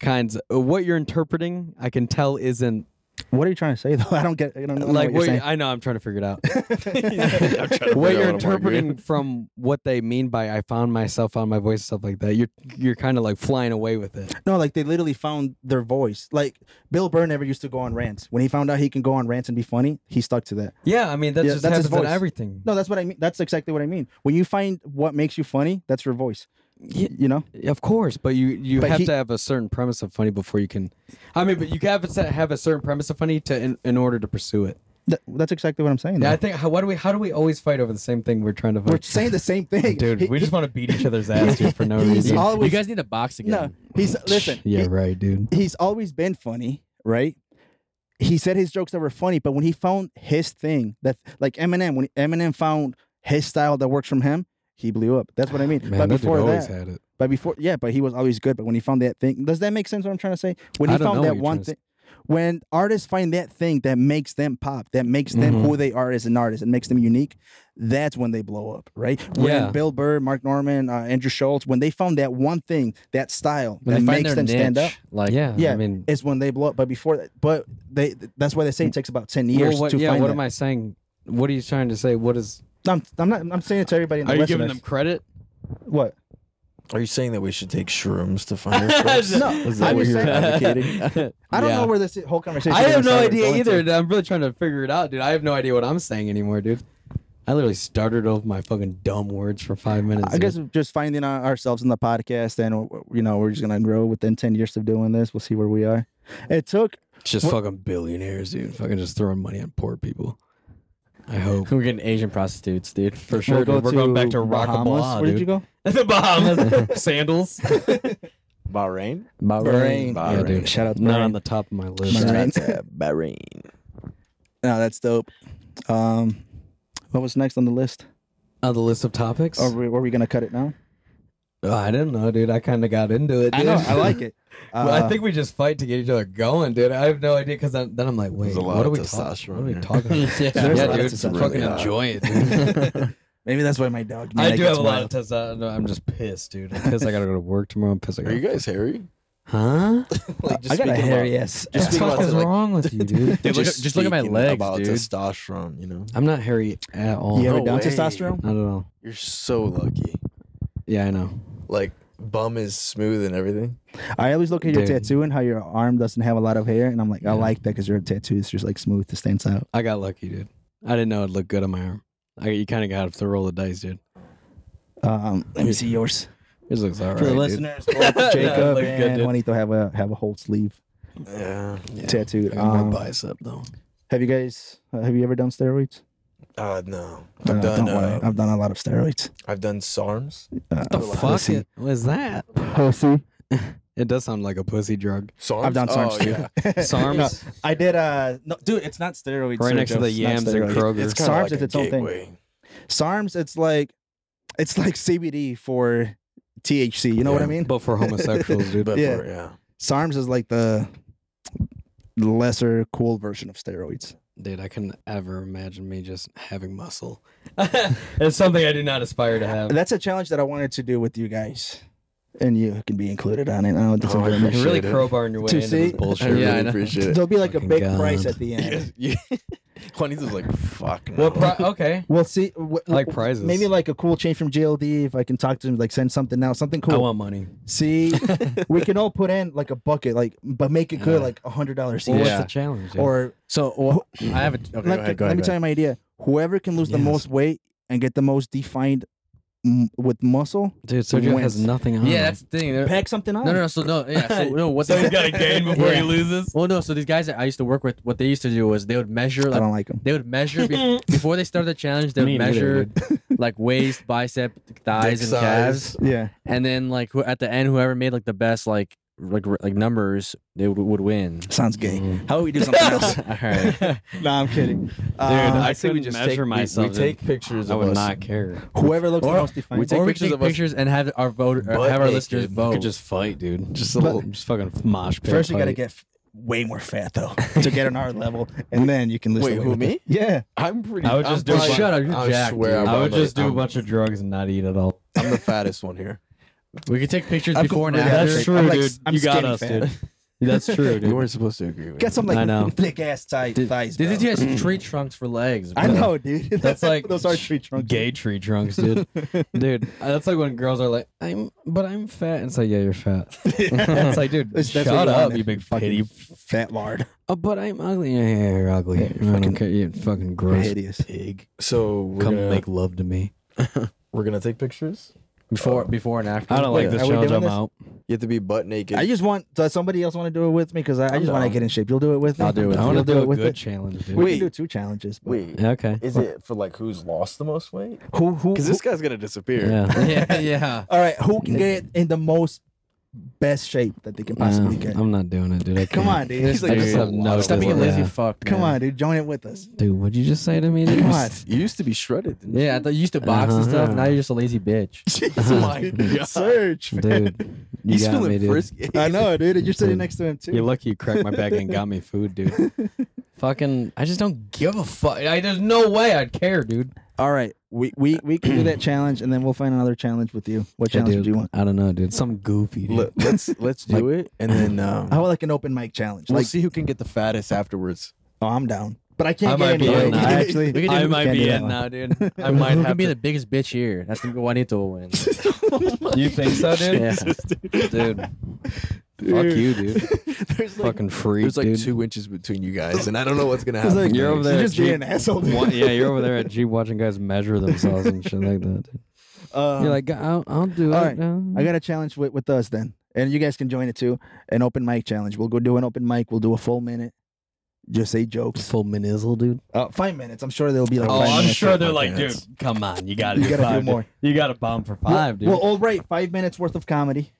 kinds Uh, what you're interpreting i can tell isn't What are you trying to say though? I don't get. I don't know like what what you're i know i'm trying to figure it out saying. what what I'm you're arguing. interpreting from what they mean by i found myself found my voice stuff like that you're you're kind of like flying away with it no, like they literally found their voice. Like Bill Burr never used to go on rants. When he found out he can go on rants and be funny, he stuck to that. yeah i mean that's Yeah, just that's his happens in voice. everything No, that's what I mean. That's exactly what I mean. When you find what makes you funny, that's your voice. Yeah. You know? Of course, but you you But have he- to have a certain premise of funny before you can. I mean, but you have to have a certain premise of funny to in, in order to pursue it. That, that's exactly what I'm saying. Yeah, I though. think how, why do we how do we always fight over the same thing we're trying to We're fight? saying the same thing. Dude, He- we just want to beat each other's ass dude, for no he's reason. always you guys need to box again. no. He's listen. yeah, he- right, dude. he's always been funny, right? He said his jokes that were funny, but when he found his thing, that like Eminem, when Eminem found his style that works from him, he blew up. That's what I mean. Man, but that dude before always that, had it. but before, yeah, but he was always good. But when he found that thing, does that make sense? What I'm trying to say? When he I don't know found what that you're one trying to thing, when artists find that thing that makes them pop, that makes them Mhm. who they are as an artist, and makes them unique, that's when they blow up, right? When Yeah. Bill Burr, Mark Norman, uh, Andrew Schultz, when they found that one thing, that style When that they find makes their them stand up niche, Like yeah, yeah, I mean, it's when they blow up. But before that, but they that's why they say it takes about ten years well, what, to yeah. find What that. am I saying? What are you trying to say? What is? I'm, I'm not. I'm saying it to everybody. In the Are you listeners. giving them credit? what? Are you saying that we should take shrooms to find ourselves? No, Is that I'm what just you're saying. advocating? I don't Yeah. know where this whole conversation. I is have gonna no start idea going either. to. and I'm really trying to figure it out, dude. I have no idea what I'm saying anymore, dude. I literally started off my fucking dumb words for five minutes. I guess just finding our- ourselves in the podcast, and you know, we're just gonna grow within ten years of doing this. We'll see where we are. It took. just fucking billionaires, dude. Fucking just throwing money on poor people. I hope. we're getting Asian prostitutes, dude. For sure, we'll go dude. We're going back to Bahamas. Rockaballa, Where did dude. you go? the Bahamas sandals. Bahrain? Bahrain. yeah, dude. Shout out Not Bahrain. on the top of my list. Shout out Bahrain. No, that's dope. Um, what was next on the list? On the list of topics. Are we, are we gonna cut it now? Oh, I didn't know, dude. I kind of got into it. Dude. I know. I like it. Well, I Uh, think we just fight to get each other going, dude. I have no idea because then, then I'm like, wait, There's a lot what are of we talking? What are testosterone we here. talking? about? Yeah. There's a yeah, lot of dude. testosterone. fucking Really enjoy it. Dude. Maybe that's why my dog. I Manic do have gets a lot wild. of tests. I, no, I'm just pissed, dude. I'm pissed. I gotta go to work tomorrow. I'm pissed. I Are gotta, you guys hairy? huh? I Like, got a speaking hairy about- ass. just What speaking the fuck about is the, like- wrong with you, dude? Dude, look at- just look at my speaking legs, about dude. testosterone, you know? I'm not hairy at all. You ever No down way. testosterone? I don't know. You're so lucky. Yeah, I know. Like, bum is smooth and everything. I always look at your Dude. tattoo and how your arm doesn't have a lot of hair, and I'm like, I like that because your tattoo is just like smooth, it stands out. I got lucky, dude. I didn't know it looked good on my arm. I, you kind of got to roll the dice, dude. Um, let me see yours This looks alright. for the dude. listeners. pull up Jacob look good, and dude. Juanito have a have a whole sleeve Yeah. tattooed. I got Um, my bicep though. have you guys? uh, have you ever done steroids? Uh, no. I've Uh, done, don't worry, uh, I've done a lot of steroids. I've done SARMs. Uh, The fuck pussy. it- was that? Pussy. It does sound like a pussy drug. SARMs? I've done SARMs oh, too. Yeah. SARMs No, I did. Uh, no, dude, it's not steroids. right next to the Sergio. It's yams not and steroids. Kroger. It's SARMs kind of like is a its own thing. gateway. SARMs, it's like it's like CBD for THC. You know what I Yeah, mean? But for homosexuals, dude. But Yeah. for- yeah. SARMs is like the lesser cool version of steroids. Dude, I couldn't ever imagine me just having muscle. it's something I do not aspire to have. That's a challenge that I wanted to do with you guys, and you can be included on it. I know that's Oh, a I You're really Shit, it- crowbarring your way To into see- this bullshit. I really Yeah, I know. appreciate it. There'll be like a Fucking big price God. at the end. Yeah. Juanito's like, fuck no. Well, pri- okay. We'll see. w- I like w- prizes. Maybe like a cool chain from GLD. If I can talk to him, like send something out, something cool. I want money. See, we can all put in like a bucket, like, but make it good, Yeah. like a hundred dollars Well, each. What's the challenge? dude? Or So well, I have a. Okay, go let, ahead, go let ahead, me go tell ahead. you my idea. Whoever can lose the Yes. most weight and get the most defined m- with muscle, dude, Sergio wins. has nothing on. Yeah, him. that's the thing. They're- pack something on. No, no, no. So no, yeah. So no, what So they he's got to gain before Yeah. he loses. Well, no. So these guys that I used to work with, what they used to do was they would measure I like don't like them. they would measure be- before they started the challenge. They would Me neither, measure like waist, bicep, thighs, Dick and calves, size. Yeah, and then like who, at the end, whoever made like the best like like r- like numbers, they would, would win. sounds gay. Mm-hmm. How about we do something else? All right. Mm. nah, I'm kidding. Uh, Dude, I I say we couldn't just measure take, we- myself We, in- take pictures I of would us. not care. Whoever looks Or the most defined. we take or we pictures could take of us- pictures and have our vote, or Butt have our naked. listeners We could You vote. could just fight, dude. Just a little- just fucking mosh pit. First, you gotta fight. get f- way more fat though to get on our level, and then you can lose. Wait, the weight who, with it. me? Yeah, I'm pretty. I would I'm just do a probably- bunch- Shut up, you're I jacked, swear dude. I'm I would probably- just do a I'm- bunch of drugs and not eat at all. I'm the fattest one here. we could take pictures I'm before and completely after. out of shape. That's I'm like, true, dude. I'm You got skinny us, fat. dude. That's true, You dude. weren't supposed to agree with Get some like I know. thick ass tight thighs. Did bro. these guys tree trunks for legs? I bro. know, dude. That's like those are tree trunks. Gay tree trunks, dude. dude, that's like when girls are like, "I'm, but I'm fat." And it's like, yeah, you're fat. it's like, dude, That's- that's what shut you up, wanted. you big Fucking fucking. fat lard. Oh, but I'm ugly. Yeah, yeah, you're ugly. Yeah, you're I fucking- don't care. You're fucking gross. Hideous. pig. So we're Come gonna make love to me. we're gonna take pictures. Before, before and after. I don't Wait, like this are we challenge. doing I'm this? out. You have to be butt naked. I just want. Does somebody else want to do it with me? Because I, I just want to down. get in shape. You'll do it with me. I'll do it with I you. You'll want to do a it with good it. challenge, dude. We Wait. can do two challenges. but- wait. Okay. Is it for like who's lost the most weight? Who? Who? Because who- this guy's gonna disappear. Yeah. yeah, yeah. all right. Who can get in the most best shape that they can possibly No, get? I'm not doing it, dude. I Come can't. on, dude. He's like, I this just is a have lot no. of Stop being work. lazy Yeah. fuck. Come man. on, dude. Join it with us. Dude, what'd you just say to me? Dude? Come on. You used to be shredded. didn't Yeah, I thought you used to box and stuff. Uh-huh. Now you're just a lazy bitch. Surge. dude. You He's got feeling me, dude. frisky. I know, dude. and You're sitting Dude. next to him too. You're lucky you cracked my back and got me food, dude. Fucking, I just don't give a fuck. I, there's no way I'd care, dude. All right, we we we can do that challenge, and then we'll find another challenge with you. What Yeah, challenge dude, do you want? I don't know, dude. Some goofy, dude. Let, let's let's do it, and then um, How about like an open mic challenge? we'll Like, see who can get the fattest afterwards. oh, I'm down, but I can't I get might be anybody. in now. I actually, We could do- I might can't do be that in one. now, dude. I Who might can have be to. the biggest bitch here? That's the Juanito will win. you think so, dude? Yeah. dude. Fuck you, dude. There's like Fucking freak, there's like dude. two inches between you guys, and I don't know what's gonna It's happen. like, You're over there You're at just being an Jeep. asshole. dude. One- yeah, you're over there at Jeep watching guys measure themselves and shit like that. Dude. Uh, You're like, I'll, I'll do all it. right, I got a challenge with, with us then, and you guys can join it too. An open mic challenge. We'll go do an open mic. We'll do a full minute. Just say jokes. full minizzle, dude. Uh, five minutes. I'm sure there'll be like. Oh, five I'm minutes. sure they're like, Come on, you gotta You do gotta do five, dude. more. You gotta bomb for Well- five, dude. Well, all right, five minutes worth of comedy,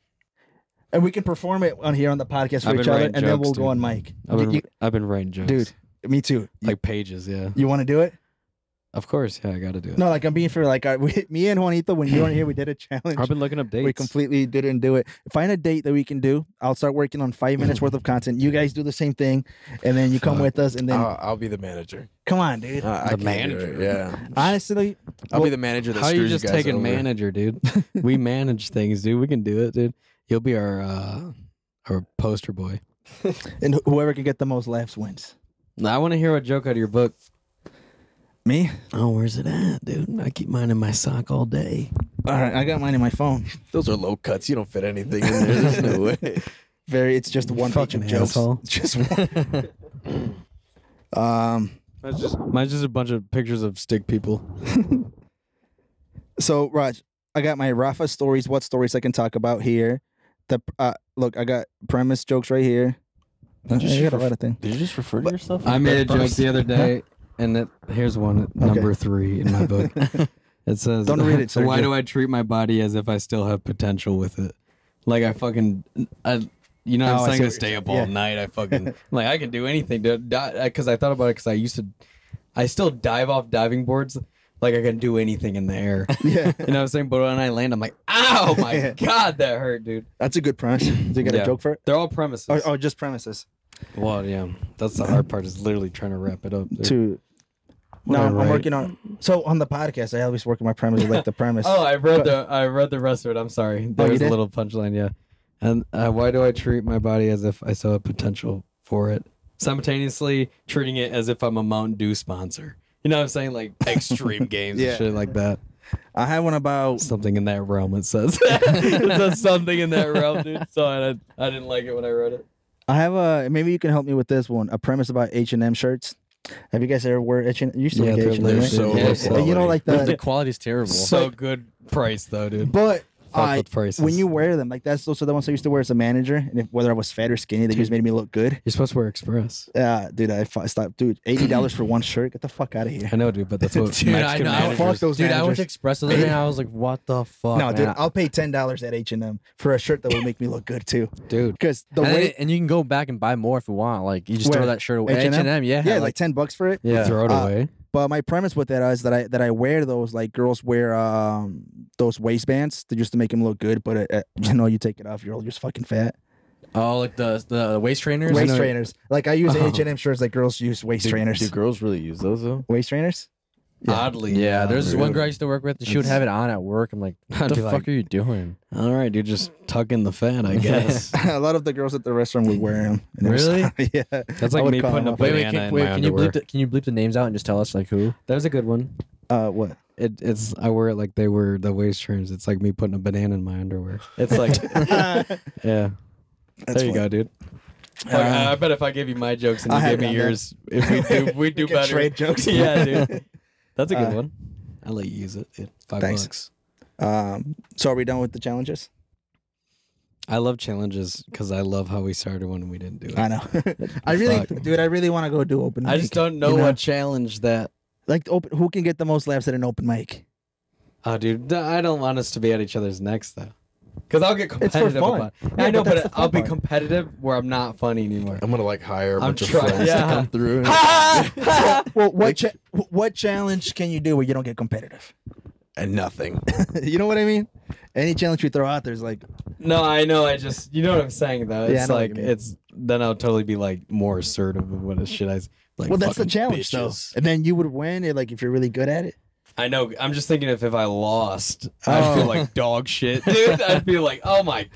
and we can perform it on here on the podcast for I've been each other, writing and then jokes, we'll dude. go on mic. I've You- been, I've been writing jokes, dude, me too. You- Like pages, yeah. you want to do it? Of course, yeah. I gotta do it. No, like I'm being fair. Like I, we, me and Juanito, when you weren't here, we did a challenge. I've been looking up dates. We completely didn't do it. Find a date that we can do. I'll start working on five minutes worth of content. You guys do the same thing, and then you come Fuck. Uh, with us. And then I'll, I'll be the manager. come on, dude. Uh, I The can't do it, manager. Yeah, Honestly, I'll Well, be the manager. That How are screws you just guys taking over. manager, dude? we manage things, dude. We can do it, dude. You'll be our uh, our poster boy. and wh- whoever can get the most laughs wins. Now, I want to hear a joke out of your book. Me? Oh, where's it at, dude? I keep mine in my sock all day. All right, I got mine in my phone. Those are low cuts. You don't fit anything in there. There's no way. Very, it's just one page of fucking jokes. asshole. It's Just one. um. Mine's just mine's just a bunch of pictures of stick people. So Raj, I got my Rafa stories. What stories I can talk about here? The uh, look, I got premise jokes right here. I Just got a for- lot of things. Did you just refer to yourself? I made a joke the other day, and it, here's one at number three in my book. it says, Don't read it, Sergio. Why do I treat my body as if I still have potential with it? Like I fucking, I, you know, Oh, I I'm see saying what to stay you're- up all yeah. night. I fucking like I can do anything, dude. Because I thought about it, because I used to, I still dive off diving boards. like I can do anything in the air. Yeah, and I was saying, but when I land, I'm like, ow, my Yeah. god, that hurt, dude. that's a good premise. Do you got Yeah. a joke for it? They're all premises. Or, or just premises? Well, yeah, that's the hard part is literally trying to wrap it up. dude. To no, Right, I'm right. working on. So on the podcast, I always work on my premise, like the premise. Oh, I read But- the I read the rest of it. I'm sorry. There you was a did? little punchline, yeah. Oh, And uh, why do I treat my body as if I saw a potential for it? Simultaneously treating it as if I'm a Mountain Dew sponsor. You know what I'm saying? Like extreme games Yeah. and shit like that. I had one about. Something in that realm. It says. it says something in that realm, dude. So I, I didn't like it when I read it. I have a. Maybe you can help me with this one. A premise about H and M shirts. Have you guys ever wear H and? You still Yeah, yeah, they're H and M, lit. right? so Yeah, low yeah. But quality. You know, like the the. quality's terrible. So good price though, dude. But Fuck I with prices. when you wear them, like that's those are the ones I used to wear as a manager, and if, whether I was fat or skinny, they just made me look good. you're supposed to wear Express. Yeah, dude, I fu- stopped. Dude, eighty dollars for one shirt? Get the fuck out of here. I know, dude, but that's what Dude, I Mexican know. managers- Fuck those Dude, I went managers. to Express the other day and I was like, what the fuck? no, dude, man? I'll pay ten dollars at H and M for a shirt that will make me look good too. dude. Because the and, then way it- and you can go back and buy more if you want. Like you just Where? throw that shirt away. H&M? H and M, yeah, yeah, like ten bucks for it. yeah. Throw it Uh, away. But my premise with that is that I that I wear those like girls wear um those waistbands to, just to make them look good, but uh, you know you take it off, you're all just fucking fat. oh, like the the waist trainers. Waist I know- Oh. trainers, like I use H and M shirts, like girls use waist trainers. Do girls really use those though? waist trainers? Oddly, Yeah, there's this one Really? girl I used to work with. and She would have it on at work. I'm like, I'd what the be fuck like- are you doing? All right, dude, just tuck in the fan, I guess. a lot of the girls at the restaurant would wear them. Really? yeah. That's I like would me call putting them a up. Wait, wait, banana can, in wait, my can you underwear. bleep the, can you bleep the names out and just tell us like who? There's a good one. Uh, what? It, it's I wear it like they were the waist trainers. It's like me putting a banana in my underwear. It's like, yeah. there you go, dude. I, I bet if I gave you my jokes and Uh, I you have gave me done that. yours, if we do, we do better. trade jokes. yeah, dude. That's a good Uh, one. I'll let you use it. It five Thanks. bucks. Um, so are we done with the challenges? I love challenges because I love how we started one and we didn't do it. I know. I really, Fuck. dude, I really want to go do open. Mic. I just don't know you know? what challenge that. like open. Who can get the most laughs at an open mic? Oh, dude, d- I don't want us to be at each other's necks though, because I'll get for competitive. fun. About, Yeah, I but know, that's but, the fun I'll be part. competitive where I'm not funny anymore. I'm gonna like hire a I'm bunch of trying- friends yeah. to come through. And Well, what cha- wh- what challenge can you do where you don't get competitive? and nothing. you know what I mean? Any challenge you throw out there is like, No, I know. I just, you know what I'm saying though. It's Yeah, I know what you like mean. it's then I'll totally be like more assertive of what should I s- like. well, that's the fucking challenge bitches. though. And then you would win it, like if you're really good at it. I know. I'm just thinking if if I lost, I'd feel Oh. like dog shit, dude. I'd be like, oh my.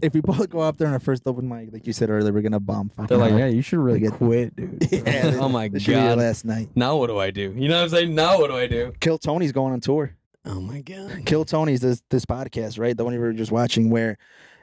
If we both go up there on our first open mic, like you said earlier, we're gonna bomb. They're fucking like, hard. yeah, you should really Like it- quit, dude. Yeah, oh my this should be your god. last night. Now what do I do? You know what I'm saying? Now what do I do? Kill Tony's going on tour. Oh my god. Kill Tony's this this podcast, right? The one you were just watching, where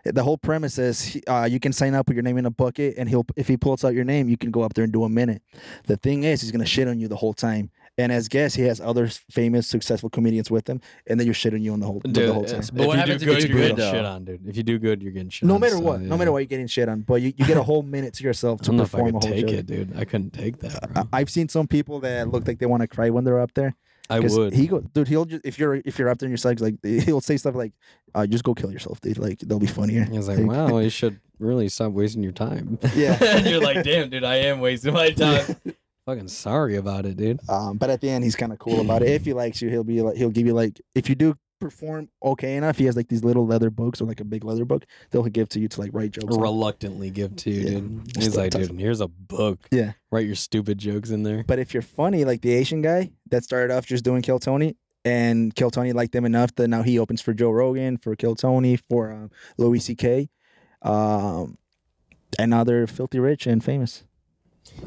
the whole premise is he- uh, you can sign up with your name in a bucket, and he'll if he pulls out your name, you can go up there and do a minute. The thing is, he's gonna shit on you the whole time. And as guests, he has other s- famous, successful comedians with him, and then you're shitting you on the whole Dude, the whole time. if But what you happens do if good, it's you're good, getting though? shit on, dude. If you do good, you're getting shit No on. matter so, what, no yeah. matter what, you're getting shit on, but you, you get a whole minute to yourself I to don't know if I perform could a whole take show. it, dude. I couldn't take that. I- Bro. I've seen some people that look like they want to cry when they're up there. I 'Cause would. He go, dude. He'll just if you're if you're up there and you're psyched, like he'll say stuff like, uh, "Just go kill yourself, dude. Like they'll be funnier." I was like, wow, you should really stop wasting your time. Yeah. and you're like, damn, dude, I am wasting my time. Fucking sorry about it, dude. Um, but at the end, he's kind of cool about it. If he likes you, he'll be like, he'll give you like, if you do perform okay enough, he has like these little leather books or like a big leather book they'll give to you to like write jokes. on. Reluctantly give to you, Yeah. dude. Just He's like like, tough. dude, here's a book. Yeah. Write your stupid jokes in there. But if you're funny, like the Asian guy that started off just doing Kill Tony, and Kill Tony liked them enough that now he opens for Joe Rogan, for Kill Tony, for um, Louis C.K., um, and now they're filthy rich and famous.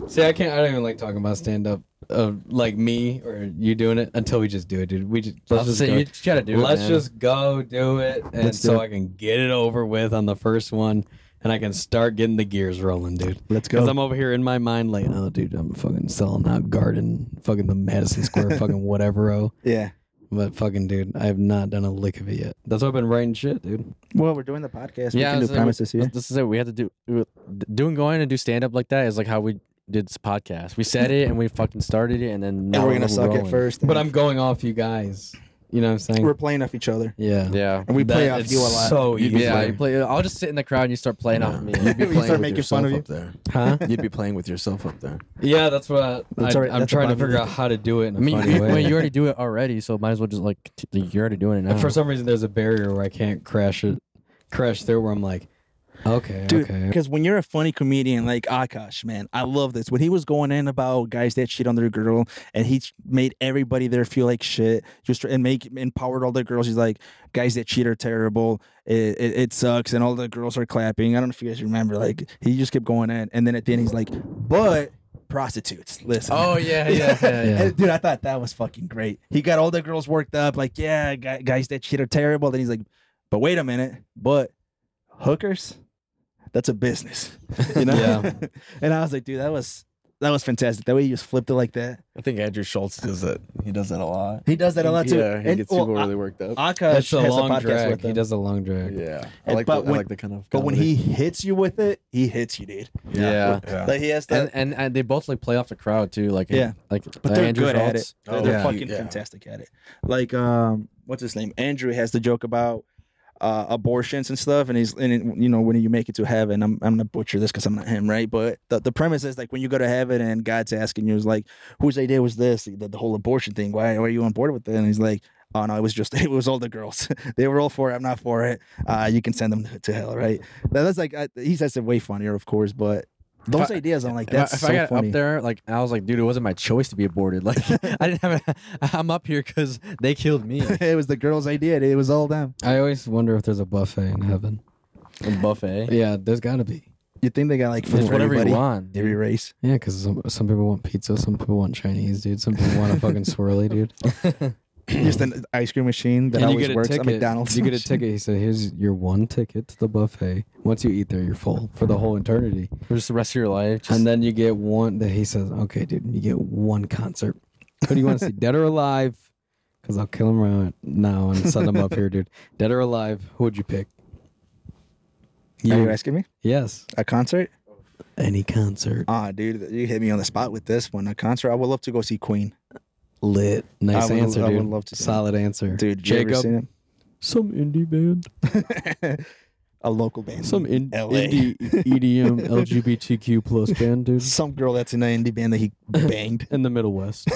See, I can't. I don't even like talking about stand up of like me or you doing it until we just do it, dude. We just I let's was just gonna say, go. you just gotta do it. let's man. just go do it, and Let's do so it. I can get it over with on the first one, and I can start getting the gears rolling, dude. Let's Because go. I'm over here in my mind like, oh, dude, I'm fucking selling out Garden, fucking the Madison Square, fucking whatever. Oh, yeah. but fucking dude, I have not done a lick of it yet. That's why I've been writing shit, dude. Well, we're doing the podcast. Yeah, we can this do is- premises here. This is it. We had to do we- doing going and do stand up like that is like how we did this podcast. We said it and we fucking started it and then now And we're gonna we're suck rolling. at first. But I'm going off you guys. You know what I'm saying? We're playing off each other. yeah. Yeah. And we play That- off it's you a lot. So You'd easy. be Yeah, playing- you play. I'll just sit in the crowd and you start playing off me. You'd be We playing start with making yourself fun of up you. there. Huh? You'd be playing with yourself up there. Yeah, that's what I, That's I, all right, I'm that's trying to about figure it. out how to do it in a I mean, funny you, way. well, you already do it already, so might as well just like t- like, you're already doing it now. And for some reason, there's a barrier where I can't crash it, crash through where I'm like, okay, Dude, okay. because when you're a funny comedian like Akash, man, I love this. When he was going in about guys that shit on their girl, and he ch- made everybody there feel like shit, just tr- and make empowered all the girls. He's like, guys that cheat are terrible. It, it, it sucks, and all the girls are clapping. I don't know if you guys remember. Like he just kept going in, and then at the end he's like, but prostitutes. Listen. Oh, yeah, And, dude, I thought that was fucking great. He got all the girls worked up, like, yeah, gu- guys that shit are terrible. Then he's like, but wait a minute, but hookers, that's a business, you know. Yeah. and I was like, dude, that was that was fantastic. That way you just flipped it like that. I think Andrew Schultz does that. He does that a lot. He does that a lot too. Yeah, he And- gets well, people A- really worked up. Akash That's a has long a podcast drag. with He him. does a long drag. yeah, I and- like, but the, I when- like the kind of. but when he hits you with it, he hits you, dude. yeah. Like he has And, that. and and they both like play off the crowd too. Like Yeah. like But uh, they're Andrew good at Schultz. it. Oh, they're yeah. fucking Yeah. fantastic at it. Like, um, what's his name? Andrew has the joke about uh, abortions and stuff, and he's and it- you know when you make it to heaven, I'm I'm gonna butcher this because I'm not him, right? But the, the premise is like when you go to heaven and God's asking you is like, whose idea was this? The, the whole abortion thing. Why are you on board with it? And he's like. Oh no! It was just it was all the girls. they were all for it. I'm not for it. Uh, you can send them to hell, right? That- That's like I, he says it way funnier, of course, but those I- ideas I'm like If I- that's if so I got funny. up there, like I was like, dude, it wasn't my choice to be aborted. Like I didn't have. A, I'm up here because they killed me. it was the girls' idea. It was all them. I always wonder if there's a buffet in heaven. A buffet. Yeah, there's got to be. You think they got like food It's for whatever everybody? you want. dude. Every race. Yeah, because some, some people want pizza, some people want Chinese, dude. Some people want a fucking swirly, dude. Just an ice cream machine that And always works at McDonald's. You get a ticket. He said, "Here's your one ticket to the buffet. Once you eat there, you're full for the whole eternity." For just the rest of your life. Just, and then you get one that he says, okay, dude, you get one concert. Who do you want to see, dead or alive? Because I'll kill him right now and send him up here, dude. Dead or alive, who would you pick? Um, Are you asking me? Yes. A concert? Any concert. Ah, dude, you hit me on the spot with this one. A concert. I would love to go see Queen. Lit. Nice I would- answer, I dude. would love to see Solid answer. Dude, you ever Jacob. seen him? Some indie band. A local band. Some in- LA. indie E EDM LGBTQ plus band, dude. Some girl that's in an indie band that he banged. In the Middle West.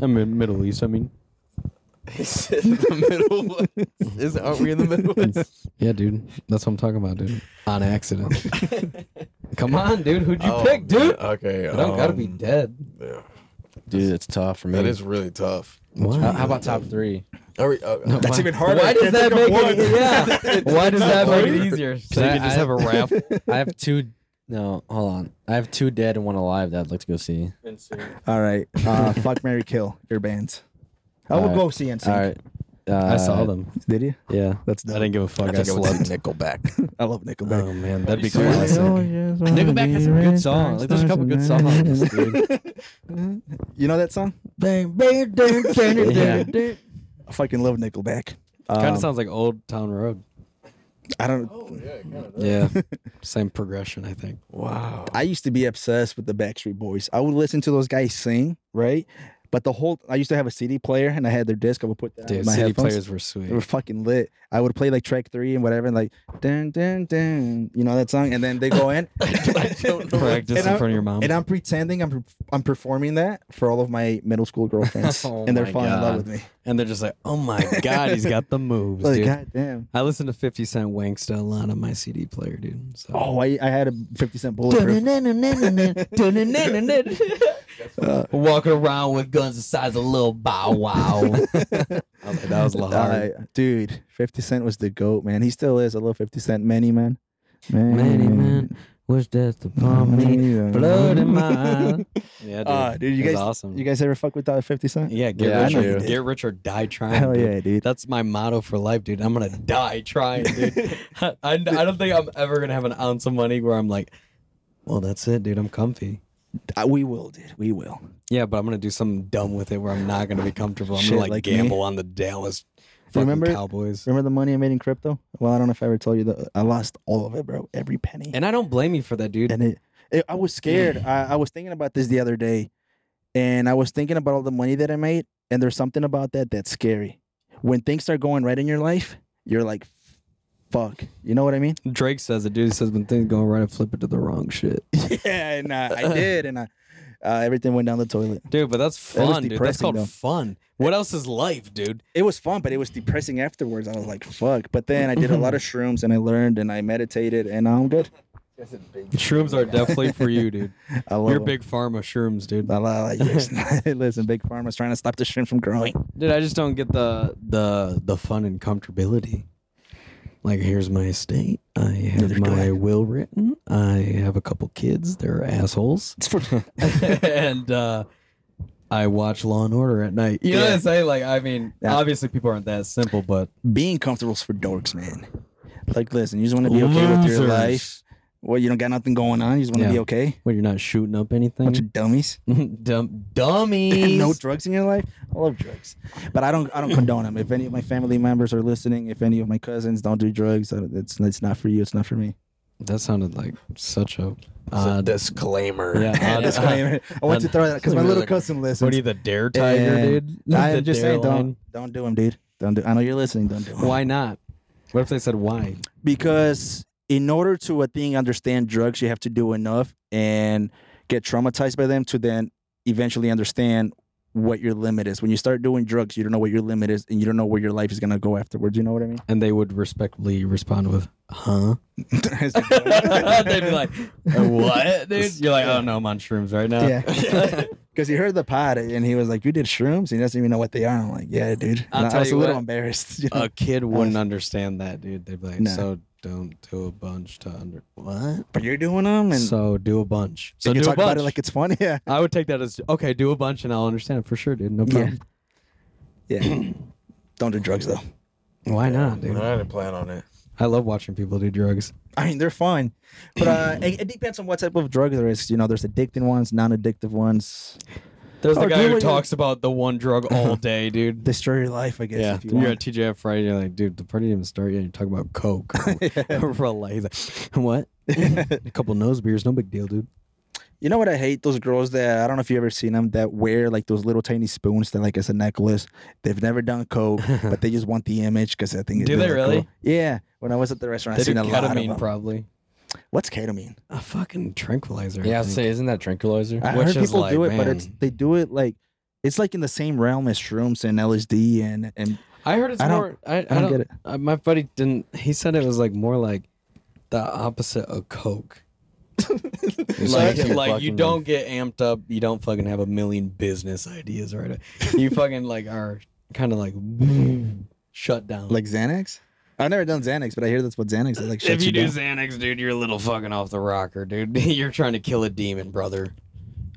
I mean, Middle East, I mean. He's in the middle. ones. Is aren't we in the middle? ones? Yeah, dude. That's what I'm talking about, dude. On accident. Come on, dude. Who'd you Oh, pick, dude? man. Okay, I don't gotta be um, dead. yeah. dude, it's tough for me. That is really tough. How, how about top three? Are we, uh, That's even harder. Why I does can't that think of make one. it? Yeah. Why does that make it easier? So I- I- raffle. I have two. No, hold on. I have two dead and one alive that I'd like to go see. All right. Uh, fuck Mary Kill, your bands. I will All right. go see NSYNC. All right. Uh, I saw them. Did you? Yeah. That's I dope. didn't give a fuck. I, I think I would slept. say Nickelback. I love Nickelback. Oh man, that'd be Seriously? classic. Nickelback has some good songs. Like, there's a couple good songs, dude. You know that song? Yeah. I fucking love Nickelback. Um, Kind of sounds like Old Town Road. I don't. Yeah. Same progression, I think. Wow. I used to be obsessed with the Backstreet Boys. I would listen to those guys sing, right? But the whole I used to have a CD player and I had their disc. I would put that on Dude, Uh, my city headphones. players were They were sweet. fucking lit. I would play like track three and whatever, and like dun dun dun, you know that song, and then they go in. Practice in And I- front of your mom. And I'm pretending I'm I'm performing that for all of my middle school girlfriends, Oh and they're my falling in love God. with me. And they're just like, oh my god, he's got the moves, Like, dude. God damn. I listened to 50 Cent Wanksta a lot on my CD player, dude. So. Oh, I, I had a 50 cent bulletproof. Walking around with guns the size of little Bow Wow. I was like, that was Uh, Lahar. dude, 50 Cent was the GOAT, man. He still is. I love 50 Cent. Many man. Many man was just upon me. Blood in my eye. Yeah, dude. Uh, dude, you It was guys, awesome. you guys ever fuck with that 50 Cent? yeah, get Yeah, I rich know or, you did. get rich or die trying. Hell dude. yeah, dude. That's my motto for life, dude. I'm gonna die trying, dude. I, I don't think I'm ever gonna have an ounce of money where I'm like, well, that's it, dude. I'm comfy. Uh, we will, dude. We will. Yeah, but I'm gonna do something dumb with it where I'm not gonna be comfortable. I'm Shit, gonna like, like me. gamble on the Dallas fucking Remember- Cowboys. Remember the money I made in crypto? Well, I don't know if I ever told you that I lost all of it, bro. Every penny. And I don't blame you for that, dude. And it, it I was scared. I, I was thinking about this the other day, and I was thinking about all the money that I made, and there's something about that that's scary. when things start going right in your life, you're like, fuck. You know what I mean? Drake says it, dude. He says when things go right, I flip it to the wrong shit. yeah, and uh, I did, and I, uh, everything went down the toilet. Dude, but that's That was fun, dude. That's depressing, called though. fun. What else is life, dude? It was fun, but it was depressing afterwards. I was like, fuck. But then I did a lot of shrooms, and I learned, and I meditated, and now I'm good. Shrooms are definitely for you, dude. I love You're 'em. big pharma shrooms, dude. I love- Listen, big pharma's trying to stop the shrimp from growing. Dude, I just don't get the the the fun and comfortability. Like, here's my estate. I have Neither do my I. will written. I have a couple kids. They're assholes. and uh, I watch Law and Order at night. You know what I'm saying? Like, I mean, Yeah. obviously people aren't that simple, but Being comfortable is for dorks, man. Like, listen, you just want to be okay with your life. Well, you don't got nothing going on. You just want to Yeah. be okay. when you're not shooting up anything, Bunch of dummies. Dumb, dummies. no drugs in your life. I love drugs, but I don't. I don't condone them. If any of my family members are listening, if any of my cousins don't do drugs, uh, it's it's not for you. It's not for me. that sounded like such a It's a odd. disclaimer. Uh, yeah, odd- Disclaimer. I want to throw that because my little cousin listens. What are you, the Dare Tiger, And dude? The I'm just dare saying, line? don't don't do them, dude. Don't do. I know you're listening. Don't do them. Why not? What if they said why? because in order to a thing understand drugs you have to do enough and get traumatized by them to then eventually understand what your limit is when you start doing drugs you don't know what your limit is and you don't know where your life is going to go afterwards you know what i mean And they would respectfully respond with, "Huh?" It's like- They'd be like, "Uh, "What, dude?" You're like, "I don't know. I'm on shrooms right now." yeah because he heard the pod and he was like you did shrooms he doesn't even know what they are i'm like yeah dude I'll And i tell was a you little what. Uh, embarrassed you know? A kid wouldn't understand that, dude. They'd be like, Nah. "So don't do a bunch to under what? but you're doing them and So do a bunch. So you do can a talk bunch. about it like it's funny yeah I would take that as okay. Do a bunch, and I'll understand for sure, dude. No Yeah. problem. yeah don't do drugs though Why not, dude? I didn't plan on it. I love watching people do drugs. I mean, they're fun, but uh, it, it depends on what type of drug there is. You know, there's addicting ones, non-addictive ones. There's the Oh, guy do who what you- talks about the one drug all day, dude. Destroy your life, I guess. Yeah, if you you are at want. TJF Friday. You're like, dude, the party didn't even start yet. You're talking about coke. Relax. He's like, what? a couple nose beers, no big deal, dude. You know what I hate? Those girls that I don't know if you ever seen them that wear like those little tiny spoons that like as a necklace. They've never done coke, but they just want the image because I think Do it'd be, they like, cool. really? Yeah. When I was at the restaurant, They I seen do a lot of ketamine, them. probably. What's ketamine? A fucking tranquilizer. Yeah, I I'd think. say, isn't that tranquilizer? I Which heard is people do it, like, but it's man. they do it like it's like in the same realm as shrooms and LSD and and I heard it's I don't- more. I, I, I don't get it. Uh, my buddy didn't. He said it was like more like the opposite of coke. like, like like- you fucking- don't get amped up. You don't fucking have a million business ideas right. You fucking like are kind of like shut down. Like Xanax? I've never done Xanax, but I hear that's what Xanax is. Like, if shuts you do down. Xanax, dude, you're a little fucking off the rocker, dude. you're trying to kill a demon, brother.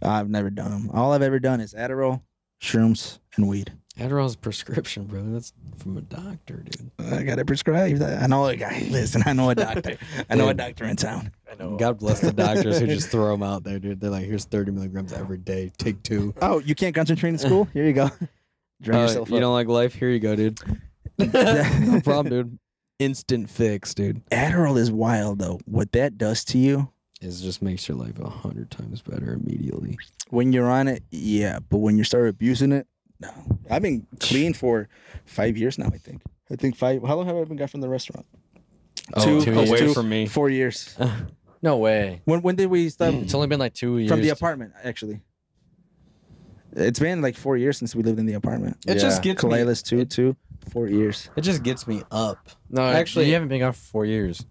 I've never done them. All I've ever done is Adderall, shrooms, and weed. Adderall's a prescription, brother. That's from a doctor, dude. I got it prescribed. I know a guy. Listen, I know a doctor. I know a doctor in town. God bless the doctors who just throw them out there, dude. They're like, here's 30 milligrams every day. Take two. Oh, you can't concentrate in school? Here you go. Drain Uh, yourself you up. don't like life? Here you go, dude. no problem, dude. Instant fix, dude. Adderall is wild, though. What that does to you It just makes your life a hundred times better immediately. when you're on it, yeah. But when you start abusing it, no. I've been clean for five years now, I think. I think five. How long have I been gone from the restaurant? Oh, Two two away two- from me. Four years. No way. When, when did we stop? Mm. It's only been like two years. from the apartment actually it's been like four years since we lived in the apartment It just gets me. Kalilas too too four years It just gets me up. No, Actually- actually, you haven't been gone for four years.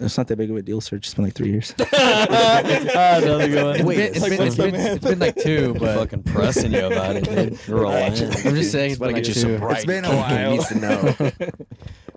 it's not that big of a deal sir it's just been like three years Uh, Wait, it's been, it's been- it's been like two, but fucking pressing you about it, dude. Relax. I'm just saying it's been like Get you two. some bright it's been a cookies. while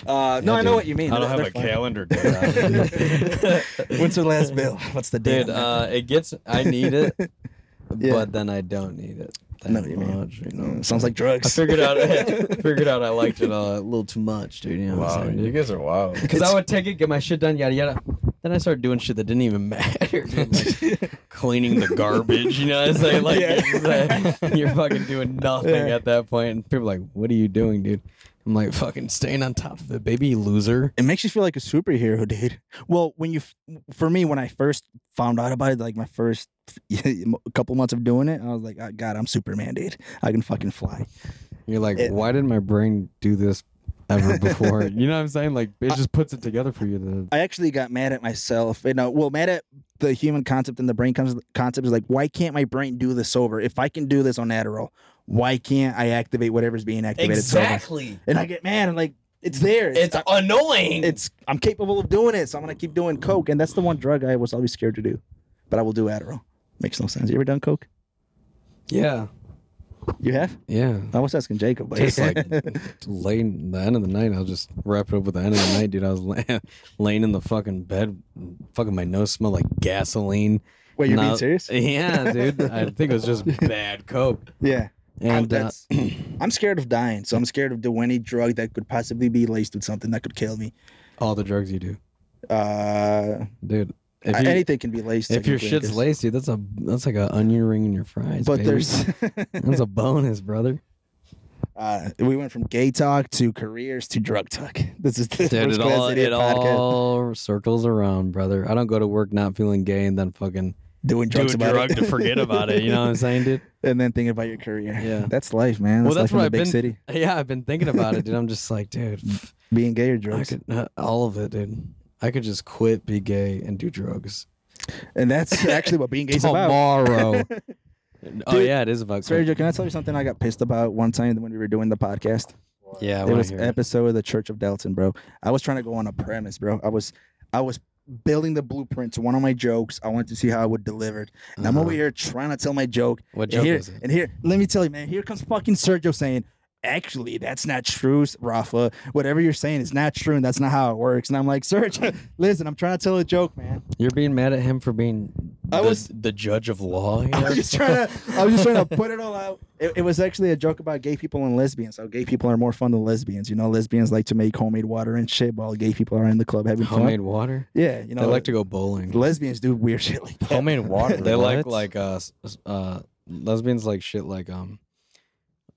uh, no i know what you mean I don't have They're a fine. calendar, dude. what's your last bill what's the date dude, uh, it gets. I need it, but then I don't need it. That know what you mean. much, you know. Mm, sounds like oh, I drugs figured out. figured out I liked it a little too much, dude. You know what I'm Wow, saying, you dude? guys are wild. Because I would take it, get my shit done, yada yada. Then I started doing shit that didn't even matter, dude. Like cleaning the garbage. You know, it's like like it's like you're fucking doing nothing Yeah. at that point, and people are like, "What are you doing, dude?" I'm like, "Fucking staying on top of it, baby, you loser." it makes you feel like a superhero dude well when you f- for me when i first found out about it like my first "Oh, couple months of doing it i was like "Ah, god i'm superman dude i can fucking fly You're like, It- why didn't my brain do this ever before? you know what I'm saying? Like, it just puts it together for you. To, I actually got mad at myself. You know, well, mad at the human concept and the brain comes concept is like, why can't my brain do this sober? If I can do this on Adderall, why can't I activate whatever's being activated sober? Exactly. And I get mad. I'm like, it's there. It's annoying. it's I'm capable of doing it, so I'm gonna keep doing coke, and that's the one drug I was always scared to do, but I will do Adderall. Makes no sense. You ever done coke? yeah, You have? yeah. I was asking Jacob. But Just like late in the end of the night, I'll just wrap it up with the end of the night, dude. I was la- laying in the fucking bed, fucking my nose smelled like gasoline. wait, you're And I- being serious? Yeah, dude. I think it was just bad coke. Yeah. And uh, that's, I'm scared of dying, so I'm scared of doing any drug that could possibly be laced with something that could kill me. all the drugs you do, Uh, dude. If I- you, anything can be laced. if your technically, I shit's guess. laced, dude, that's a that's like an onion ring in your fries. but baby. there's that's a bonus, brother. uh, we went from gay talk to careers to drug talk. This is the Dude, first it class all, idiot it podcast all circles around, brother. I don't go to work not feeling gay and then fucking doing do a drugs about drug it. to forget about it. You know what I'm saying, dude? and then thinking about your career. Yeah. that's life, man. Well, That's that's life in what the I've big been- city. Yeah, I've been thinking about it, dude. I'm just like, dude, pff, Being gay or I Mm. drugs, could uh, all of it, dude. I could just quit, be gay, and do drugs and that's actually what being gay's about. tomorrow. oh Dude, yeah, it is about coke. Sergio, can I tell you something I got pissed about one time when we were doing the podcast? Yeah, Oh, I it wanna was hear episode of the Church of Dalton, bro. I was trying to go on a premise, bro. I was I was building the blueprint to one of my jokes. I wanted to see how I would deliver it. And I'm Uh-huh. over here trying to tell my joke. What and joke here, is it? And here, let me tell you, man, here comes fucking Sergio saying, actually, that's not true, Rafa. Whatever you're saying is not true, and that's not how it works. And I'm like, Sergio, listen, I'm trying to tell a joke, man. You're being mad at him for being I the, was- the judge of law. here? I was just trying to. I was just trying to put it all out. It, it was actually a joke about gay people and lesbians. How gay people are more fun than lesbians. You know, lesbians like to make homemade water and shit, while gay people are in the club having fun. homemade water. Yeah, you know, they like to go bowling. lesbians do weird shit like that. Homemade water. They like what? like uh s- s- uh lesbians like shit like um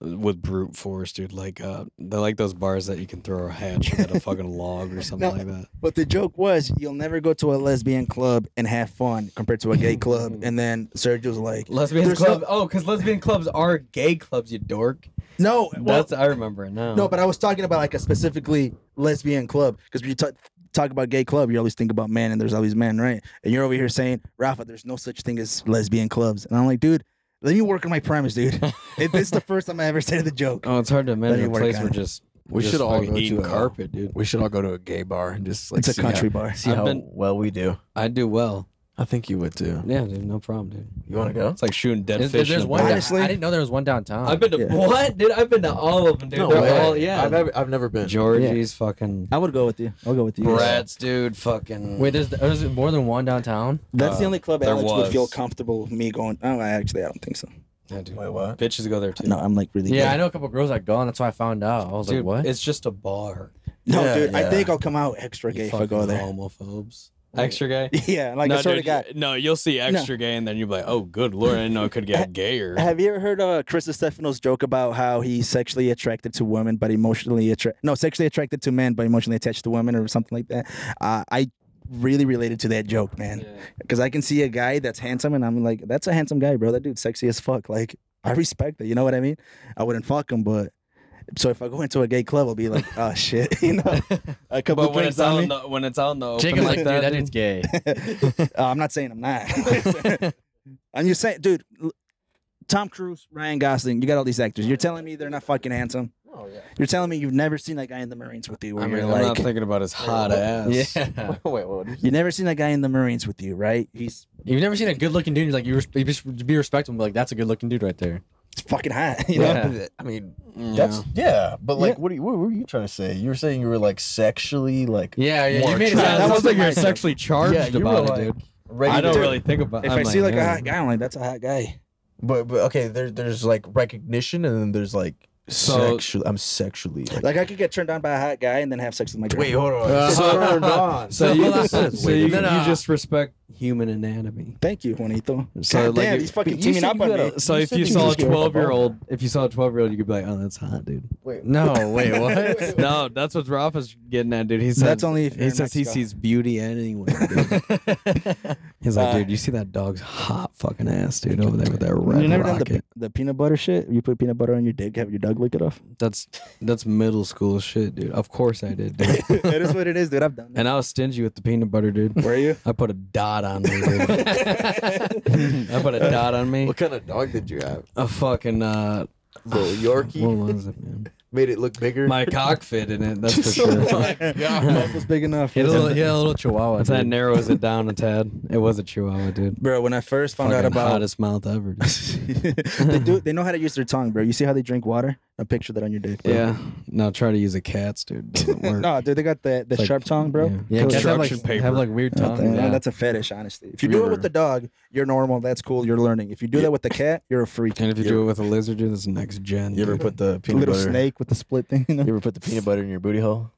with brute force, dude. Like uh they like those bars that you can throw a hatch at a fucking log or something No. like that. But the joke was, you'll never go to a lesbian club and have fun compared to a gay club. And then Sergio's like, Lesbian There's club. oh, because lesbian clubs are gay clubs, you dork. "No, well, That's I remember it now. no." But I was talking about like a specifically lesbian club because when you talk talk about gay club, you always think about men, and there's always men, right? And you're over here saying, "Rafa, there's no such thing as lesbian clubs," and I'm like, "Dude, let me work on my premise, dude. it, this is the first time I ever said the joke." oh, it's hard to me imagine a work place on where it. just We just should all fucking go eating to a- carpet, dude. We should all go to a gay bar and just like it's a see how- country bar. see I've how been- well we do. I do well. I think you would too. Yeah, dude, no problem, dude. You want to go? It's like shooting dead There's, fish. there's in a one. bar. down- Honestly- I didn't know there was one downtown. I've been to Yeah. what, dude? I've been to all of them, dude. No They're way. all- yeah. I've never, I've never been. Georgie's fucking I would go with you. I'll go with you. brats, dude. Fucking Wait, there's, there's more than one downtown. That's the Uh, only club there Alex would was. feel comfortable with me going. Oh, I actually, I don't think so. Yeah, dude. Wait, what? Bitches go there too. No, I'm like really. Yeah, gay. I know a couple girls that go, and that's why I found out. I was dude, like, what? It's just a bar. No, Yeah, dude, I yeah. think I'll come out extra gay if I go fucking there. Homophobes. Extra gay. Yeah, like I sort of got. No, you'll see extra gay, and then you'll be like, "Oh, good lord, I didn't know it could get gayer." Have you ever heard uh, Chris Stefano's joke about how he's sexually attracted to women but emotionally attracted? No, sexually attracted to men but emotionally attached to women, or something like that. Uh, I really related to that joke, man, because I can see a guy that's handsome, and I'm like, that's a handsome guy, bro. That dude's sexy as fuck. Like, I respect that. You know what I mean? I wouldn't fuck him, but. So if I go into a gay club, I'll be like, oh shit, you know, a couple But when drinks it's on out me. in the when it's out in the open Jacob, like, like dude, that, that dude's gay. Uh, I'm not saying I'm not. I'm just saying, dude. l- Tom Cruise, Ryan Gosling, you got all these actors. You're telling me they're not fucking handsome. You're telling me you've never seen that guy in the Marines with you. Where I mean, you're I'm like, not thinking about his hot ass. Yeah. Wait, what? Mm. did you- you never seen that guy in the Marines with you, right? He's You've never seen a good looking dude. You're like, you, res- you just be respectful. and be Like, that's a good looking dude right there. fucking hot. You know? Yeah. but I mean, that's yeah. but like, what, are you, what were you trying to say? You were saying you were like sexually like Yeah, yeah. More you made it attractive. sound That that was was like like my you're joke. sexually charged Yeah, you about were it, like- dude. ready. I don't to- really think about. If I'm I see like a yeah. hot guy, I'm like, that's a hot guy. But but okay, there there's like recognition, and then there's like So- sexual. I'm sexually. Like, Like I could get turned on by a hot guy and then have sex with my girl. wait, hold on. So- on. So you, Hold on. so you, No, no. you just respect human anatomy. thank you, Juanito. So, God like, damn, if- he's fucking you teaming said up you on got me. a- So You if said you you saw a just gave up on twelve year old, if you saw a twelve year old, you could be like, "Oh, that's hot, dude." Wait, No, wait, what? no, that's what Rafa's getting at, dude. He says That's only if you're he in says he Mexico. sees beauty anyway. dude. He's like, Uh, dude, you see that dog's hot fucking ass, dude, over there with that red you never done the, rocket. pe- the peanut butter shit? You put peanut butter on your dick, have your dog lick it off? That's that's middle school shit, dude. Of course I did, dude. it is what it is, dude. I've done that. And I was stingy with the peanut butter, dude. Were you? I put a dot on me, dude. I put a dot on me. What kind of dog did you have? A fucking uh, Little what Yorkie was it, man? made it look bigger. My cock fit in it. That's for sure. Mouth was big enough. He had a little, he had a little chihuahua. If that dude. narrows it down a tad, it was a chihuahua, dude. Bro, when I first found out Fucking about hottest mouth ever. dude. they do they know how to use their tongue, bro. You see how they drink water? Now picture that on your dick, bro. yeah. Now try to use a cat's, dude. Doesn't work. No, dude, they got the, the like- sharp tongue, bro. yeah. yeah, cats have like, construction paper. have like weird Not tongue. that- Yeah. That's a fetish, honestly. If you do it with the dog, you're normal. That's cool. You're learning. If you do that with the cat, you're a freak. And if you do it with a lizard, dude, that's next gen. You ever dude. put the peanut Little butter? snake with the split thing. You know? You ever put the peanut butter in your booty hole?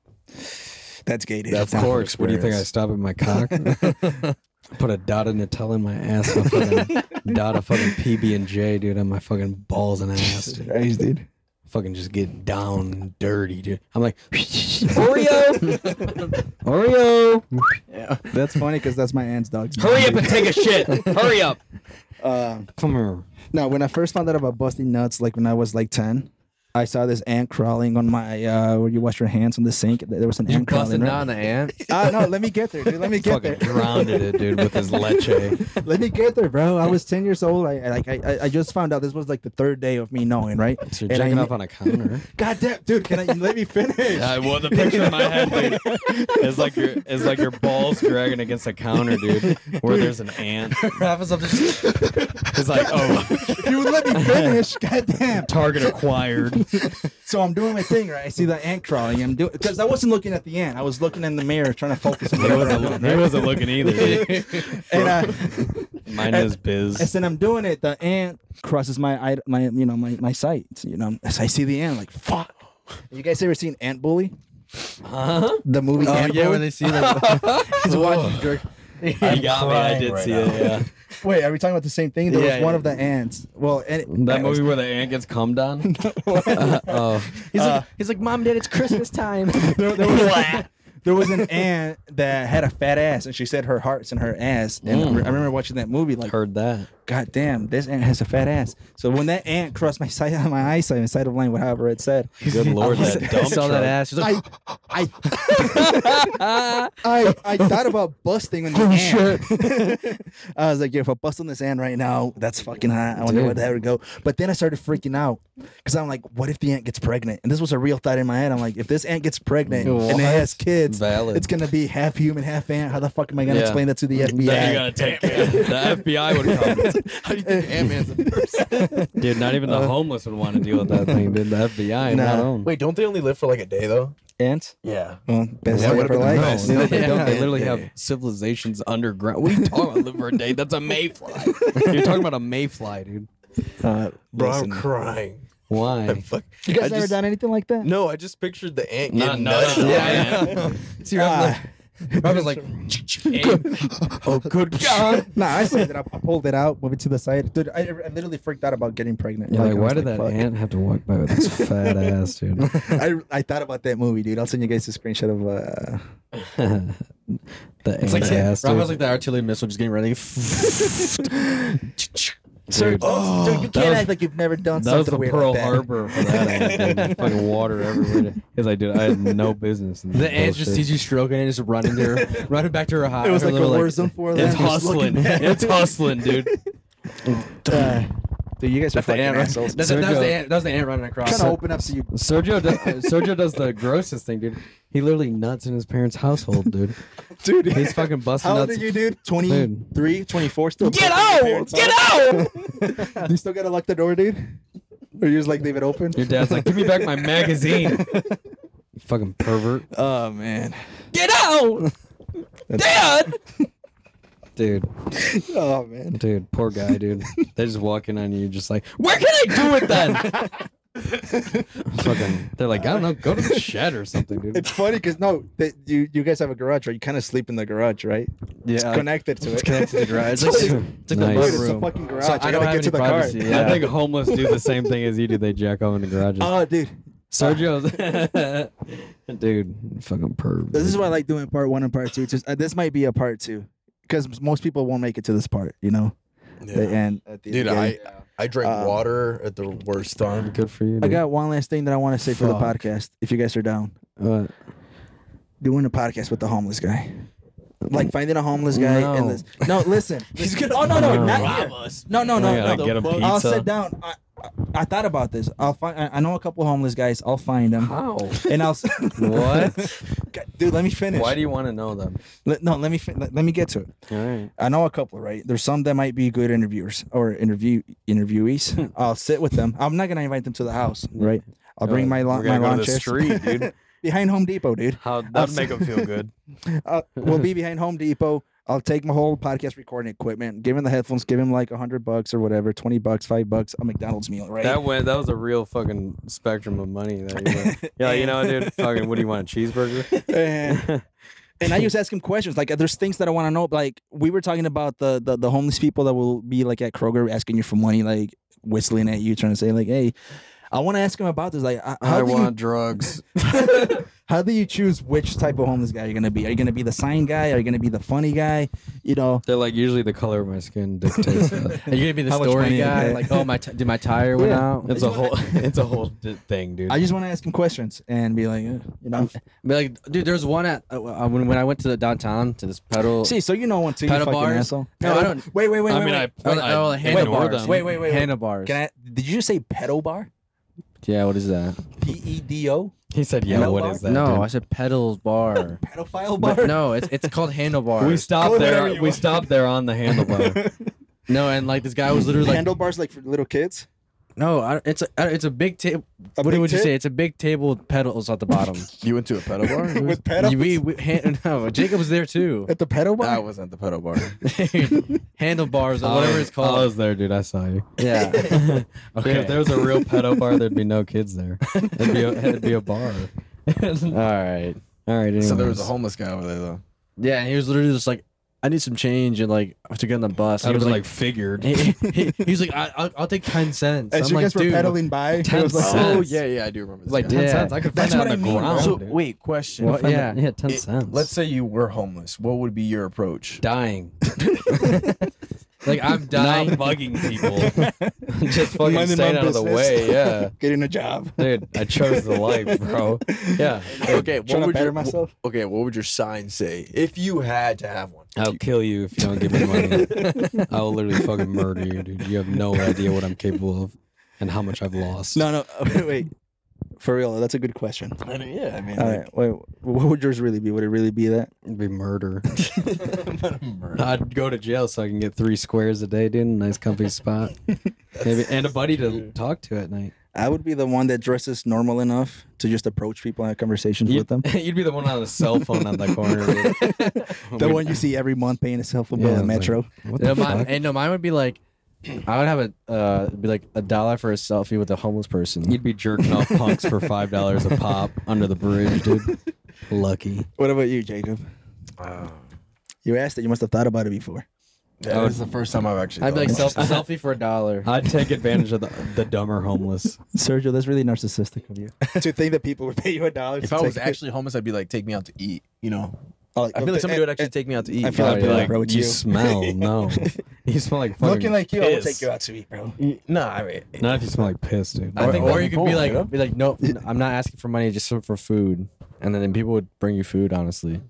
That's gated. That's Of not- course. What do you think? I experience. stop at my cock? Put a dot of Nutella in my ass. And a fucking dot of fucking PB and J, dude, on my fucking balls and ass. Dude. Christ, dude. Fucking just get down and dirty, dude. I'm like Oreo, Oreo. That's funny because that's my aunt's dog. Hurry up and take a shit. Hurry up. Um, Come here. No, when I first found out about busting nuts, like when I was like ten, I saw this ant crawling on my uh where you wash your hands on the sink. There was an You ant crawling. busting Right? down the ant. Uh, no, let me get there, dude. Let me get Fucking there. grounded it, dude, with his leche. Let me get there, bro. I was ten years old. I I- like I I- I just found out this was like the third day of me knowing, right? So And you're I jacking kn- off on a counter. God damn, dude, can I let me finish? I well, the picture in my head dude, is like your is like your balls dragging against a counter, dude, where there's an ant. It's like, oh, you let me finish. God damn. target acquired. So I'm doing my thing, right? I see the ant crawling. I'm doing because I wasn't looking at the ant. I was looking in the mirror, trying to focus on He whatever I'm doing. wasn't, he Right? wasn't looking either. Dude. And I, Mine is I biz. said, I'm doing it. The ant crosses my eye, my you know my my sight. You know, so I see the ant, like fuck. You guys ever seen Ant Bully? Huh? The movie Oh Ant yeah, Bully. when they see the He's watching jerk. You got me. I did see it. Yeah. Wait, are we talking about the same thing? There Yeah, was one yeah. of the ants. Well, and it- That movie where the ant gets cummed on. oh, He's, Uh, like, he's like, Mom, Dad, it's Christmas time. there, there was, there was an aunt that had a fat ass, and she said her heart's in her ass. And I Mm. re- I remember watching that movie, like, heard that. God damn, this aunt has a fat ass. So when that aunt crossed my sight, my eyesight, and sight of line, whatever it said, Good lord, that I dump saw that truck. ass. She's like, I, I, I, I thought about busting on the hand. I was like, yeah, if I bust on this hand right now, that's fucking hot. I wonder what that would go. But then I started freaking out because I'm like, what if the ant gets pregnant? And this was a real thought in my head. I'm like, if this ant gets pregnant and it has kids, Valid. it's gonna be half human, half ant. How the fuck am I gonna explain that to the FBI? You gotta take me. The FBI would come. How do you think Ant Man's a person? Dude, not even the Uh. homeless would want to deal with that thing, dude. The FBI, Nah. not on. Wait, don't they only live for like a day though? Ant? Yeah. Well, best That day would've of her been life. the best. No, No, they they don't. don't. They Yeah. literally have civilizations underground. What are you talking about? Live for a day? That's a mayfly. You're talking about a mayfly, dude. Uh, Bro, I'm crying. Why? Fuck. you guys ever I just- done anything like that? No, I just pictured the ant Not- getting not- nutted. not- Yeah, See, Rob Ah. like, Rob was like, oh, good God. Nah, I said that I I pulled it out, moved it to the side. Dude, I, I literally freaked out about getting pregnant. You're like, I why was did that fuck." ant have to walk by with its fat ass, dude? I, I thought about that movie, dude. I'll send you guys a screenshot of. Uh... the ant it's like, ass, Rob dude. was like the artillery missile just getting ready. Sir, Oh, you can't act like you've never done That was something weird the Pearl like that. Harbor for that ant, dude. Fucking water everywhere. He's like, dude, I had no business. In The this ants just bullshit. sees you stroking and just running there, running back to her house. It was her like a little, war zone for them. It's Just looking hustling. It's hustling, dude. at- Uh, dude, you guys are That's the fucking ant. assholes. Right? That's, that was Sergio. the ant. That was the ant running across. Kind of open up to you. Sergio does, Sergio does the grossest thing, dude. He literally nuts in his parents' household, dude. Dude, He's fucking busting how old nuts. are you, dude? 23, 24, still. Get out! Get out! Do you still got to lock the door, dude? Or you just like leave it open? Your dad's like, give me back my magazine. You fucking pervert, Oh, man. dude. Oh, man. Dude, poor guy, dude. They just walk in on you, just like, where can I do it then? fucking, they're like, I don't know, go to the shed or something, dude. It's funny because no, that you you guys have a garage, right? You kind of sleep in the garage, right? It's connected to it. It's Uh, connected to the garage. It's like- it's like Nice. the Dude, motor it's room. a fucking garage. So I I, don't gotta have get any to the privacy, car. yeah. I think homeless do the same thing as you do. They jack off in the garages. Oh, dude, Sergio, dude, fucking perv. this is why I like doing part one and part two. Just uh, this might be a part two because most people won't make it to this part, you know. They end at the Dude, yeah. I I drank Um, water at the worst time. Good for you. I got one last thing that I want to say for the Fuck. podcast. If you guys are down, Uh, doing a podcast with the homeless guy, like finding a homeless guy No. and this. Mm. No, listen, he's gonna. Oh no, no, No. not here. us. No, no, no, I gotta no. get him I'll pizza. sit down. I, I, I thought about this. I'll find. I, I know a couple homeless guys. I'll find them, How? and I'll. s- What? God, Dude, let me finish. Why do you want to know them? Let- no, let me fin- let, let me get to it. All right. I know a couple, right? There's some that might be good interviewers or interview interviewees. I'll sit with them. I'm not gonna invite them to the house, right? I'll bring my lawn We're my gonna go lawn to the chairs street, dude. behind Home Depot, dude. How that'd make them feel good. Uh, we'll be behind Home Depot. I'll take my whole podcast recording equipment, give him the headphones, give him like hundred bucks or whatever, twenty bucks, five bucks, a McDonald's meal, right? That went. That was a real fucking spectrum of money. That you went. yeah, you know, dude. Fucking, what do you want? A cheeseburger? and, and I just ask him questions. Like, there's things that I want to know. Like, we were talking about the, the the homeless people that will be like at Kroger asking you for money, like whistling at you, trying to say like, "Hey." I want to ask him about this. Like, uh, how I do want drugs. you how do you choose which type of homeless guy you're gonna be? Are you gonna be the sign guy? Are you gonna be the funny guy? You know, They're like usually the color of my skin dictates that. Are you gonna be the How much money story you guy? get? Like, oh my, t- did my tire went Yeah. out? It's a whole it's a whole d- thing, dude. I just want to ask him questions and be like, uh, you know, But like, dude, there's one at uh, uh, when when I went to the downtown to this pedal. see, so you know one too, you Pedal fucking bars? asshole. No, I don't- Wait, wait, wait, I wait. mean, wait. I, Oh, I, oh, ignore handlebars. them. Wait, wait, wait, wait. handlebars. Can I? Did you just say pedal bar? Yeah, what is that? P E D O. He said, "Yeah, "Yeah, Hello, what what is is that?" no, I said pedals bar. Pedophile bar. But no, it's it's called handlebar. We Go stopped wherever there. you We want. stopped there on the handlebar. no, and like this guy was literally like, handlebars like for little kids. no, I, it's a I- it's a big table. A What big would you tit? say? It's a big table with pedals at the bottom. you went to a pedal bar? With pedal we, we hand, no, Jacob was there too. at the pedal bar. That wasn't the pedal bar. Dude, handlebars or whatever it's I called. was there, dude. I saw you. oh. Yeah. If there okay. was a real pedo bar, there'd be no kids there. It'd be a, it'd be a bar. All right. All right. so there was a anyways. homeless guy over there though. Yeah, and he was literally just like, I need some change and like to get on the bus. And That he was like, figured. he, he, he was like, I, I'll, I'll take ten cents. As I'm you like, guys were dude, pedaling by, it ten was like, cents. Oh yeah, yeah, I do remember. This like guy. ten Yeah. cents. I could find That's that what on I the mean, bro. ground. So dude. wait, question. What- yeah. yeah, ten It- cents. Let's say you were homeless. What would be your approach? dying. Like I'm Not dying. bugging people. Just fucking oh, Minding staying my out of the business. way. Yeah, getting a job. dude. I chose the life, bro. Yeah. Okay, Trying what to would better your, myself? Okay, what would your sign say if you had to have one? I'll kill you if you don't give me money. I will literally fucking murder you, dude. You have no idea what I'm capable of and how much I've lost. No, no, wait, wait. For real, that's a good question. yeah, I mean, All right, wait. What would yours really be? Would it really be that? It'd be murder. I'd go to jail so I can get three squares a day, dude. in a Nice comfy spot. Maybe and a buddy to talk to at night. I would be the one that dresses normal enough to just approach people and have conversations with them. You'd be the one on the cell phone on the corner. dude. The one you see every month paying a cell phone bill Yeah, at it's like- Metro. What no, the mine, fuck? and no, mine would be like, I would have a uh, it'd be like a dollar for a selfie with a homeless person. You'd be jerking off punks for five dollars a pop under the bridge, dude. Lucky. What about you, Jacob? You asked it. You must have thought about it before. uh, that was the first time I've actually. I'd be like thought self, selfie for a dollar. I'd take advantage of the, the dumber homeless. Sergio, that's really narcissistic of you to think that people would pay you a dollar. If to I was take- actually homeless, I'd be like, take me out to eat. You know, Oh, I feel okay, like somebody would actually take me out to eat. I feel like Oh, people yeah. approach you you. smell no. You smell like fucking. Looking like you, I will piss. Mm. take you out to eat, bro. no, I mean, not if you smell like piss, dude. I think, Or- or you could or- be like, be like, no, I'm not asking for money, just for food, and then, then people would bring you food. Honestly, like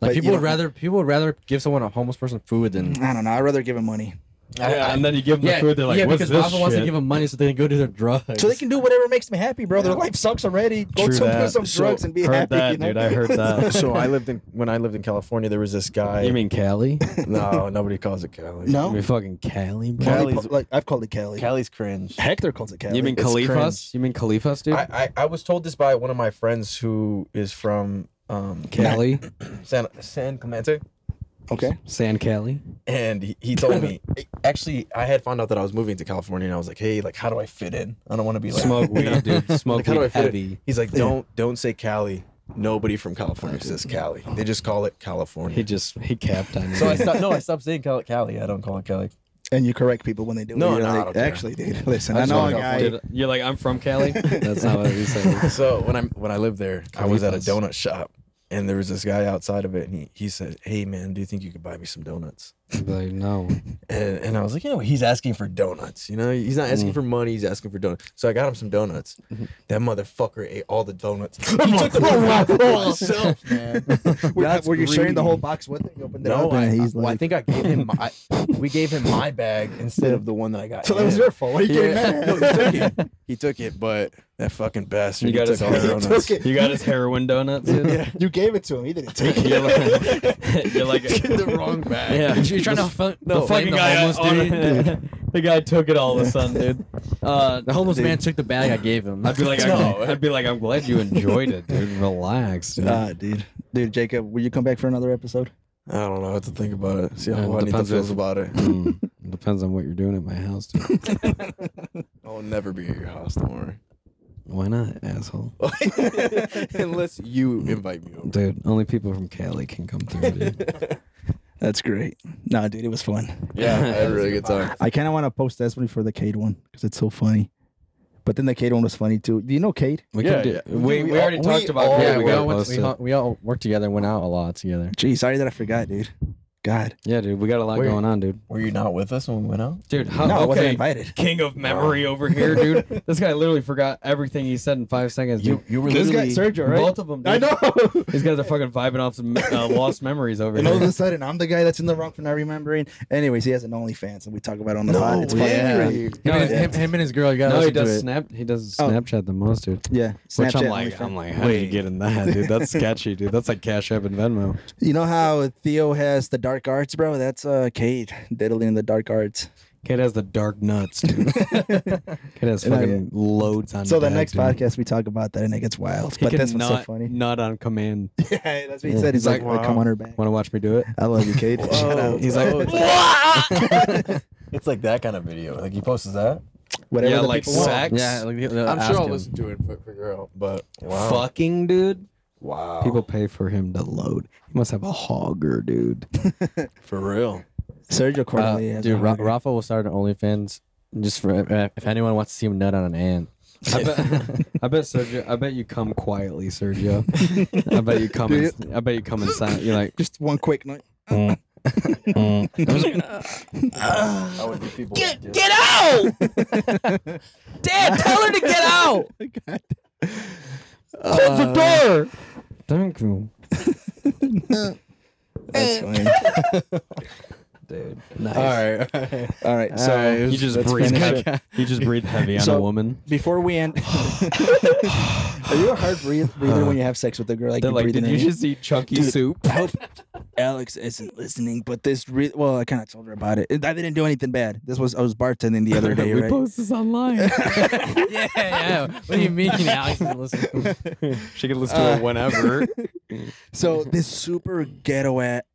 But you people would don't- rather people would rather give someone a homeless person food than Mm. I don't know. I'd rather give him money. and then you give them the food. They're like, yeah, "What's because this Papa wants to shit?" give them money so they can go do their drugs. So they can do whatever makes them happy, bro. Their life sucks already. Go True to that. some So, drugs and be heard happy. that, you know? dude. I heard Uh, that. so I lived in when I lived in California. There was this guy. You mean Cali? no? Nobody calls it Cali. no, You fucking Cali, bro? Cali, Cali's- like I've called it Cali. Cali's cringe. Hector calls it Cali. You mean It's Khalifas? cringe. You mean Khalifas, dude? I, I I was told this by one of my friends who is from um Cali, San San Clemente, okay? San Cali. and he, he told me actually I had found out that I was moving to California, and I was like, hey, like how do I fit in? I don't want to be like Smoke weed, dude. Like, Smoke how do I weed fit it? heavy. He's like, don't don't say Cali. Nobody from California says Cali. They just call it California. He just he capped on me. so I stopped. No, I stopped saying call it Cali. I don't call it Cali. And you correct people when they do. it. No, You're no, I like, don't care. actually, dude. Listen, I, just know a wanna go guy. for it. Dude, you're like, I'm from Cali. That's not what he said. So when I am when I lived there, I was at a Califas. donut shop, and there was this guy outside of it, and he, he said, "Hey man, do you think you could buy me some donuts?" like, no. And, and I was like, you know, he's asking for donuts. You know, he's not asking for money. He's asking for donuts. So I got him some donuts. That motherfucker ate all the donuts. he took the box all himself, man. That's were you sharing the greedy. whole box with him? You opened it No, up and I, he's well, I like, think I gave him. My, we gave him my bag instead of the one that I got. so that was him. your fault. What are you getting Yeah. mad No, at? he took it. He took it, but that fucking bastard. You got he his took all the heroin. donuts. You got his heroin donuts. dude? You gave it to him. He didn't take it. You're like, you're like the wrong bag. yeah. You're trying to fu- The no, fucking fucking the guy, homeless dude. the guy took it all of a sudden, dude. Uh, The homeless man took the bag I gave him. I'd be like, I'm, I'd be like, I'm glad you enjoyed it, dude. relax, dude. Nah, dude. Dude, Jacob, will you come back for another episode? I don't know what to think about it. See how Yeah, it Juanita depends feels if- about it. Hmm. Depends on what you're doing at my house, dude. I'll never be at your house. Don't worry. Why not, asshole? Unless you invite me over. Dude, only people from Cali can come through, dude. That's great. Nah, dude, it was fun. Yeah, I had a really good time. I kind of want to post this one for the Cade one because it's so funny. But then the Cade one was funny too. Do you know Cade? We Yeah, can do yeah. We, we already all- talked we about all- that. yeah, we we, gotta all went, post we, it. all, we all worked together, went out a lot together. Geez, sorry that I forgot, dude. God. Yeah, dude, we got a lot Where- going on, dude. Were you not with us when we went out? Dude, how No, I wasn't okay, invited. King of memory over here, dude. This guy literally forgot everything he said in five seconds. Dude. You you were This guy, literally- Sergio, right? Both of them. Dude. I know. These guys are fucking vibing off some uh, lost memories over and all of here. a sudden, I'm the guy that's in the wrong for not remembering. Anyways, he has an OnlyFans, and we talk about it on the No pod. It's way. fucking great. No, Yeah. him, him, him and his girl. You gotta No, he listen to does it. snap. He does Oh. Snapchat the most, dude. Yeah, Which I'm Snapchat, like, OnlyFans. I'm like, how did you get in that, dude? That's sketchy, dude. That's like Cash App and Venmo. You know how Theo has the dark arts, bro? That's uh, Cade diddling in the dark arts. Kid has the dark nuts, dude. Kid has And I- fucking loads on. So the deck, next dude. podcast we talk about that, and it gets wild. He but can this one's so nut- funny. Nut on command. yeah, that's what he said. He's, like, "Well, come on her back. Want to watch me do it? I love you, Cade. Shut up. He's like, It's like that kind of video. Like he posts that. Whatever yeah, the like people want. sex. yeah. Like, the- the- I'm ask sure I'll him. listen to it for, for girl. But wow. Fucking dude. Wow. People pay for him to load. He must have a hogger, dude. for real. Sergio Cornelli Uh, has dude, a Ra- hard- Rafa will start an OnlyFans just for if if anyone wants to see him nut on an ant. I bet, I bet Sergio. I bet you come quietly, Sergio. I bet you come. In, I bet you come inside. You're like, just one quick night. I would think people would do Get out! Dad, tell her to get out! close the door. Thank you, That's funny. dude. Nice. All right. All right, so You just let's breathe. finish heavy- it. You just breathe heavy on So- a woman. Before we end, are you a hard breathe- breather when you have sex with a girl? Like, They're you like, breathe in did you her in?" just eat chunky Dude, soup? I hope Alex isn't listening, but this re- well, I kind of told her about it. It- I didn't do anything bad. This was I was bartending the other day, we right? post this online. yeah, yeah. What do you mean, Alex? Listen, She could listen to it whenever. So this super ghetto at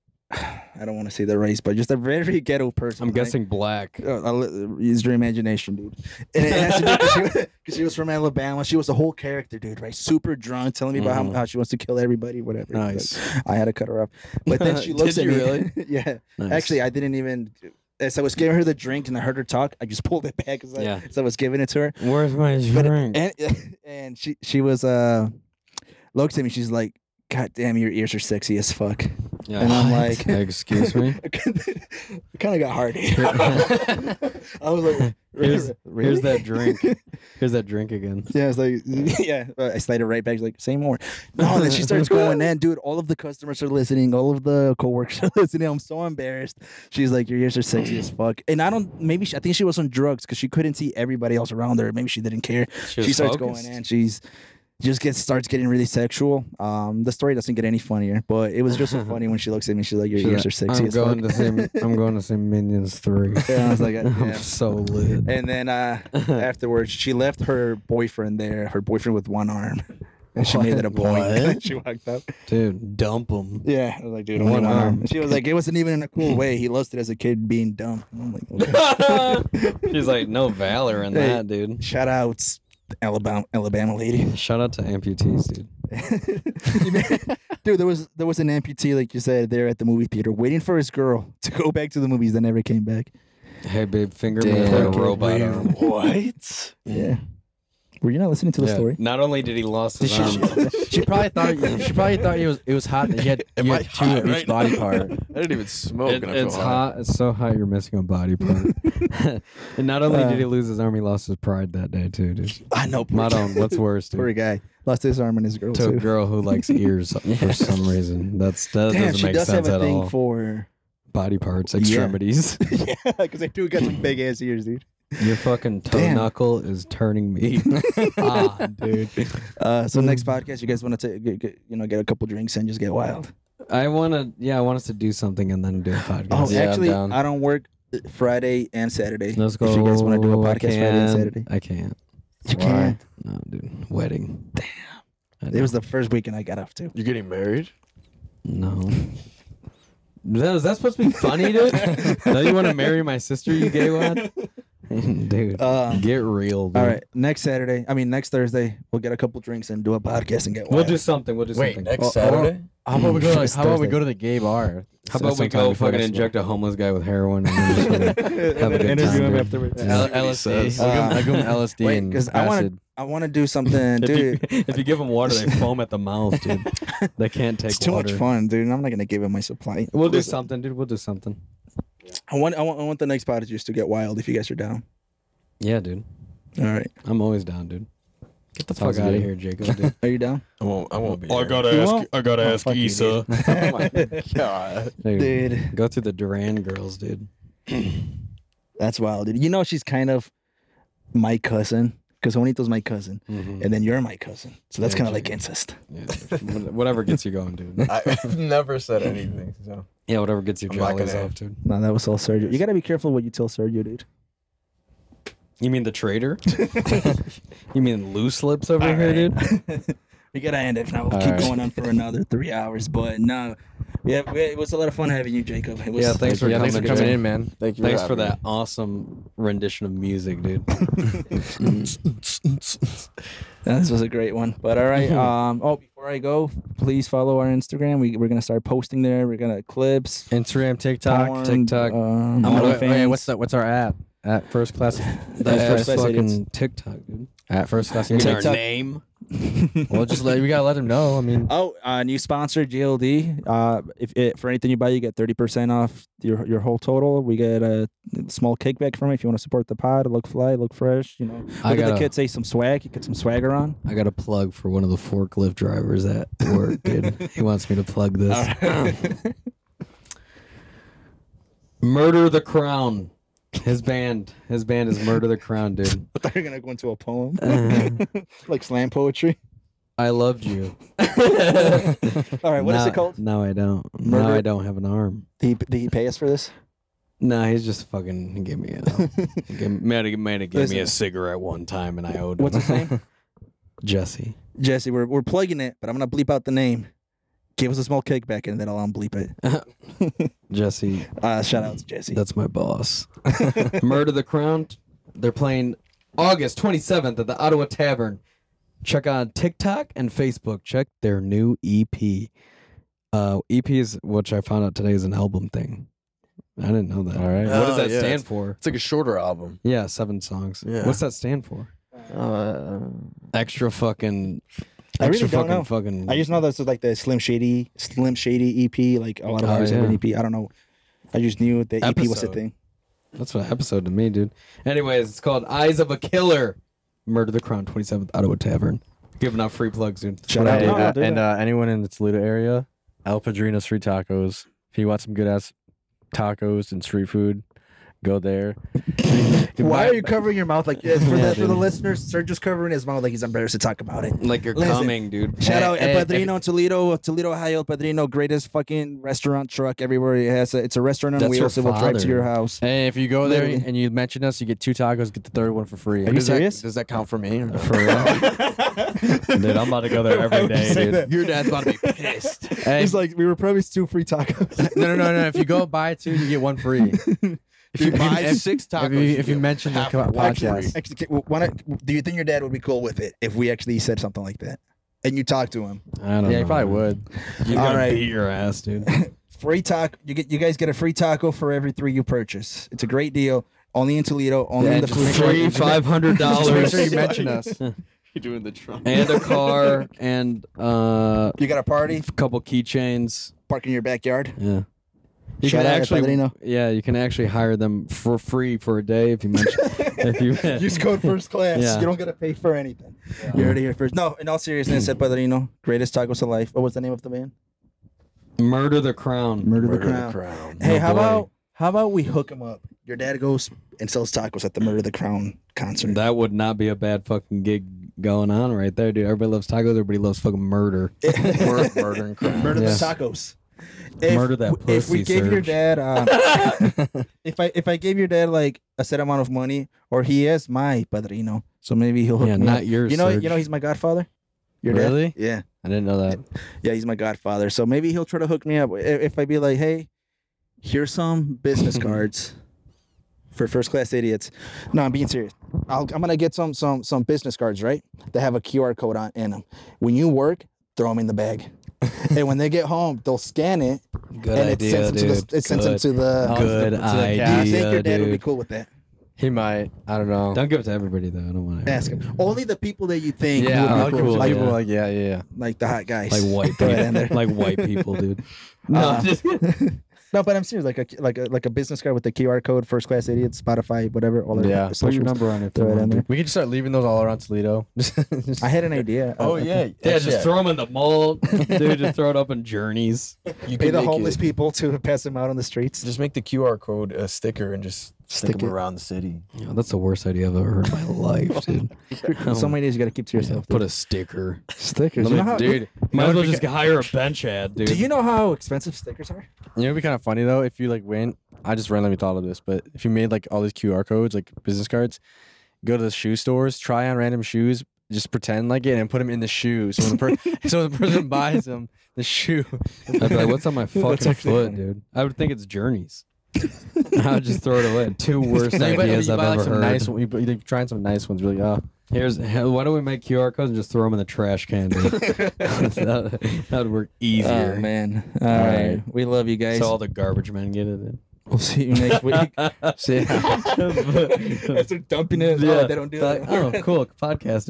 I don't want to say the race, but just a very ghetto person. I'm right? guessing black. Uh, I'll- Use your imagination, dude. And it has to do because she, 'cause she was from Alabama. She was a whole character, dude, right? Super drunk, telling me about how, how she wants to kill everybody, whatever. Like, Mm-hmm. Nice. I had to cut her off. But then she looks Did at you me. really? yeah. Nice. Actually, I didn't even. As I was giving her the drink and I heard her talk, I just pulled it back as I, Yeah. as I was giving it to her. where's my But drink? and and she she was uh looked at me. She's like, "God damn, your ears are sexy as fuck." Yeah. and I'm like- excuse me. kind of got hard. I was like, Here's, "Really?" here's that drink. Here's that drink again. Yeah, I was like, yeah. Uh, I slid it right back. She's like, say more. No, and then she starts going in, dude. All of the customers are listening. All of the coworkers are listening. I'm so embarrassed. She's like, your ears are sexy as fuck. And I don't. Maybe she, I think she was on drugs because she couldn't see everybody else around her. Maybe she didn't care. She, starts going in. She's just gets starts getting really sexual. Um, the story doesn't get any funnier, but it was just so funny when she looks at me. She's like, your ears are sexy I'm as going fuck. to see. I'm going to see Minions Three. Yeah, I was like, I'm yeah. so lit. And then uh, afterwards, she left her boyfriend there, her boyfriend with one arm. And she made it a point. she walked up. Dude, dump them. Yeah. I was like, dude, One one arm. arm. And She was like, it wasn't even in a cool way. He lost it as a kid being dumb. And I'm like, okay. she's like, no valor in Hey. that, dude. shout outs, Alabama, Alabama lady. Shout out to amputees, dude. dude, there was there was an amputee, like you said, there at the movie theater, waiting for his girl to go back to the movies that never came back. Hey, babe, finger me Damn, with that robot robot. arm. arm. What? Mm. Yeah. Were you not listening to the Yeah. story? Not only did he lost his She, arm, she- she probably thought she probably thought it was it was hot. That you had, you had two of each body part. I didn't even smoke. It- and I it's feel hot. hot. It's so hot. You're missing a body part. and not only Uh, did he lose his arm, he lost his pride that day too, dude. I know. poor Not guy. on what's worse, dude. Poor guy lost his arm and his girl to a too. girl who likes ears for some reason. That's that Damn, doesn't she make does have sense a at thing all. for. Body parts, extremities. yeah, because they do got some big ass ears, dude. Your fucking toe Damn. knuckle is turning me on, dude. Uh, so next podcast, you guys want to get, get you know get a couple drinks and just get wild. I want to, yeah, I want us to do something and then do a podcast. Oh, Yeah, I'm actually, down. I don't work uh, Friday and Saturday. Let's go. If you guys want to do a I podcast Friday and can't. Saturday, I can't. you can. No, dude. Wedding. Damn. It was the first weekend I got off to. You're getting married? No. That, is that supposed to be funny, dude? now you want to marry my sister, you gay one? dude, Um, get real, dude. All right, next Saturday. I mean, next Thursday, we'll get a couple drinks and do a podcast and get We'll wild. do something. We'll do Wait, something. next Or- or- Saturday? How about we go? It's To, how about we Thursday. go to the gay bar? How about we sometime go before fucking next inject a homeless guy with heroin and then just fucking have a good interview time, him dude. afterwards. Yeah. L- LSD. LSD. I give him- I give him Uh, LSD wait, and 'cause I wanna- acid. I want to do something, dude. If you, if you give them water, they foam at the mouth, dude. They can't take It's too water. much fun, dude. I'm not gonna give it my supply. We'll do something, dude. We'll do something. I want, I want, I want the next podcast just to get wild. If you guys are down, Yeah, dude. all right. I'm always down, dude. Get the fuck fuck out outta of here, Jacob. Dude. Are you down? I won't. I won't be. I got You won't? I gotta Oh, ask fuck you, Issa. God. Dude, Dude, Go through the Duran girls, dude. that's wild, dude. You know she's kind of my cousin because Juanito's my cousin, and then you're my cousin, so that's Mm-hmm. Yeah, kind of true. like incest. Yeah, dude. Whatever gets you going, dude. I, I've never said anything. So Yeah, whatever gets your I'm not jollies gonna- off, dude. No, that was all Sergio. You gotta be careful what you tell Sergio, dude. You mean the traitor? you mean loose lips over here, dude? We gotta end it now. We'll All keep right. going on for another three hours, but no, yeah, we- it was a lot of fun having you, Jacob. It was, Yeah, thanks for yeah, coming, for coming coming in, man. Thank you for Thanks for, having me. that awesome rendition of music, dude. Yeah, this was a great one. But all right, um, oh, before I go, please follow our Instagram. We we're gonna start posting there. We're gonna clips, Instagram, TikTok, porn, TikTok. Um, I'm gonna, OnlyFans. wait, wait, what's that? What's our app? At first class. First That's Class Idiots. fucking TikTok, dude. At first class. TikTok. name. well, just let we gotta let him know. I mean, Oh, uh, new sponsor GLD. Uh, if it, for anything you buy, you get thirty percent off your your whole total. We get a small kickback from it if you want to support the pod. Look fly, look fresh. You know, look I at the gotta- kids. Say some swag. You get some swagger on. I got a plug for one of the forklift drivers at work, dude. he wants me to plug this. Murder the Crown. His band. His band is Murder the Crown, dude. I thought you were gonna go into a poem, like slam poetry. I loved you. All right, what is it Now- called? No, I don't. Murder- Now I don't have an arm. Did he, did he pay us for this? No, he's just fucking he gave me a he gave, man, he- man, he gave me a cigarette one time and I owed him. What's his name? Jesse. Jesse, we're we're plugging it, but I'm gonna bleep out the name. Give us a small kickback, and then I'll unbleep it. Jesse, Uh, shout out to Jesse. that's my boss. Murder the Crown. They're playing August 27th at the Ottawa Tavern. Check on TikTok and Facebook. Check their new EP. Uh, EP is which I found out today is an album thing. I didn't know that. All right. What does Oh, that yeah, stand for? it's like a shorter album. Yeah, seven songs. Yeah. What's that stand for? Uh, Extra fucking. I really extra don't fucking know. fucking. I just know this is like the Slim Shady, Slim Shady EP, like a lot of Oh, artists have an yeah. EP. I don't know. I just knew the EP was a Episode. thing. That's what episode to me, dude. Anyways, it's called Eyes of a Killer. Murder the Crown, 27th Ottawa Tavern. Giving out free plugs, dude. Shout out. No, no, do and that. uh, anyone in the Toledo area, El Padrino Street Tacos. If you want some good ass tacos and street food, go there. Why are you covering your mouth like this? For, Yeah, the, for the dude. Eh, listeners, Sergio's covering his mouth like he's embarrassed to talk about it. Like you're Listen, coming, dude. Eh, Shout Hey, out hey, El Padrino, Toledo, Toledo, Ohio. El Padrino, greatest fucking restaurant truck everywhere. It has a, it's a restaurant on That's wheels. It your will drive to father. your house. If, hey, if you go there Literally. and you mention us, you get two tacos, get the third one for free. Are you serious? does that count for me? Or For real. dude, I'm about to go there every day, dude. Your dad's about to be pissed. Hey, He's like, we were promised two free tacos. no, no, no, no. If you go buy two, you get one free. If you buy if- six if tacos, you, you if you get mention the half co- of one free. podcast, Actually, can- why not- do you think your dad would be cool with it if we actually said something like that? And you talk to him. I don't know, Yeah, you probably man. would. You All gotta right. beat your ass, dude. Free taco. You get. You guys get a free taco for every three you purchase. It's a great deal. Only in Toledo. Only in the food. Free truck. five hundred Just make dollars. sure you mention us. you doing the Trump? and a car and uh You got a party? a couple keychains. Park in your backyard. Yeah. You Shout can out El actually, Padrino. yeah, you can actually hire them for free for a day if you mention if you Use code first class. Yeah. You don't gotta pay for anything. You're already here first. No, in all seriousness, El Padrino, greatest tacos alive. What was the name of the band? murder the crown. Murder, the, Crown. Oh, Hey, how about how about we hook him up? Your dad goes and sells tacos at the Murder the Crown concert. That would not be a bad fucking gig going on right there, dude. Everybody loves tacos. Everybody loves fucking murder. Mur- murder and crime. Murder Yes. the tacos. If, Murder that If we pussy, gave your Serge. dad, um, if I if I gave your dad like a set amount of money, or he is my padrino, so maybe he'll hook Yeah, me not up. yours, You know, Serge. you know, he's my godfather. Your dad? really? Yeah, I didn't know that. yeah, he's my godfather. So maybe he'll try to hook me up I- if I be like, hey, here's some business cards for first class idiots. No, I'm being serious. I'll, I'm gonna get some some some business cards, right? That have a QR code on in them. When you work, throw them in the bag. and when they get home, they'll scan it, Good and it sends idea, them to dude. the. It sends them Good. to the. Good Do you think idea, your dad would be dude. cool with that? He might. I don't know. Don't give it to everybody though. I don't want to Ask him. Only the people that you think yeah, would I'm be cool. cool, with it, Like, like, people like yeah, yeah, yeah. like the hot guys, Like white Throw it in there. people. like white people, dude. No, no, but I'm serious. Like a like a like a business card with the QR code, first class idiots, Spotify, whatever, all their Yeah. yeah. Put your socials. number on it. Throw it in there. We could just start leaving those all around Toledo. I had an idea. Oh I- I yeah, Yeah, yeah. just throw them in the mold, dude. Just throw it up in journeys. You pay can the make homeless it- people to pass them out on the Oh. streets. Just make the QR code a sticker and just stick, Stick them it. around the city. Yeah, that's the worst idea I've ever heard in my life, dude. Um, so many days you got to keep to yourself. Put a sticker. stickers, Let me- dude. Might as well you know what'd be just hire a bench ad, dude. Do you know how expensive stickers are? You know, it'd be kind of funny though if you like went. I just randomly thought of this, but if you made like all these QR codes, like business cards, go to the shoe stores, try on random shoes, just pretend like it, and put them in the shoe. So when the, per- so when the person buys them, the shoe. I'd be like, what's on my fucking actually foot, dude? I would think it's journeys. I would just throw it away. Two worst No, you buy- ideas you I've buy, like, ever some heard. Nice, one- you, bu- you're trying some nice ones. Really, oh, Here's hell, why don't we make QR codes and just throw them in the trash can? Dude? that would work easier. Oh, man! right. we love you guys. So all the garbage men get it in. we'll see you next week. See ya. But- They're dumping it. Yeah. Oh, they don't do They're like, that. oh, cool podcast.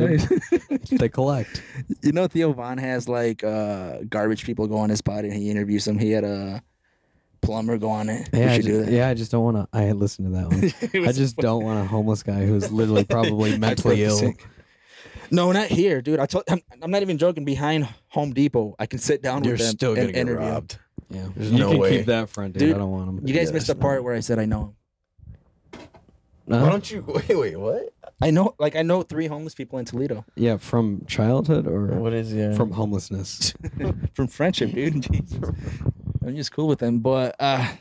Dude. they collect. You know Theo Vaughn has like uh, garbage people go on his pod and he interviews them. He had a plumber go on it. Yeah, we I should do just, that. yeah. I just don't want to. I had listened to that one. It I was just don't want a homeless guy who's literally probably mentally ill. No, not here, dude. I told, I'm, I'm not even joking. Behind Home Depot, I can sit down You're with them still gonna and get interview. 'em. robbed. Yeah, There's you no can way. keep that front, dude. Dude, I don't want him. You guys missed the part where I said I know him. Why Uh, don't you wait? Wait, what? I know, like I know three homeless people in Toledo yeah, from childhood or What is yeah? from homelessness. from friendship, dude. Jesus. I'm just cool with them, but uh, Too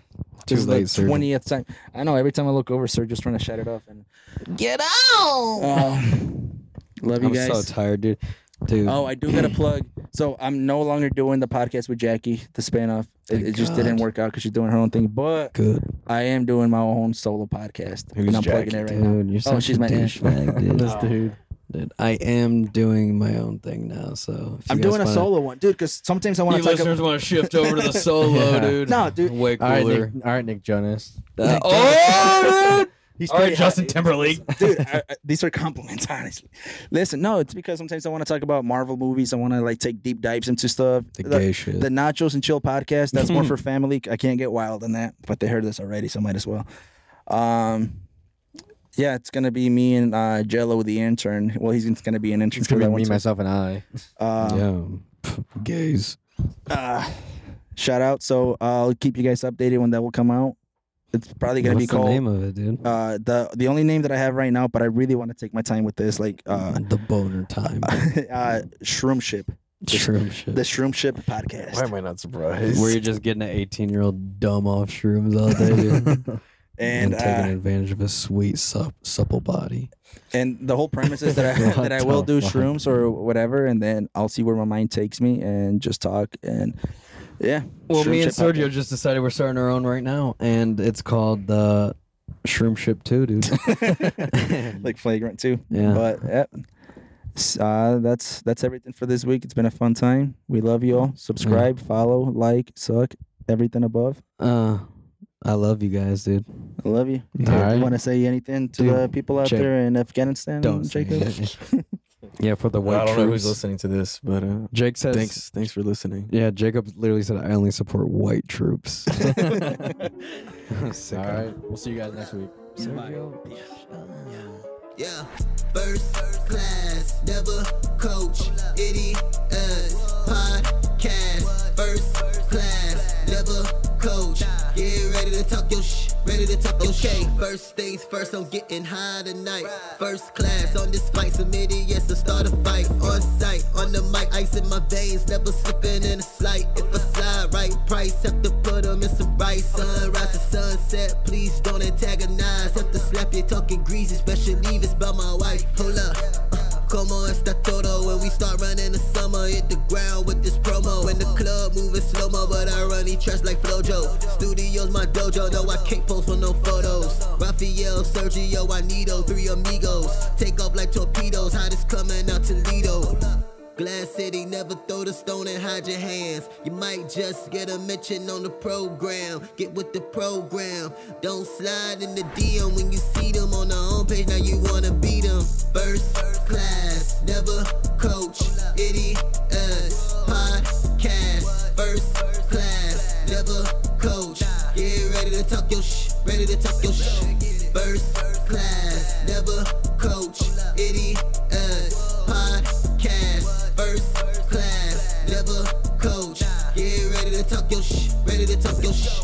this is late, the Sergio. twentieth time. I know. Every time I look over, Sergio's just trying to shut it off. And Get out! um, love you I'm guys. so tired, dude. Dude, Oh, I do got a plug. So I'm no longer doing the podcast with Jackie, the spinoff. It, Thank it just God. didn't work out because she's doing her own thing. But good. I am doing my own solo podcast, Who's and I'm Jackie, plugging it right now. Dude, you're such Oh, she's a my aunt. douchebag, dude. This dude. I am doing my own thing now, so if I'm you guys doing a wanna- solo one, dude. Because sometimes I want to talk. About, want to shift over to the solo, Yeah. dude. No, dude. Way all right, cooler. Nick, all right, Nick Jonas. Uh, oh, dude! he's All pretty right, hot, Justin dude. Timberlake. dude. I, I- these are compliments, honestly. Listen, no, it's because sometimes I want to talk about Marvel movies. I want to like take deep dives into stuff. The Like, gay shit. the Nachos and Chill podcast. That's more for family. I can't get wild on that, but they heard this already, so might as well. Um, yeah, it's gonna be me and uh, Jello, the intern. Well, he's gonna be an intern It's for gonna that be one. me, too. myself, and I. Uh, yeah. Pff, Gays. uh, shout out. So I'll keep you guys updated when that will come out. It's probably gonna What's be the name called. of it, dude? Uh, the the only name that I have right now, but I really want to take my time with this, like uh, the boner time. uh, Shroomship, Shroom shit. the Shroomship podcast. Why am I not surprised? Where you're just getting an 18 year old dumb off shrooms all day, dude. and taking uh, advantage of his sweet, sup- supple body. and the whole premise is that I What that I will the do fuck? shrooms or whatever, and then I'll see where my mind takes me and just talk and yeah. Well, me and Shroomship Sergio just decided we're starting our own right now, and it's called the Shroom Ship 2, dude. podcast. like flagrant too. Yeah. But yeah. S- Uh, that's that's everything for this week. It's been a fun time. We love you all. Subscribe, follow, like, suck, everything above. Uh, I love you guys, dude. I love you. Do you right. want to say anything to Dude, the people out Jake, there in Afghanistan? Don't say Jacob. anything. Yeah, for the white I don't know who's troops. listening to this, but uh, Jake says thanks, thanks for listening. Yeah, Jacob literally said, "I only support white troops." All right. We'll see you guys next week. Yeah, first class, never coach, any us podcast. First class, never coach. Get ready to talk your sh, ready to talk your shit. First things first, I'm getting high tonight. First class on this flight, some idiots to start a fight. On site, on the mic, ice in my veins, never slipping in a slight. If I slide right, price have to put 'em in some rice. Sunrise to sunset, please don't antagonize. Have to slap you talking greasy, especially if it's by my wife. Hold up. Como esta todo when we start running the summer Hit the ground with this promo In the club moving slow-mo But I run these tracks like Flojo Studio's my dojo No, I can't post for no photos Raphael, Sergio, I need those Three amigos Take off like torpedoes Hottest coming out Toledo Glass City, never throw the stone and hide your hands. You might just get a mention on the program. Get with the program. Don't slide in the DM when you see them on the homepage. Now you wanna beat them. First class, never coach. Itty us podcast. First class, never coach. Get ready to talk your sh, ready to talk your sh. First class, never coach. Itty us podcast. First class, never coach. Get ready to talk your sh, ready to talk your sh.